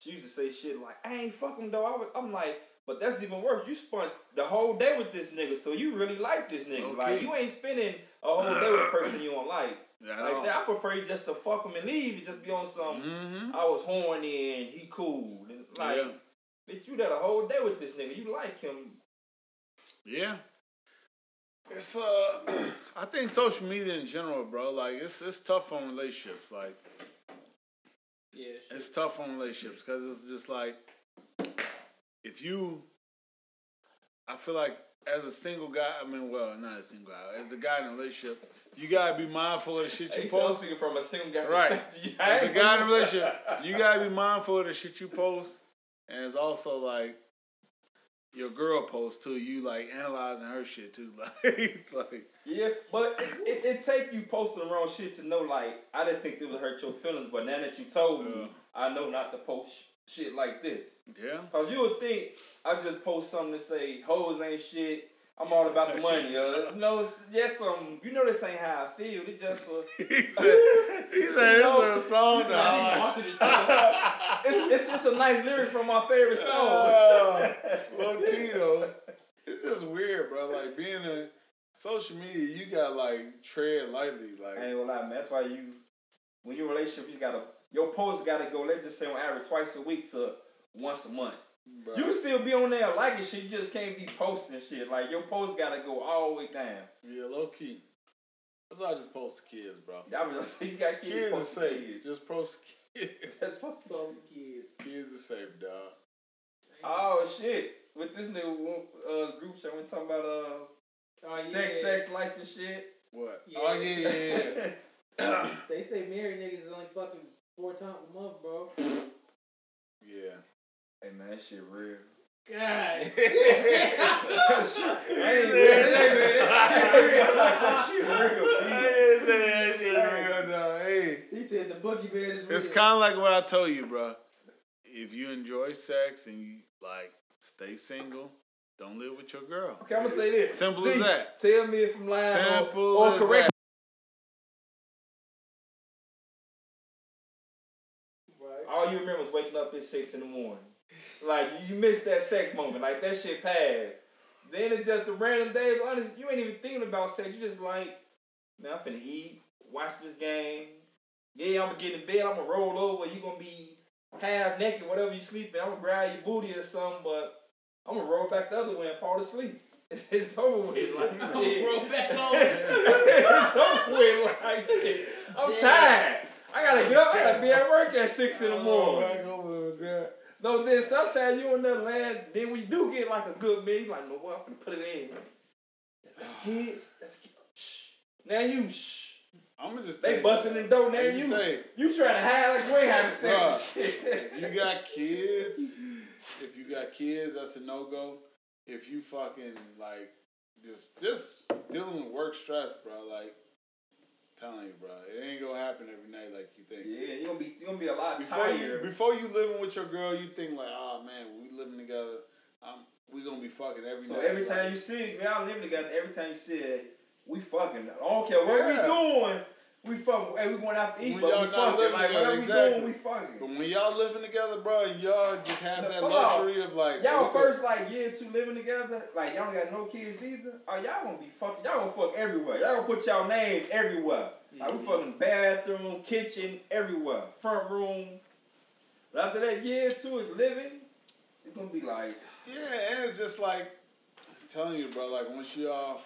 Speaker 1: she used to say shit like, I ain't fuck him though. I was, I'm like, but that's even worse. You spent the whole day with this nigga, so you really like this nigga. Like
Speaker 2: Okay.
Speaker 1: you ain't spending a whole day with a person you don't like.
Speaker 2: At
Speaker 1: Like
Speaker 2: all.
Speaker 1: that, I prefer you just to fuck him and leave and just be on some
Speaker 2: Mhm.
Speaker 1: I was horny and he cool. And like
Speaker 2: yeah.
Speaker 1: bitch, you there a whole day with this nigga. You like him.
Speaker 2: Yeah. It's uh I think social media in general, bro, like it's it's tough on relationships. Like
Speaker 5: Yeah, shit.
Speaker 2: it's tough on relationships because it's just like if you I feel like as a single guy, I mean well, not a single guy, as a guy in a relationship, you gotta be mindful of the shit
Speaker 1: Hey,
Speaker 2: you
Speaker 1: so I'm
Speaker 2: post.
Speaker 1: speaking from a single guy
Speaker 2: Right.
Speaker 1: perspective. I
Speaker 2: As a
Speaker 1: ain't
Speaker 2: guy in a
Speaker 1: gonna-
Speaker 2: relationship, you gotta be mindful of the shit you post, and it's also like your girl posts too. You like analyzing her shit too, like like
Speaker 1: Yeah, but it, it, it take you posting the wrong shit to know. Like, I didn't think it would hurt your feelings, but now that you told me,
Speaker 2: Yeah.
Speaker 1: I know not to post sh- shit like this.
Speaker 2: yeah.
Speaker 1: Cause you would think I just post something to say hoes ain't shit. I'm all about the money. Uh, no, it's- yes, um, you know this ain't how I feel. It just uh,
Speaker 2: He said, he said, this is a song.
Speaker 3: He's
Speaker 2: that
Speaker 3: not even
Speaker 2: I
Speaker 3: onto this stuff.
Speaker 1: it's, it's it's a nice lyric from my favorite
Speaker 2: like."
Speaker 1: song.
Speaker 2: Low key Oh, though, it's just weird, bro. Like being a social media, you got like tread lightly,
Speaker 1: I
Speaker 2: like
Speaker 1: ain't gonna lie, man. That's why you, when you in a relationship, you gotta your post gotta go. Let's just say on average twice a week to once a month.
Speaker 2: bro.
Speaker 1: You still be on there liking shit. You just can't be posting shit. Like your post gotta go all the way down.
Speaker 2: yeah, low key. That's why I just post to kids, bro.
Speaker 1: I was just saying, you got kids.
Speaker 2: Kids are
Speaker 1: posting
Speaker 2: safe.
Speaker 1: kids.
Speaker 2: Just post to kids.
Speaker 1: That's supposed to be-
Speaker 5: Supposed to kids.
Speaker 2: Kids are safe, dog.
Speaker 1: Oh shit! With this nigga one, uh, group chat, we talking about uh
Speaker 5: Oh, yeah.
Speaker 1: sex, sex, life and shit.
Speaker 2: What?
Speaker 5: Yeah.
Speaker 2: Oh yeah, yeah, yeah.
Speaker 5: They say married niggas is only fucking four times a month, bro.
Speaker 2: yeah.
Speaker 1: hey man, that shit real.
Speaker 5: God.
Speaker 1: Hey, man,
Speaker 3: oh,
Speaker 1: that shit real. That
Speaker 5: he said the boogeyman is real.
Speaker 2: It's kind of like what I told you, bro. If you enjoy sex and you like, stay single. Don't live with your girl.
Speaker 1: Okay, I'm gonna say this.
Speaker 2: Simple as
Speaker 1: See,
Speaker 2: that.
Speaker 1: Tell me if I'm lying or-
Speaker 2: Simple
Speaker 1: or,
Speaker 2: as
Speaker 1: correct.
Speaker 5: Right.
Speaker 1: All you remember is waking up at six in the morning. Like you missed that sex moment. Like that shit passed. Then it's just the random days. Honest, you ain't even thinking about sex. You just like, man, I'm finna eat, watch this game. Yeah, I'm gonna get in bed. I'm gonna roll over. You gonna be half naked, whatever you sleeping. I'm gonna grab your booty or something, but I'm gonna roll back the other way and fall asleep. It's, it's over with. Like, yeah.
Speaker 3: Bro, back on.
Speaker 1: it's over with. Like, yeah. I'm tired. I gotta get up. I gotta be at work at six
Speaker 2: Oh,
Speaker 1: in the morning. No, then sometimes you on that land, then we do get like a good meal. You like, no, what? I'm finna put it in. That's the kids. That's the kids. Shh. Now you, shh.
Speaker 2: I'm gonna just
Speaker 1: They
Speaker 2: take-
Speaker 1: busting and dope. Now
Speaker 2: Like
Speaker 1: you,
Speaker 2: you say,
Speaker 1: you trying to hide like you ain't having sex and shit.
Speaker 2: if you got kids, if you got kids, that's a no go. If you fucking like just just dealing with work stress, bro, like telling you, bro, it ain't gonna happen every night like you think.
Speaker 1: Yeah, you gonna be you gonna be a lot
Speaker 2: Before you,
Speaker 1: tired.
Speaker 2: before you living with your girl, you think like, oh man, when we living together, I'm we gonna be fucking every
Speaker 1: so
Speaker 2: night.
Speaker 1: every
Speaker 2: Like,
Speaker 1: time you see, we all live together. Every time you see it, we fucking. I don't care what
Speaker 2: Yeah.
Speaker 1: we doing. We fucking. Hey, we going out to eat,
Speaker 2: When
Speaker 1: but
Speaker 2: y'all
Speaker 1: we
Speaker 2: not
Speaker 1: fucking.
Speaker 2: living
Speaker 1: Like
Speaker 2: together,
Speaker 1: whatever we
Speaker 2: exactly.
Speaker 1: doing, we fucking.
Speaker 2: But when y'all living together, bro, y'all just have
Speaker 1: No,
Speaker 2: that
Speaker 1: hold on.
Speaker 2: luxury of like
Speaker 1: Y'all
Speaker 2: we could-
Speaker 1: first like year two living together, like y'all got no kids either. Oh, y'all gonna be fucking. Y'all gonna fuck everywhere. Y'all gonna put y'all name everywhere. Like
Speaker 2: Mm-hmm.
Speaker 1: we fucking bathroom, kitchen, everywhere, front room. But after that year two is living, it's gonna be like
Speaker 2: Yeah, and it's just like I'm telling you, bro. Like once y'all,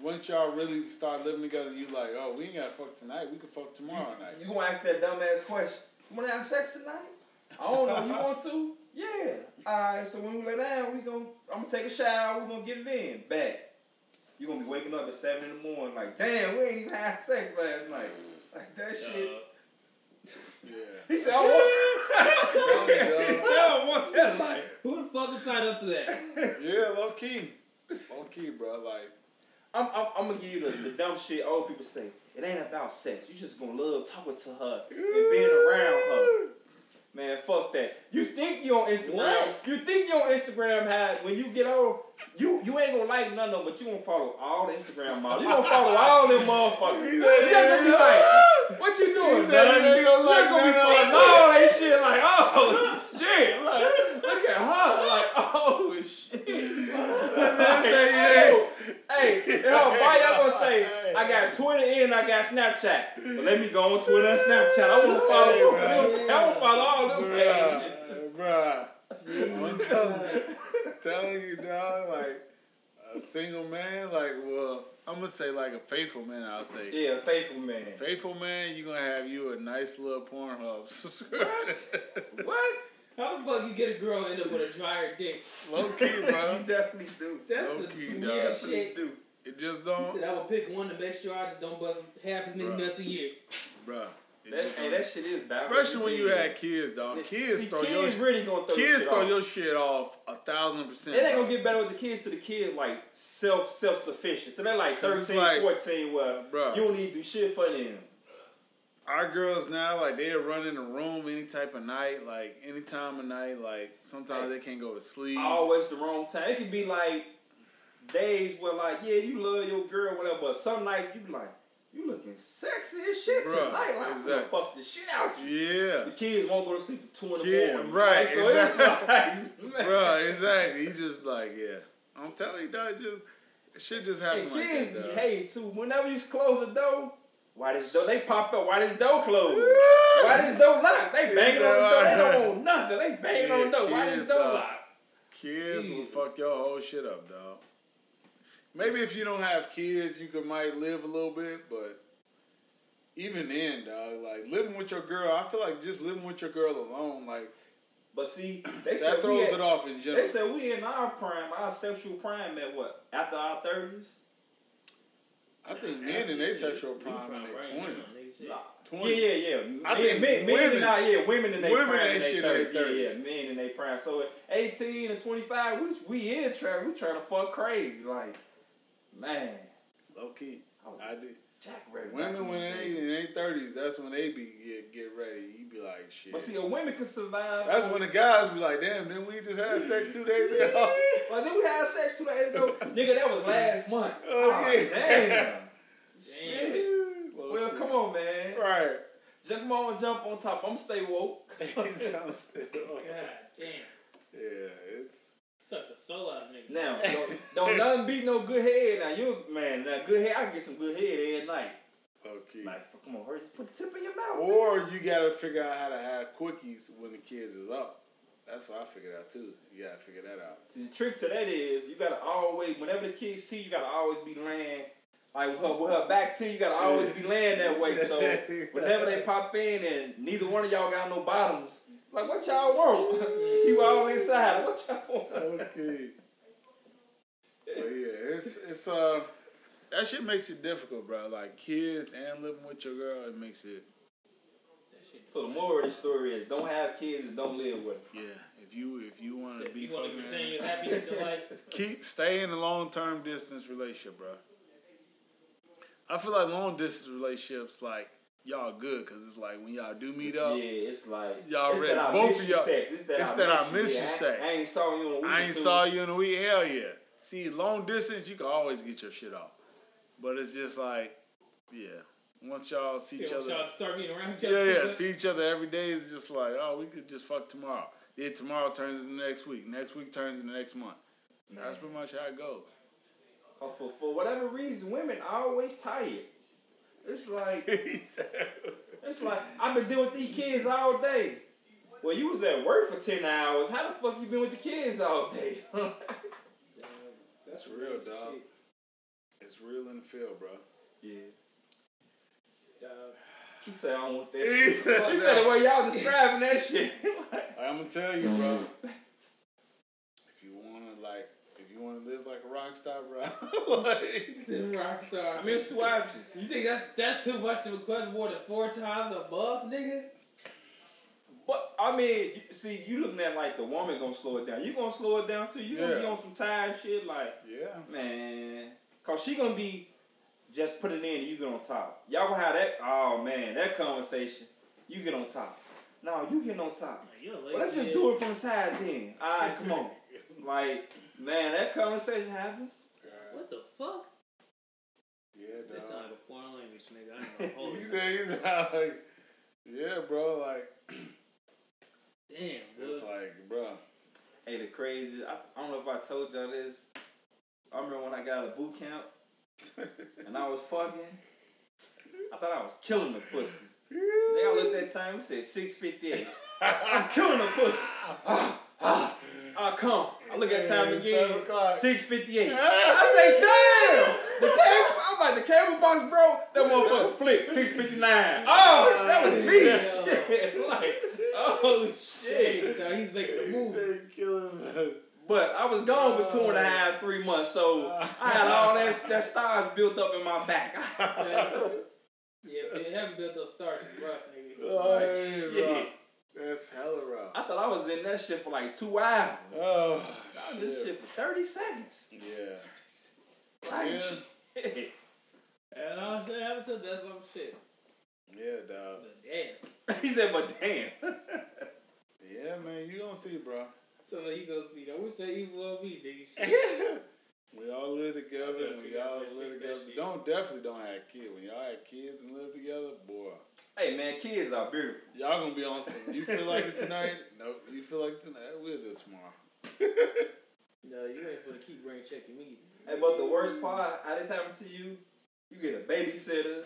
Speaker 2: once y'all really start living together, you like, oh, we ain't gotta fuck tonight. We can fuck tomorrow night.
Speaker 1: you gonna ask that dumbass question. You wanna have sex tonight? I don't know. You want to? Yeah. All right. So when we lay down, we gonna I'm gonna take a shower. We gonna get it in. Bad. You gonna be waking up at seven in the morning like, damn, we ain't even had sex last night. Like that shit.
Speaker 3: Uh,
Speaker 2: yeah.
Speaker 1: He said, I don't want,
Speaker 2: Dumb,
Speaker 1: I don't want that life.
Speaker 3: Who the fuck would sign up for that?
Speaker 2: Yeah, low key. Low key, bro. Like,
Speaker 1: I'm, I'm, I'm gonna give you the, the dumb shit old people say. It ain't about sex. You just gonna love talking to her and being around her. Man, fuck that. You think you on Instagram?
Speaker 3: What?
Speaker 1: You think you on Instagram? How when you get old, you you ain't gonna like none of them, but you gonna follow all the Instagram models. You gonna follow all them motherfuckers.
Speaker 2: He
Speaker 1: You
Speaker 2: said,
Speaker 1: just gonna be like, what you doing,
Speaker 2: He said,
Speaker 1: man?
Speaker 2: "You ain't gonna like
Speaker 1: you just gonna
Speaker 2: none of
Speaker 1: be
Speaker 2: them."
Speaker 1: following all that shit like, oh shit, like, look at her, like, oh shit.
Speaker 2: man say,
Speaker 1: Hey,
Speaker 2: yeah.
Speaker 1: Hey, in her body, I'm gonna say I got Twitter and I got Snapchat. But let me go on Twitter and Snapchat. I wanna follow
Speaker 2: Hey,
Speaker 1: them.
Speaker 2: bruh.
Speaker 1: I wanna follow all them pages.
Speaker 2: Bruh, bruh. I'm telling, telling you, dog, like a single man, like well, I'm gonna say like a faithful man. I'll say
Speaker 1: Yeah, faithful man.
Speaker 2: faithful man. You gonna have you a nice little Pornhub subscriber.
Speaker 1: What?
Speaker 3: How the fuck you get a girl and end up with a drier dick?
Speaker 2: Low key, bro.
Speaker 1: You definitely do.
Speaker 3: That's
Speaker 2: Low-key,
Speaker 3: the
Speaker 2: dog.
Speaker 3: weirdest
Speaker 1: Definitely
Speaker 3: shit.
Speaker 1: do.
Speaker 2: It just
Speaker 3: He
Speaker 2: don't,
Speaker 3: said I would pick one to make sure I just don't bust half as many
Speaker 2: Bruh.
Speaker 3: nuts a year.
Speaker 2: bruh. It
Speaker 1: That,
Speaker 2: just
Speaker 1: hey,
Speaker 2: don't.
Speaker 1: that shit is bad.
Speaker 2: Especially when you had kids, dog. Kids
Speaker 1: See,
Speaker 2: throw your
Speaker 1: kids really gonna throw
Speaker 2: kids
Speaker 1: shit
Speaker 2: throw
Speaker 1: off.
Speaker 2: your shit off a thousand percent.
Speaker 1: It ain't gonna get better with the kids to the kids like self self sufficient. So they're like
Speaker 2: 'Cause it's
Speaker 1: 13,
Speaker 2: like-
Speaker 1: 14, where
Speaker 2: Bruh.
Speaker 1: you don't need to do shit for them.
Speaker 2: our girls now, like they'll run in the room any type of night, like any time of night. Like sometimes they can't go to sleep.
Speaker 1: always the wrong time. It could be like days where like, yeah, you love your girl, whatever, but some nights you be like, you looking sexy as shit
Speaker 2: Bruh,
Speaker 1: tonight. Like, I'm gonna
Speaker 2: exactly.
Speaker 1: fuck the shit out you.
Speaker 2: Yeah,
Speaker 1: The kids won't go to sleep till two in the
Speaker 2: Yeah,
Speaker 1: morning.
Speaker 2: right,
Speaker 1: So it's like,
Speaker 2: bro, exactly. You just like yeah. I'm telling you, dog. Just shit just happened
Speaker 1: And
Speaker 2: like
Speaker 1: kids
Speaker 2: that. dog.
Speaker 1: behave too. Whenever you close the door, why this door? They pop up. Why this door closed? Why this door locked? They banging on the door. They don't want nothing. They banging on the door. Why this
Speaker 2: Kids,
Speaker 1: door
Speaker 2: dog.
Speaker 1: locked?
Speaker 2: Kids will
Speaker 3: Jesus.
Speaker 2: fuck your whole shit up, dog. Maybe if you don't have kids, you could might live a little bit, but even then, dog, like living with your girl, I feel like just living with your girl alone, like
Speaker 1: But see, they said
Speaker 2: that
Speaker 1: we
Speaker 2: throws
Speaker 1: had-
Speaker 2: it off in general.
Speaker 1: They said we in our prime, our sexual prime at what? After our thirties?
Speaker 2: I think men in their sexual prime in their twenties.
Speaker 1: Nah. Yeah,
Speaker 2: 20.
Speaker 1: yeah, yeah.
Speaker 2: I
Speaker 1: men,
Speaker 2: think
Speaker 1: men, men
Speaker 2: women-
Speaker 1: in our, yeah, women in their
Speaker 2: women
Speaker 1: prime, in
Speaker 2: ain't
Speaker 1: their
Speaker 2: shit in their
Speaker 1: 30s. Yeah, yeah, men in their prime. So at eighteen and twenty five, we we is trying, we trying to fuck crazy, like man.
Speaker 2: Low key.
Speaker 1: I was
Speaker 2: I did.
Speaker 1: jackrabbit.
Speaker 2: Women when they
Speaker 1: ain't.
Speaker 2: in their thirties, that's when they be get, get ready. You be like shit.
Speaker 1: But see, a woman can survive.
Speaker 2: That's when the guys be like, damn, then we just had sex two days ago.
Speaker 1: Well, then we had sex two days ago, nigga. That was last month.
Speaker 2: Oh, yeah.
Speaker 1: damn.
Speaker 3: Damn.
Speaker 1: Yeah. Well, come on, man.
Speaker 2: Right.
Speaker 1: Jump on, jump on top. I'm stay woke.
Speaker 2: I'm still-
Speaker 3: God damn.
Speaker 2: Yeah, it's
Speaker 3: Suck the soul out of niggas.
Speaker 1: Now, don't, don't nothing beat no good head. Now you man, now good head. I get some good head every night.
Speaker 2: okay.
Speaker 1: Like, fuck, come on, hurry, just put the tip in your mouth.
Speaker 2: Or you gotta figure out how to have quickies when the kids is up. That's what I figured out too. You gotta figure that out.
Speaker 1: See, the trick to that is you gotta always, whenever the kids see, you gotta always be laying. Like with her, with her back to you, you gotta always be laying that way. So whenever they pop in and neither one of y'all got no bottoms, like what y'all want? she all inside. What y'all want?
Speaker 2: Okay. but yeah, it's it's uh that shit makes it difficult, bro. Like kids and living with your girl, it makes it
Speaker 3: That shit-
Speaker 1: So the moral of the story is don't have kids and don't live with. them.
Speaker 2: yeah. If you if you want to be
Speaker 3: You want to retain
Speaker 2: fucking,
Speaker 3: your happiness in life?
Speaker 2: keep stay in a long term distance relationship, bro. I feel like long distance relationships like y'all good because it's like when y'all do meet
Speaker 1: It's-
Speaker 2: up,
Speaker 1: Yeah, it's like
Speaker 2: Y'all
Speaker 1: it's
Speaker 2: ready.
Speaker 1: that I
Speaker 2: Both
Speaker 1: miss
Speaker 2: of
Speaker 1: you
Speaker 2: y'all-
Speaker 1: sex. It's that,
Speaker 2: it's
Speaker 1: I,
Speaker 2: that
Speaker 1: miss
Speaker 2: I miss
Speaker 1: yeah,
Speaker 2: you
Speaker 1: I-
Speaker 2: sex.
Speaker 1: I, ain't saw you in a week.
Speaker 2: I
Speaker 1: or
Speaker 2: ain't
Speaker 1: two.
Speaker 2: saw you in a week. Hell yeah. See, long distance, you can always get your shit off. But it's just like, yeah. Once y'all see
Speaker 3: Yeah,
Speaker 2: each other,
Speaker 3: y'all start being around each
Speaker 2: yeah,
Speaker 3: other.
Speaker 2: yeah,
Speaker 3: too
Speaker 2: see each other every day is just like, oh, we could just fuck tomorrow. Then tomorrow turns into next week. Next week turns into next month. That's pretty much how it goes.
Speaker 1: Oh, For, for whatever reason, women are always tired. It's like it's like I've been dealing with these kids all day. Well, you was at work for ten hours. How the fuck you been with the kids all day?
Speaker 2: That's real, dog. It's real in the field, bro.
Speaker 1: yeah.
Speaker 3: Dog.
Speaker 1: He said I don't want that.
Speaker 2: He
Speaker 1: shit.
Speaker 2: said-
Speaker 1: He said the way y'all describing that shit.
Speaker 2: I'm gonna tell you, bro. if you wanna like, if you wanna live like a rock star, bro, like,
Speaker 3: Sitting rock star.
Speaker 1: I mean, it's two options.
Speaker 3: you think that's that's too much to request more than four times above, nigga?
Speaker 1: But I mean, you- see, you looking at like the woman gonna slow it down. You gonna slow it down too. You gonna be
Speaker 2: Yeah.
Speaker 1: on some tired shit, like
Speaker 2: Yeah.
Speaker 1: man, cause she gonna be just put it in and you get on top. Y'all gonna have that? Oh man, that conversation. You get on top. No, you getting on top.
Speaker 3: Like, you're a
Speaker 1: Well, let's just do it from the side then. All right, come on. Like, man, that conversation happens.
Speaker 3: What the fuck?
Speaker 2: Yeah,
Speaker 3: That sounds
Speaker 2: dog.
Speaker 3: like a foreign language, nigga. I ain't gonna hold
Speaker 2: He
Speaker 3: it.
Speaker 2: said, he's like, yeah, bro, like,
Speaker 3: Damn,
Speaker 2: it's
Speaker 3: bro.
Speaker 2: like, bro.
Speaker 1: Hey, the crazy. I, I don't know if I told y'all this. I remember when I got out of boot camp and I was fucking. I thought I was killing the pussy. They all looked at time and said six fifty eight. I'm killing the pussy. Ah, ah, I come. I look at time
Speaker 2: Yeah,
Speaker 1: again.
Speaker 2: seven o'clock.
Speaker 1: Six fifty eight. I say, damn. The cable. I'm like the cable box, bro. That motherfucker flipped. Six fifty nine. Oh, that was me.
Speaker 2: Yeah.
Speaker 1: Shit. Like, oh shit.
Speaker 5: Nah, he's making a move.
Speaker 1: But I was gone for two and a half, three months, so I had all that that stars built up in my back.
Speaker 5: Yeah, man, haven't built up starts is rough, nigga.
Speaker 2: Oh,
Speaker 1: Like,
Speaker 2: hey,
Speaker 1: shit.
Speaker 2: bro. That's hella rough.
Speaker 1: I thought I was in that shit for like two hours.
Speaker 2: Oh,
Speaker 1: I was in this
Speaker 2: shit.
Speaker 1: shit for thirty seconds.
Speaker 2: Yeah.
Speaker 1: Like,
Speaker 2: Yeah.
Speaker 1: shit.
Speaker 3: And I was having some that's some shit.
Speaker 2: Yeah, dog.
Speaker 3: But damn.
Speaker 1: he said, "But damn."
Speaker 2: Yeah, man, you gonna see, bro.
Speaker 3: So you gonna see that. What's your evil on me, nigga? Shit.
Speaker 2: we all live together. and We all live together. Don't definitely don't have kids. When y'all have kids and live together, boy,
Speaker 1: Hey man, kids are beautiful.
Speaker 2: y'all gonna be on some. You feel like it tonight? Nope. You feel like it tonight? We'll do it tomorrow.
Speaker 5: No, you ain't gonna keep brain checking me.
Speaker 1: Hey, but the worst part, how this happened to you? You get a babysitter.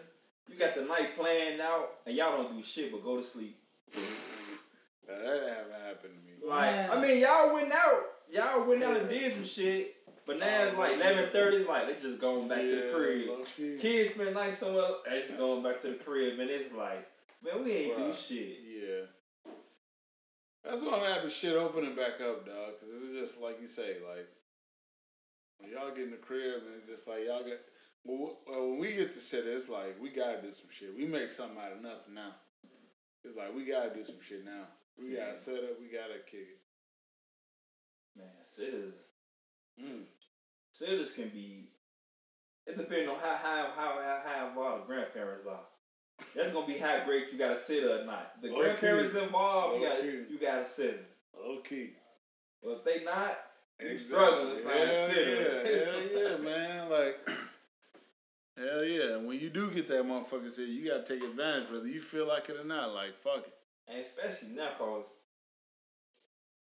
Speaker 1: You got the night planned out, and y'all don't do shit but go to sleep.
Speaker 2: now, that haven't happened to me.
Speaker 1: Like, I mean, y'all went out. Y'all went out and did some shit, but now it's like eleven thirty. It's like they just going back to the
Speaker 2: Yeah,
Speaker 1: crib.
Speaker 2: low-key.
Speaker 1: Kids spend night somewhere. else, They just going back to the crib, and it's like, man, we ain't do
Speaker 2: Bruh.
Speaker 1: shit.
Speaker 2: Yeah. That's why I'm happy shit opening back up, dog. Because it's just like you say, like, when y'all get in the crib and it's just like, y'all get. Well, wh- well, when we get to shit, it's like, we gotta do some shit. We make something out of nothing now. It's like, we gotta do some shit now. We
Speaker 1: Yeah.
Speaker 2: gotta set up, we gotta kick
Speaker 1: Man, sitters,
Speaker 2: it. Mm.
Speaker 1: sitters can be. It depends on how how how how, how involved the grandparents are. That's gonna be how great you got a sitter or not. The
Speaker 2: Low-key.
Speaker 1: grandparents involved, you got
Speaker 2: Low-key.
Speaker 1: you got a sitter.
Speaker 2: Low key.
Speaker 1: But if they not, You struggling to find a sitter.
Speaker 2: Yeah, hell yeah, man. Like, hell yeah. And when you do get that motherfucker sitter, you gotta take advantage, whether you feel like it or not. Like, fuck it.
Speaker 1: and especially now, cause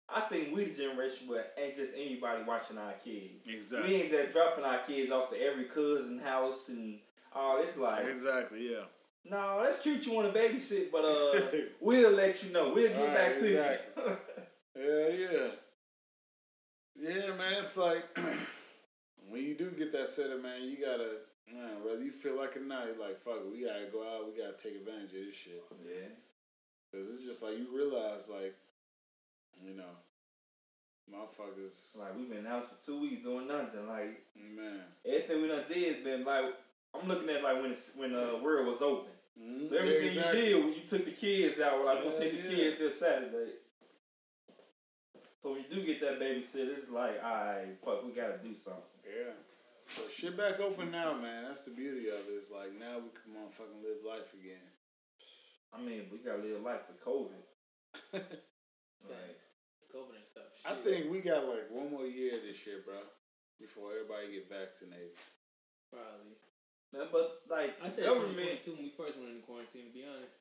Speaker 1: I think we the generation where ain't just anybody watching our kids.
Speaker 2: Exactly.
Speaker 1: We ain't just dropping our kids off to every cousin house and all this like.
Speaker 2: Exactly, yeah.
Speaker 1: No, let's treat you want to babysit, but uh, we'll let you know. We'll get
Speaker 2: Right,
Speaker 1: back to
Speaker 2: exactly.
Speaker 1: you.
Speaker 2: Yeah, yeah. Yeah, man, it's like when you do get that setup, man, you gotta man, whether you feel like it or not, you're like, fuck it, we gotta go out, we gotta take advantage of this shit.
Speaker 1: yeah.
Speaker 2: Cause it's just like you realize like, you know, motherfuckers
Speaker 1: Like we've been in the house for two weeks doing nothing. Like
Speaker 2: man.
Speaker 1: everything we done did been like I'm looking at like when it's, when the world was open.
Speaker 2: Mhm,
Speaker 1: So everything
Speaker 2: exactly.
Speaker 1: you did when you took the kids out, like we'll
Speaker 2: Yeah,
Speaker 1: take the
Speaker 2: yeah.
Speaker 1: kids this Saturday. So when you do get that babysitter, it's like, alright, fuck, we gotta do something.
Speaker 2: Yeah. So shit back open now, man. That's the beauty of it. It's like now we can motherfucking live life again.
Speaker 1: I mean, we gotta live life with COVID.
Speaker 3: Facts. COVID ain't stop shit.
Speaker 2: I think we got like one more year this year, bro, before everybody get vaccinated.
Speaker 3: Probably.
Speaker 1: Man, But like
Speaker 3: I
Speaker 1: the
Speaker 3: said
Speaker 1: government
Speaker 3: 2022 when we first went into quarantine, to be honest.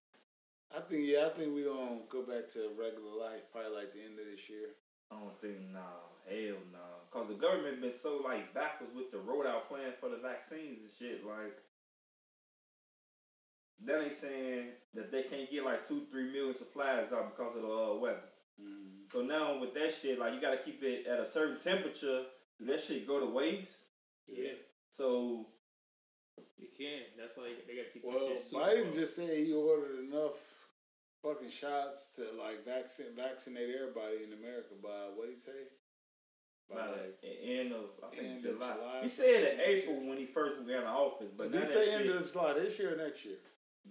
Speaker 2: I think yeah, I think we gonna go back to regular life probably like the end of this year.
Speaker 1: I don't think no, hell no. Cause the government been so like backwards with the road out plan for the vaccines and shit, like then they saying that they can't get like two, three million supplies out because of the uh, weather.
Speaker 2: Mm.
Speaker 1: So now with that shit, like you gotta keep it at a certain temperature. Do that shit go to waste?
Speaker 3: Yeah.
Speaker 1: So
Speaker 3: You can. That's why they gotta keep
Speaker 2: Well,
Speaker 3: that shit super
Speaker 2: Biden
Speaker 3: low.
Speaker 2: just said he ordered enough fucking shots to like vaccine vaccinate everybody in America by what he say? By
Speaker 1: by
Speaker 2: like,
Speaker 1: the end of I think
Speaker 2: End of
Speaker 1: July.
Speaker 2: July.
Speaker 1: He said in April when he first got in office, but
Speaker 2: but
Speaker 1: now
Speaker 2: they
Speaker 1: that
Speaker 2: say
Speaker 1: shit,
Speaker 2: end of July this year or next year.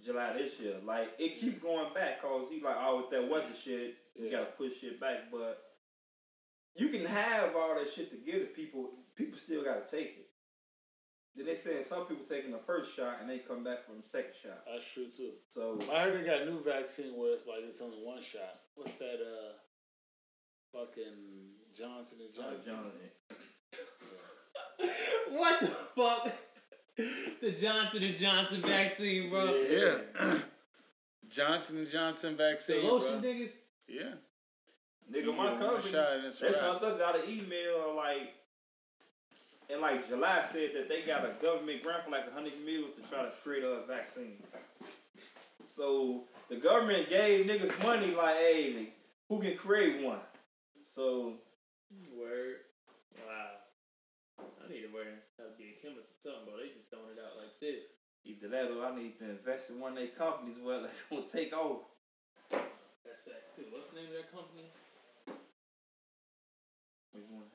Speaker 1: July this year. Like it keep going back cause he like oh with that weather shit, you gotta push shit back. But you can have all that shit to give to people. People still gotta take it. Then they saying some people taking the first shot and they come back from the second shot.
Speaker 6: That's true too.
Speaker 1: So
Speaker 6: I heard they got a new vaccine where it's like it's only one shot. What's that? Uh, fucking Johnson and
Speaker 1: John,
Speaker 6: Johnson.
Speaker 3: what the fuck? the Johnson and Johnson vaccine, bro.
Speaker 2: Yeah. Johnson and Johnson
Speaker 3: The
Speaker 2: vaccine.
Speaker 3: lotion
Speaker 2: bruh.
Speaker 3: niggas.
Speaker 2: Yeah. You
Speaker 1: nigga,
Speaker 2: get
Speaker 1: my
Speaker 2: one
Speaker 1: cousin
Speaker 2: shot and it's
Speaker 1: They
Speaker 2: wrap.
Speaker 1: sent us out an email like, and like July said that they got a government grant for like hundred mil to try to create a vaccine. So the government gave niggas money like, hey, who can create one? So
Speaker 3: Word. Wow. I need to wear have to be a chemist or something, bro. They just throwing it out like this.
Speaker 1: either that or I need to invest in one of their companies where they gonna take over.
Speaker 3: That's facts too. What's the name of that company?
Speaker 1: Which one?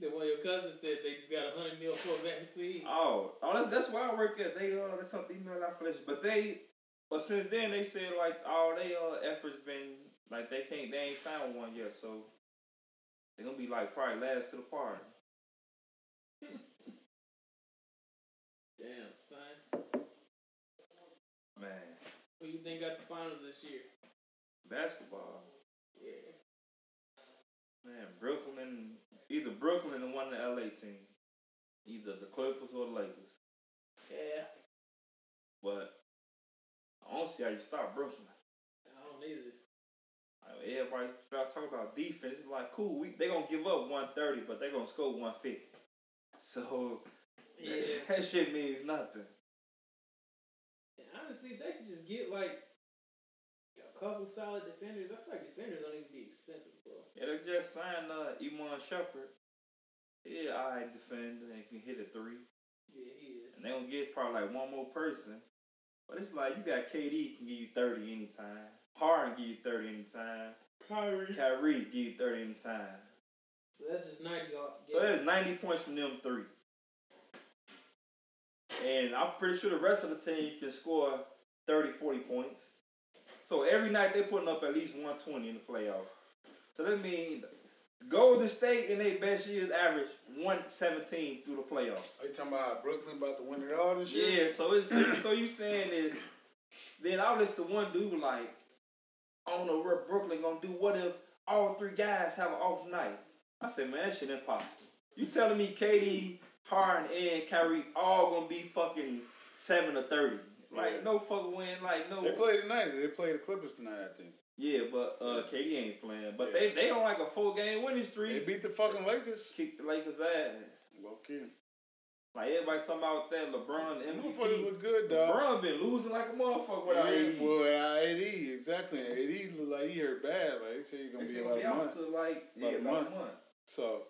Speaker 3: The one your cousin said they just got a hundred mil for a vaccine.
Speaker 1: Oh, oh, that's, that's why I work at. They uh, that's something email I flesh, but they, but since then they said like all they uh efforts been like they can't they ain't found one yet, so they gonna be like probably last to the party.
Speaker 3: Damn, son.
Speaker 1: Man,
Speaker 3: Who you think got the finals this year?
Speaker 1: basketball,
Speaker 3: Yeah.
Speaker 1: man, Brooklyn, either Brooklyn and one of the LA team, either the Clippers or the Lakers.
Speaker 3: Yeah.
Speaker 1: But I don't see how you stop Brooklyn.
Speaker 3: I don't either.
Speaker 1: Like, Everybody try to talk about defense. It's like cool, we, they gonna give up one thirty, but they gonna score one fifty. So.
Speaker 3: Yeah.
Speaker 1: that shit means nothing.
Speaker 5: And honestly, if they could just get like a couple solid defenders, I feel like defenders don't even be expensive, bro.
Speaker 1: Yeah, they just signed uh, Iman Shepherd. Yeah, all right, defender and can hit a three.
Speaker 5: Yeah, he is.
Speaker 1: And they gonna get probably like one more person. But it's like you got KD can give you thirty anytime. Harden give you thirty anytime. Kyrie. Kyrie give you thirty anytime.
Speaker 5: So that's just ninety off.
Speaker 1: So that's ninety points from them three. And I'm pretty sure the rest of the team can score 30, 40 points. So every night they're putting up at least 120 in the playoff. So that means Golden State in their best years average 117 through the playoff.
Speaker 2: Are you talking about Brooklyn about to win it all this year?
Speaker 1: Yeah, so it's so you saying that then I was to one dude like, I don't know where Brooklyn gonna do. What if all three guys have an off night? I said, man, that shit impossible. You telling me KD, Harden, and Kyrie all gonna be fucking seven or thirty? Like
Speaker 2: Yeah.
Speaker 1: no fucking win. Like no.
Speaker 2: They play tonight. They play the Clippers tonight. I think
Speaker 1: yeah, but uh, KD ain't playing. But they they on like a full game winning
Speaker 2: they
Speaker 1: streak.
Speaker 2: beat the fucking Lakers.
Speaker 1: Kick the Lakers ass.
Speaker 2: Okay.
Speaker 1: Like everybody talking about that LeBron and
Speaker 2: Motherfuckers
Speaker 1: MVP.
Speaker 2: look good, dog.
Speaker 1: LeBron been losing like a motherfucker without
Speaker 2: Yeah,
Speaker 1: AD.
Speaker 2: well, AD exactly. AD look like he hurt bad. Like they say he's gonna
Speaker 1: It's
Speaker 2: be
Speaker 1: gonna
Speaker 2: about
Speaker 1: be
Speaker 2: a
Speaker 1: out
Speaker 2: month.
Speaker 1: to like yeah,
Speaker 2: About a
Speaker 1: about a month.
Speaker 2: month. So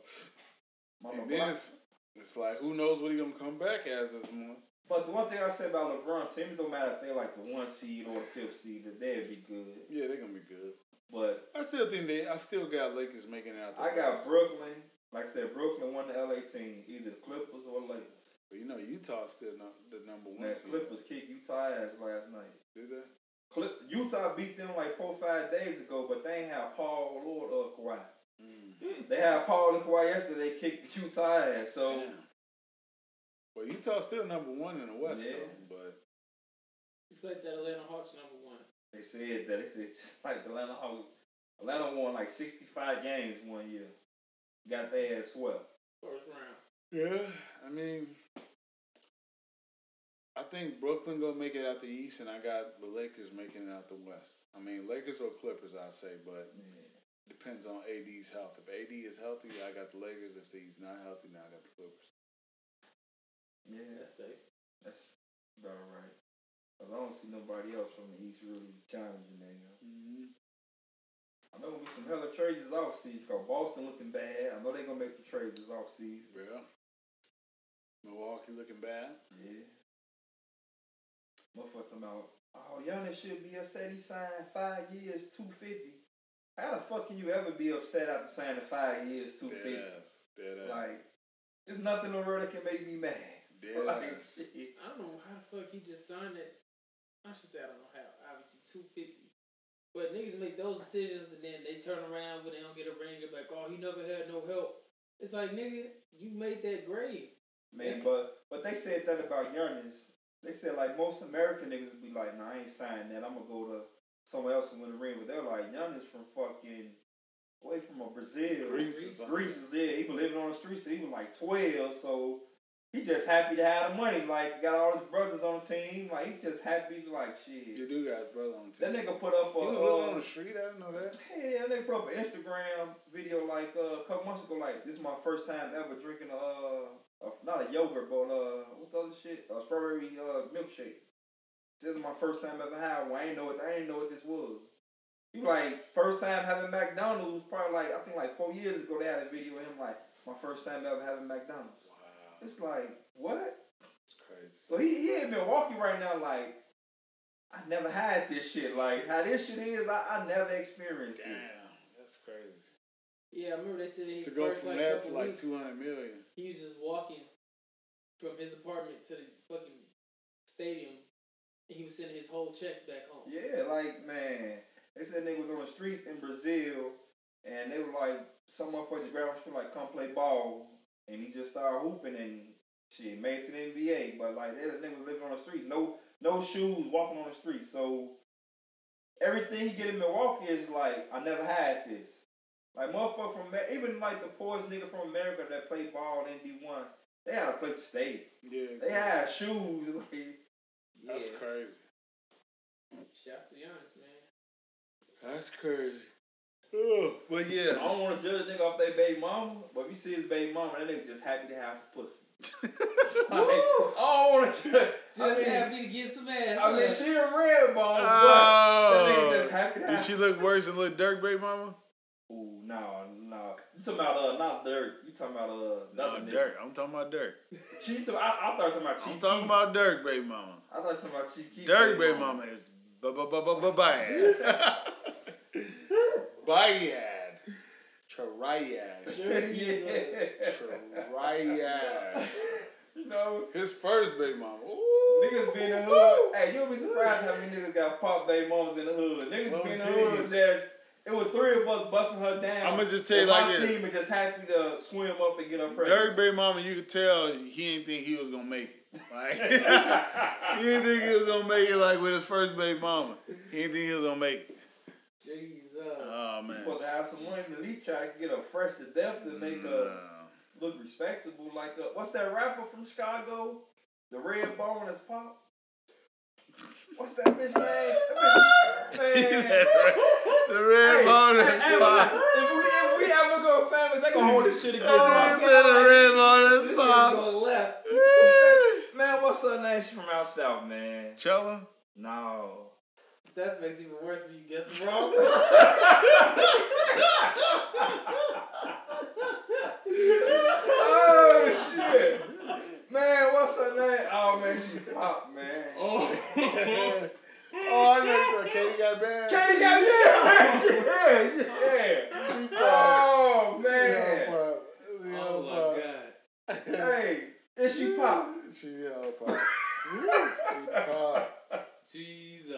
Speaker 1: About a
Speaker 2: and then
Speaker 1: month.
Speaker 2: it's, it's like who knows what he gonna come back as this month.
Speaker 1: But the one thing I say about LeBron team, it don't matter if they like the one seed or the fifth seed, that they'd be good.
Speaker 2: Yeah, they're gonna be good.
Speaker 1: But
Speaker 2: I still think they. I still got Lakers making it out. The
Speaker 1: I got
Speaker 2: West.
Speaker 1: Brooklyn. Like I said, Brooklyn won the LA team, either the Clippers or Lakers.
Speaker 2: But you know, Utah's still not the number one.
Speaker 1: Man,
Speaker 2: seed.
Speaker 1: Clippers kicked Utah ass last night.
Speaker 2: Did they?
Speaker 1: Clip, Utah beat them like four five days ago, but they ain't have Paul or uh, Kawhi.
Speaker 2: Mm.
Speaker 1: They had Paul and Kawhi yesterday, kicked Utah ass. So
Speaker 2: Damn. Well, Utah's still number one in the West,
Speaker 1: Yeah.
Speaker 2: though. But
Speaker 3: It's like that Atlanta Hawks number one.
Speaker 1: They said that it's, it's like the Atlanta Hawks. Atlanta won like 65 games one year. Got their ass swept.
Speaker 3: First round.
Speaker 2: yeah, I mean, I think Brooklyn gonna make it out the East, and I got the Lakers making it out the West. I mean, Lakers or Clippers, I say, but depends on AD's health. If AD is healthy, I got the Lakers. If he's not healthy, now I got the Clippers.
Speaker 1: Yeah,
Speaker 3: That's safe.
Speaker 1: that's about right. Cause I don't see nobody else from the East really challenging them. Mm-hmm. I know we some hella trades this offseason. Cause Boston looking bad. I know they gonna make some trades this offseason.
Speaker 2: Yeah. Milwaukee looking bad.
Speaker 1: Yeah. Motherfucker talking about, oh, Giannis should be upset he signed five years, 250. How the fuck can you ever be upset after signing five years, 250?
Speaker 2: Dead ass. Dead ass.
Speaker 1: Like, there's nothing in the world that can make me mad.
Speaker 2: Dead
Speaker 1: like,
Speaker 2: ass.
Speaker 1: shit.
Speaker 3: I don't know how the fuck he just signed it
Speaker 5: I should say I don't have obviously two fifty. But niggas make those decisions and then they turn around when they don't get a ring and like, oh, he never had no help. It's like, nigga, you made that grade.
Speaker 1: Man, but but they said that about Giannis. They said like most American niggas would be like, nah, I ain't signing that. I'm gonna go to somewhere else and win the ring. But they're like, Giannis from fucking away from a Brazil,
Speaker 6: Greece or something.
Speaker 1: Greece is yeah. He been living on the streets. since He was like twelve, so he just happy to have the money. Like got all his brothers on the team. Like he just happy. Like shit.
Speaker 2: You do guys, brother on
Speaker 1: That
Speaker 2: TV.
Speaker 1: nigga put up a.
Speaker 2: He was living
Speaker 1: uh,
Speaker 2: on the street. I didn't know that.
Speaker 1: Hell, they put up an Instagram video like uh, a couple months ago. Like this is my first time ever drinking a, uh, a not a yogurt, but uh, what's the other shit? A strawberry uh milkshake. This is my first time ever having one. I ain't know what I ain't know what this was. You like first time having McDonald's was probably like I think like four years ago they had a video of him like my first time ever having McDonald's.
Speaker 6: Wow,
Speaker 1: It's like what?
Speaker 6: it's crazy.
Speaker 1: So he he in Milwaukee right now like. I never had this shit. Like how this shit is, I, I never experienced
Speaker 6: Damn,
Speaker 1: this.
Speaker 6: that's crazy.
Speaker 5: Yeah, I remember they said he
Speaker 2: To go
Speaker 5: first,
Speaker 2: from
Speaker 5: like,
Speaker 2: that
Speaker 5: couple
Speaker 2: to like
Speaker 5: weeks,
Speaker 2: two hundred million.
Speaker 5: He was just walking from his apartment to the fucking stadium and he was sending his whole checks back home.
Speaker 1: Yeah, like man, they said niggas on the street in Brazil, and they were like, some motherfuckers grabbed him shit like come play ball, and he just started hooping and shit made it to the NBA. But like, they the niggas living on the street, no no shoes, walking on the street. So everything he get in Milwaukee is like, I never had this. Like motherfucker from Ma- even like the poorest nigga from America that play ball in D one, they had a place to stay.
Speaker 2: Yeah,
Speaker 1: They had shoes. Like
Speaker 2: that's crazy.
Speaker 5: Shouts to Giannis, man.
Speaker 2: That's crazy. Ugh, but yeah,
Speaker 1: I don't want to judge a nigga off their baby mama, but if you see his baby mama, that nigga just happy to have some pussy. Like, I don't want to judge. I
Speaker 5: Just
Speaker 1: mean,
Speaker 5: happy to get some ass.
Speaker 1: I mean,
Speaker 5: huh?
Speaker 1: she a red bone, but that nigga
Speaker 2: oh,
Speaker 1: just happy to
Speaker 2: did
Speaker 1: have.
Speaker 2: she look worse than little Dirk, baby mama?
Speaker 1: Ooh, no, no. You talking about uh, not dirt. You talking about uh,
Speaker 2: No,
Speaker 1: another nigga.
Speaker 2: Dirk. I'm talking about Dirk.
Speaker 1: She talking. I, I thought you talking about cheeky.
Speaker 2: I'm talking about Dirk, baby mama.
Speaker 1: I thought you talking about cheeky.
Speaker 2: Dirk, baby mama is bu- bu- bu- bu- bu- bad. Bad. Triad.
Speaker 5: Sure is, man.
Speaker 1: yeah.
Speaker 2: Triad.
Speaker 1: you know,
Speaker 2: His first baby mama. Ooh.
Speaker 1: Niggas be in the hood. Hey, you'll be surprised how many niggas got pop baby mamas in the hood. Niggas be in the
Speaker 2: Okay.
Speaker 1: hood just. It was three of us busting her down.
Speaker 2: I'ma just tell you
Speaker 1: If
Speaker 2: like
Speaker 1: my
Speaker 2: this.
Speaker 1: team is just happy to swim up and get her
Speaker 2: Dirk
Speaker 1: pregnant.
Speaker 2: baby mama, you could tell he didn't think he was gonna make it. Like he didn't think he was gonna make it like with his first baby mama. He didn't think he was gonna make it.
Speaker 5: Jesus.
Speaker 2: Oh man.
Speaker 1: supposed to have some money to leech out and get her fresh to death to make her
Speaker 2: No.
Speaker 1: look respectable. Like uh what's that rapper from Chicago? The red bone is pop. What's that bitch name? That
Speaker 2: He
Speaker 1: bitch- Man.
Speaker 2: said, "Right." the red
Speaker 1: Hey,
Speaker 2: bone
Speaker 1: hey,
Speaker 2: is
Speaker 1: hey,
Speaker 2: pop.
Speaker 1: If we, if we ever go famous, they gonna hold this shit
Speaker 2: He
Speaker 1: against us.
Speaker 2: said, The red bone
Speaker 1: This
Speaker 2: is
Speaker 1: shit
Speaker 2: pop.
Speaker 1: go left. Man, what's her name? She from out south, man.
Speaker 2: Chella?
Speaker 1: No.
Speaker 5: That makes it even worse when you guess the wrong.
Speaker 1: oh shit. Man, what's her name? Oh man, she pop, man.
Speaker 2: oh, I know. Katie got bad.
Speaker 1: Katie got yeah, yeah, yeah. Oh man.
Speaker 3: Oh my god.
Speaker 1: Hey, is she
Speaker 2: Oh,
Speaker 1: pop?
Speaker 2: She all pop. She pop.
Speaker 3: Jesus.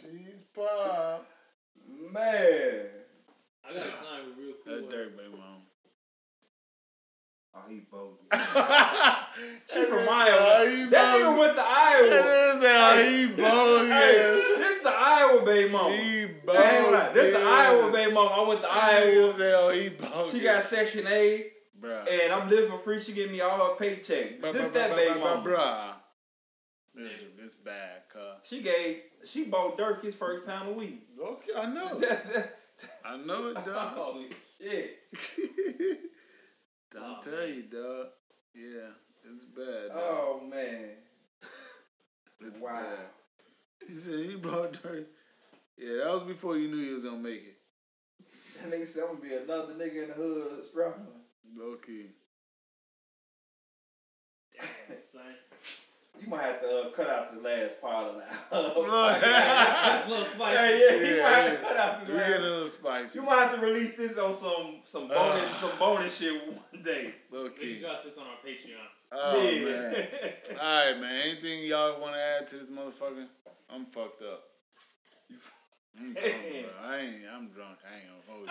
Speaker 2: She's pop.
Speaker 1: Man.
Speaker 3: I gotta climb real quick.
Speaker 2: That's Dirk, baby mom.
Speaker 1: Oh, he bogey.
Speaker 2: she
Speaker 1: from
Speaker 2: Iowa.
Speaker 1: That nigga went to Iowa.
Speaker 2: That is how uh, he
Speaker 1: Hey,
Speaker 2: bogus.
Speaker 1: this the Iowa baby mama.
Speaker 2: He
Speaker 1: Hey, hold on.
Speaker 2: bogus.
Speaker 1: This the Iowa baby mama. I went to Iowa.
Speaker 2: That is how oh, he bogus.
Speaker 1: She got Section A,
Speaker 2: Bruh.
Speaker 1: and I'm living for free. She give me all her paycheck.
Speaker 2: Bruh,
Speaker 1: This
Speaker 2: bruh,
Speaker 1: that
Speaker 2: bruh,
Speaker 1: baby
Speaker 2: bruh,
Speaker 1: mama.
Speaker 2: Bruh. It's, it's bad, cuz.
Speaker 1: She gave. She bought Dirk his first pound of weed.
Speaker 2: Okay, I know. I know it, Oh, dog.
Speaker 1: Holy shit.
Speaker 2: Don't
Speaker 3: Aw,
Speaker 2: tell
Speaker 3: man.
Speaker 2: you, dog. Yeah, it's bad. dawg.
Speaker 1: Oh man.
Speaker 2: it's
Speaker 1: wow.
Speaker 2: bad. He said he bought dirt. Yeah, that was before you knew he was gonna make it.
Speaker 1: That nigga said I'm gonna be another nigga in the hood struggling.
Speaker 2: Low key.
Speaker 3: Son.
Speaker 1: You You might have to uh, cut out this last part of that.
Speaker 2: Look.
Speaker 3: That's a little spicy.
Speaker 1: yeah, yeah, you
Speaker 2: Yeah,
Speaker 1: might have
Speaker 2: yeah.
Speaker 1: to cut out
Speaker 2: We
Speaker 1: this
Speaker 2: get a Uh.
Speaker 1: last.
Speaker 2: little spicy.
Speaker 1: You might have to release this on some some bonus
Speaker 2: Ugh.
Speaker 1: some bonus shit one day.
Speaker 2: Little
Speaker 3: We can
Speaker 2: key.
Speaker 3: drop this on our Patreon.
Speaker 2: Oh,
Speaker 1: Yeah.
Speaker 2: man. All right, man. Anything y'all want to add to this motherfucker? I'm fucked up. I'm drunk, bro. I ain't. I'm drunk. I ain't gonna hold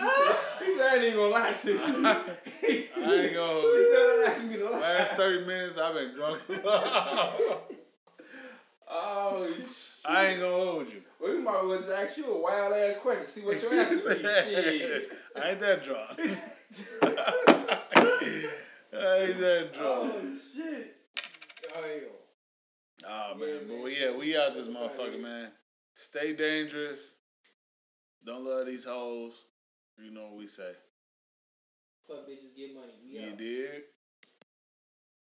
Speaker 2: you.
Speaker 1: he said I ain't even gonna lie to you. he said
Speaker 2: I ain't gonna hold you.
Speaker 1: I ain't gonna lie.
Speaker 2: Last thirty minutes, I've been drunk.
Speaker 1: Oh, shit.
Speaker 2: I ain't gonna hold you.
Speaker 1: well, we might as well just ask you a wild ass question. See what your answer be. Shit.
Speaker 2: I ain't that drunk. I ain't that drunk.
Speaker 1: oh shit.
Speaker 5: Damn.
Speaker 2: Oh man, but we, yeah, we out this motherfucker, man. Stay dangerous. Don't love these hoes. You know what we say.
Speaker 5: Fuck bitches get money. We
Speaker 2: You
Speaker 5: out.
Speaker 2: did.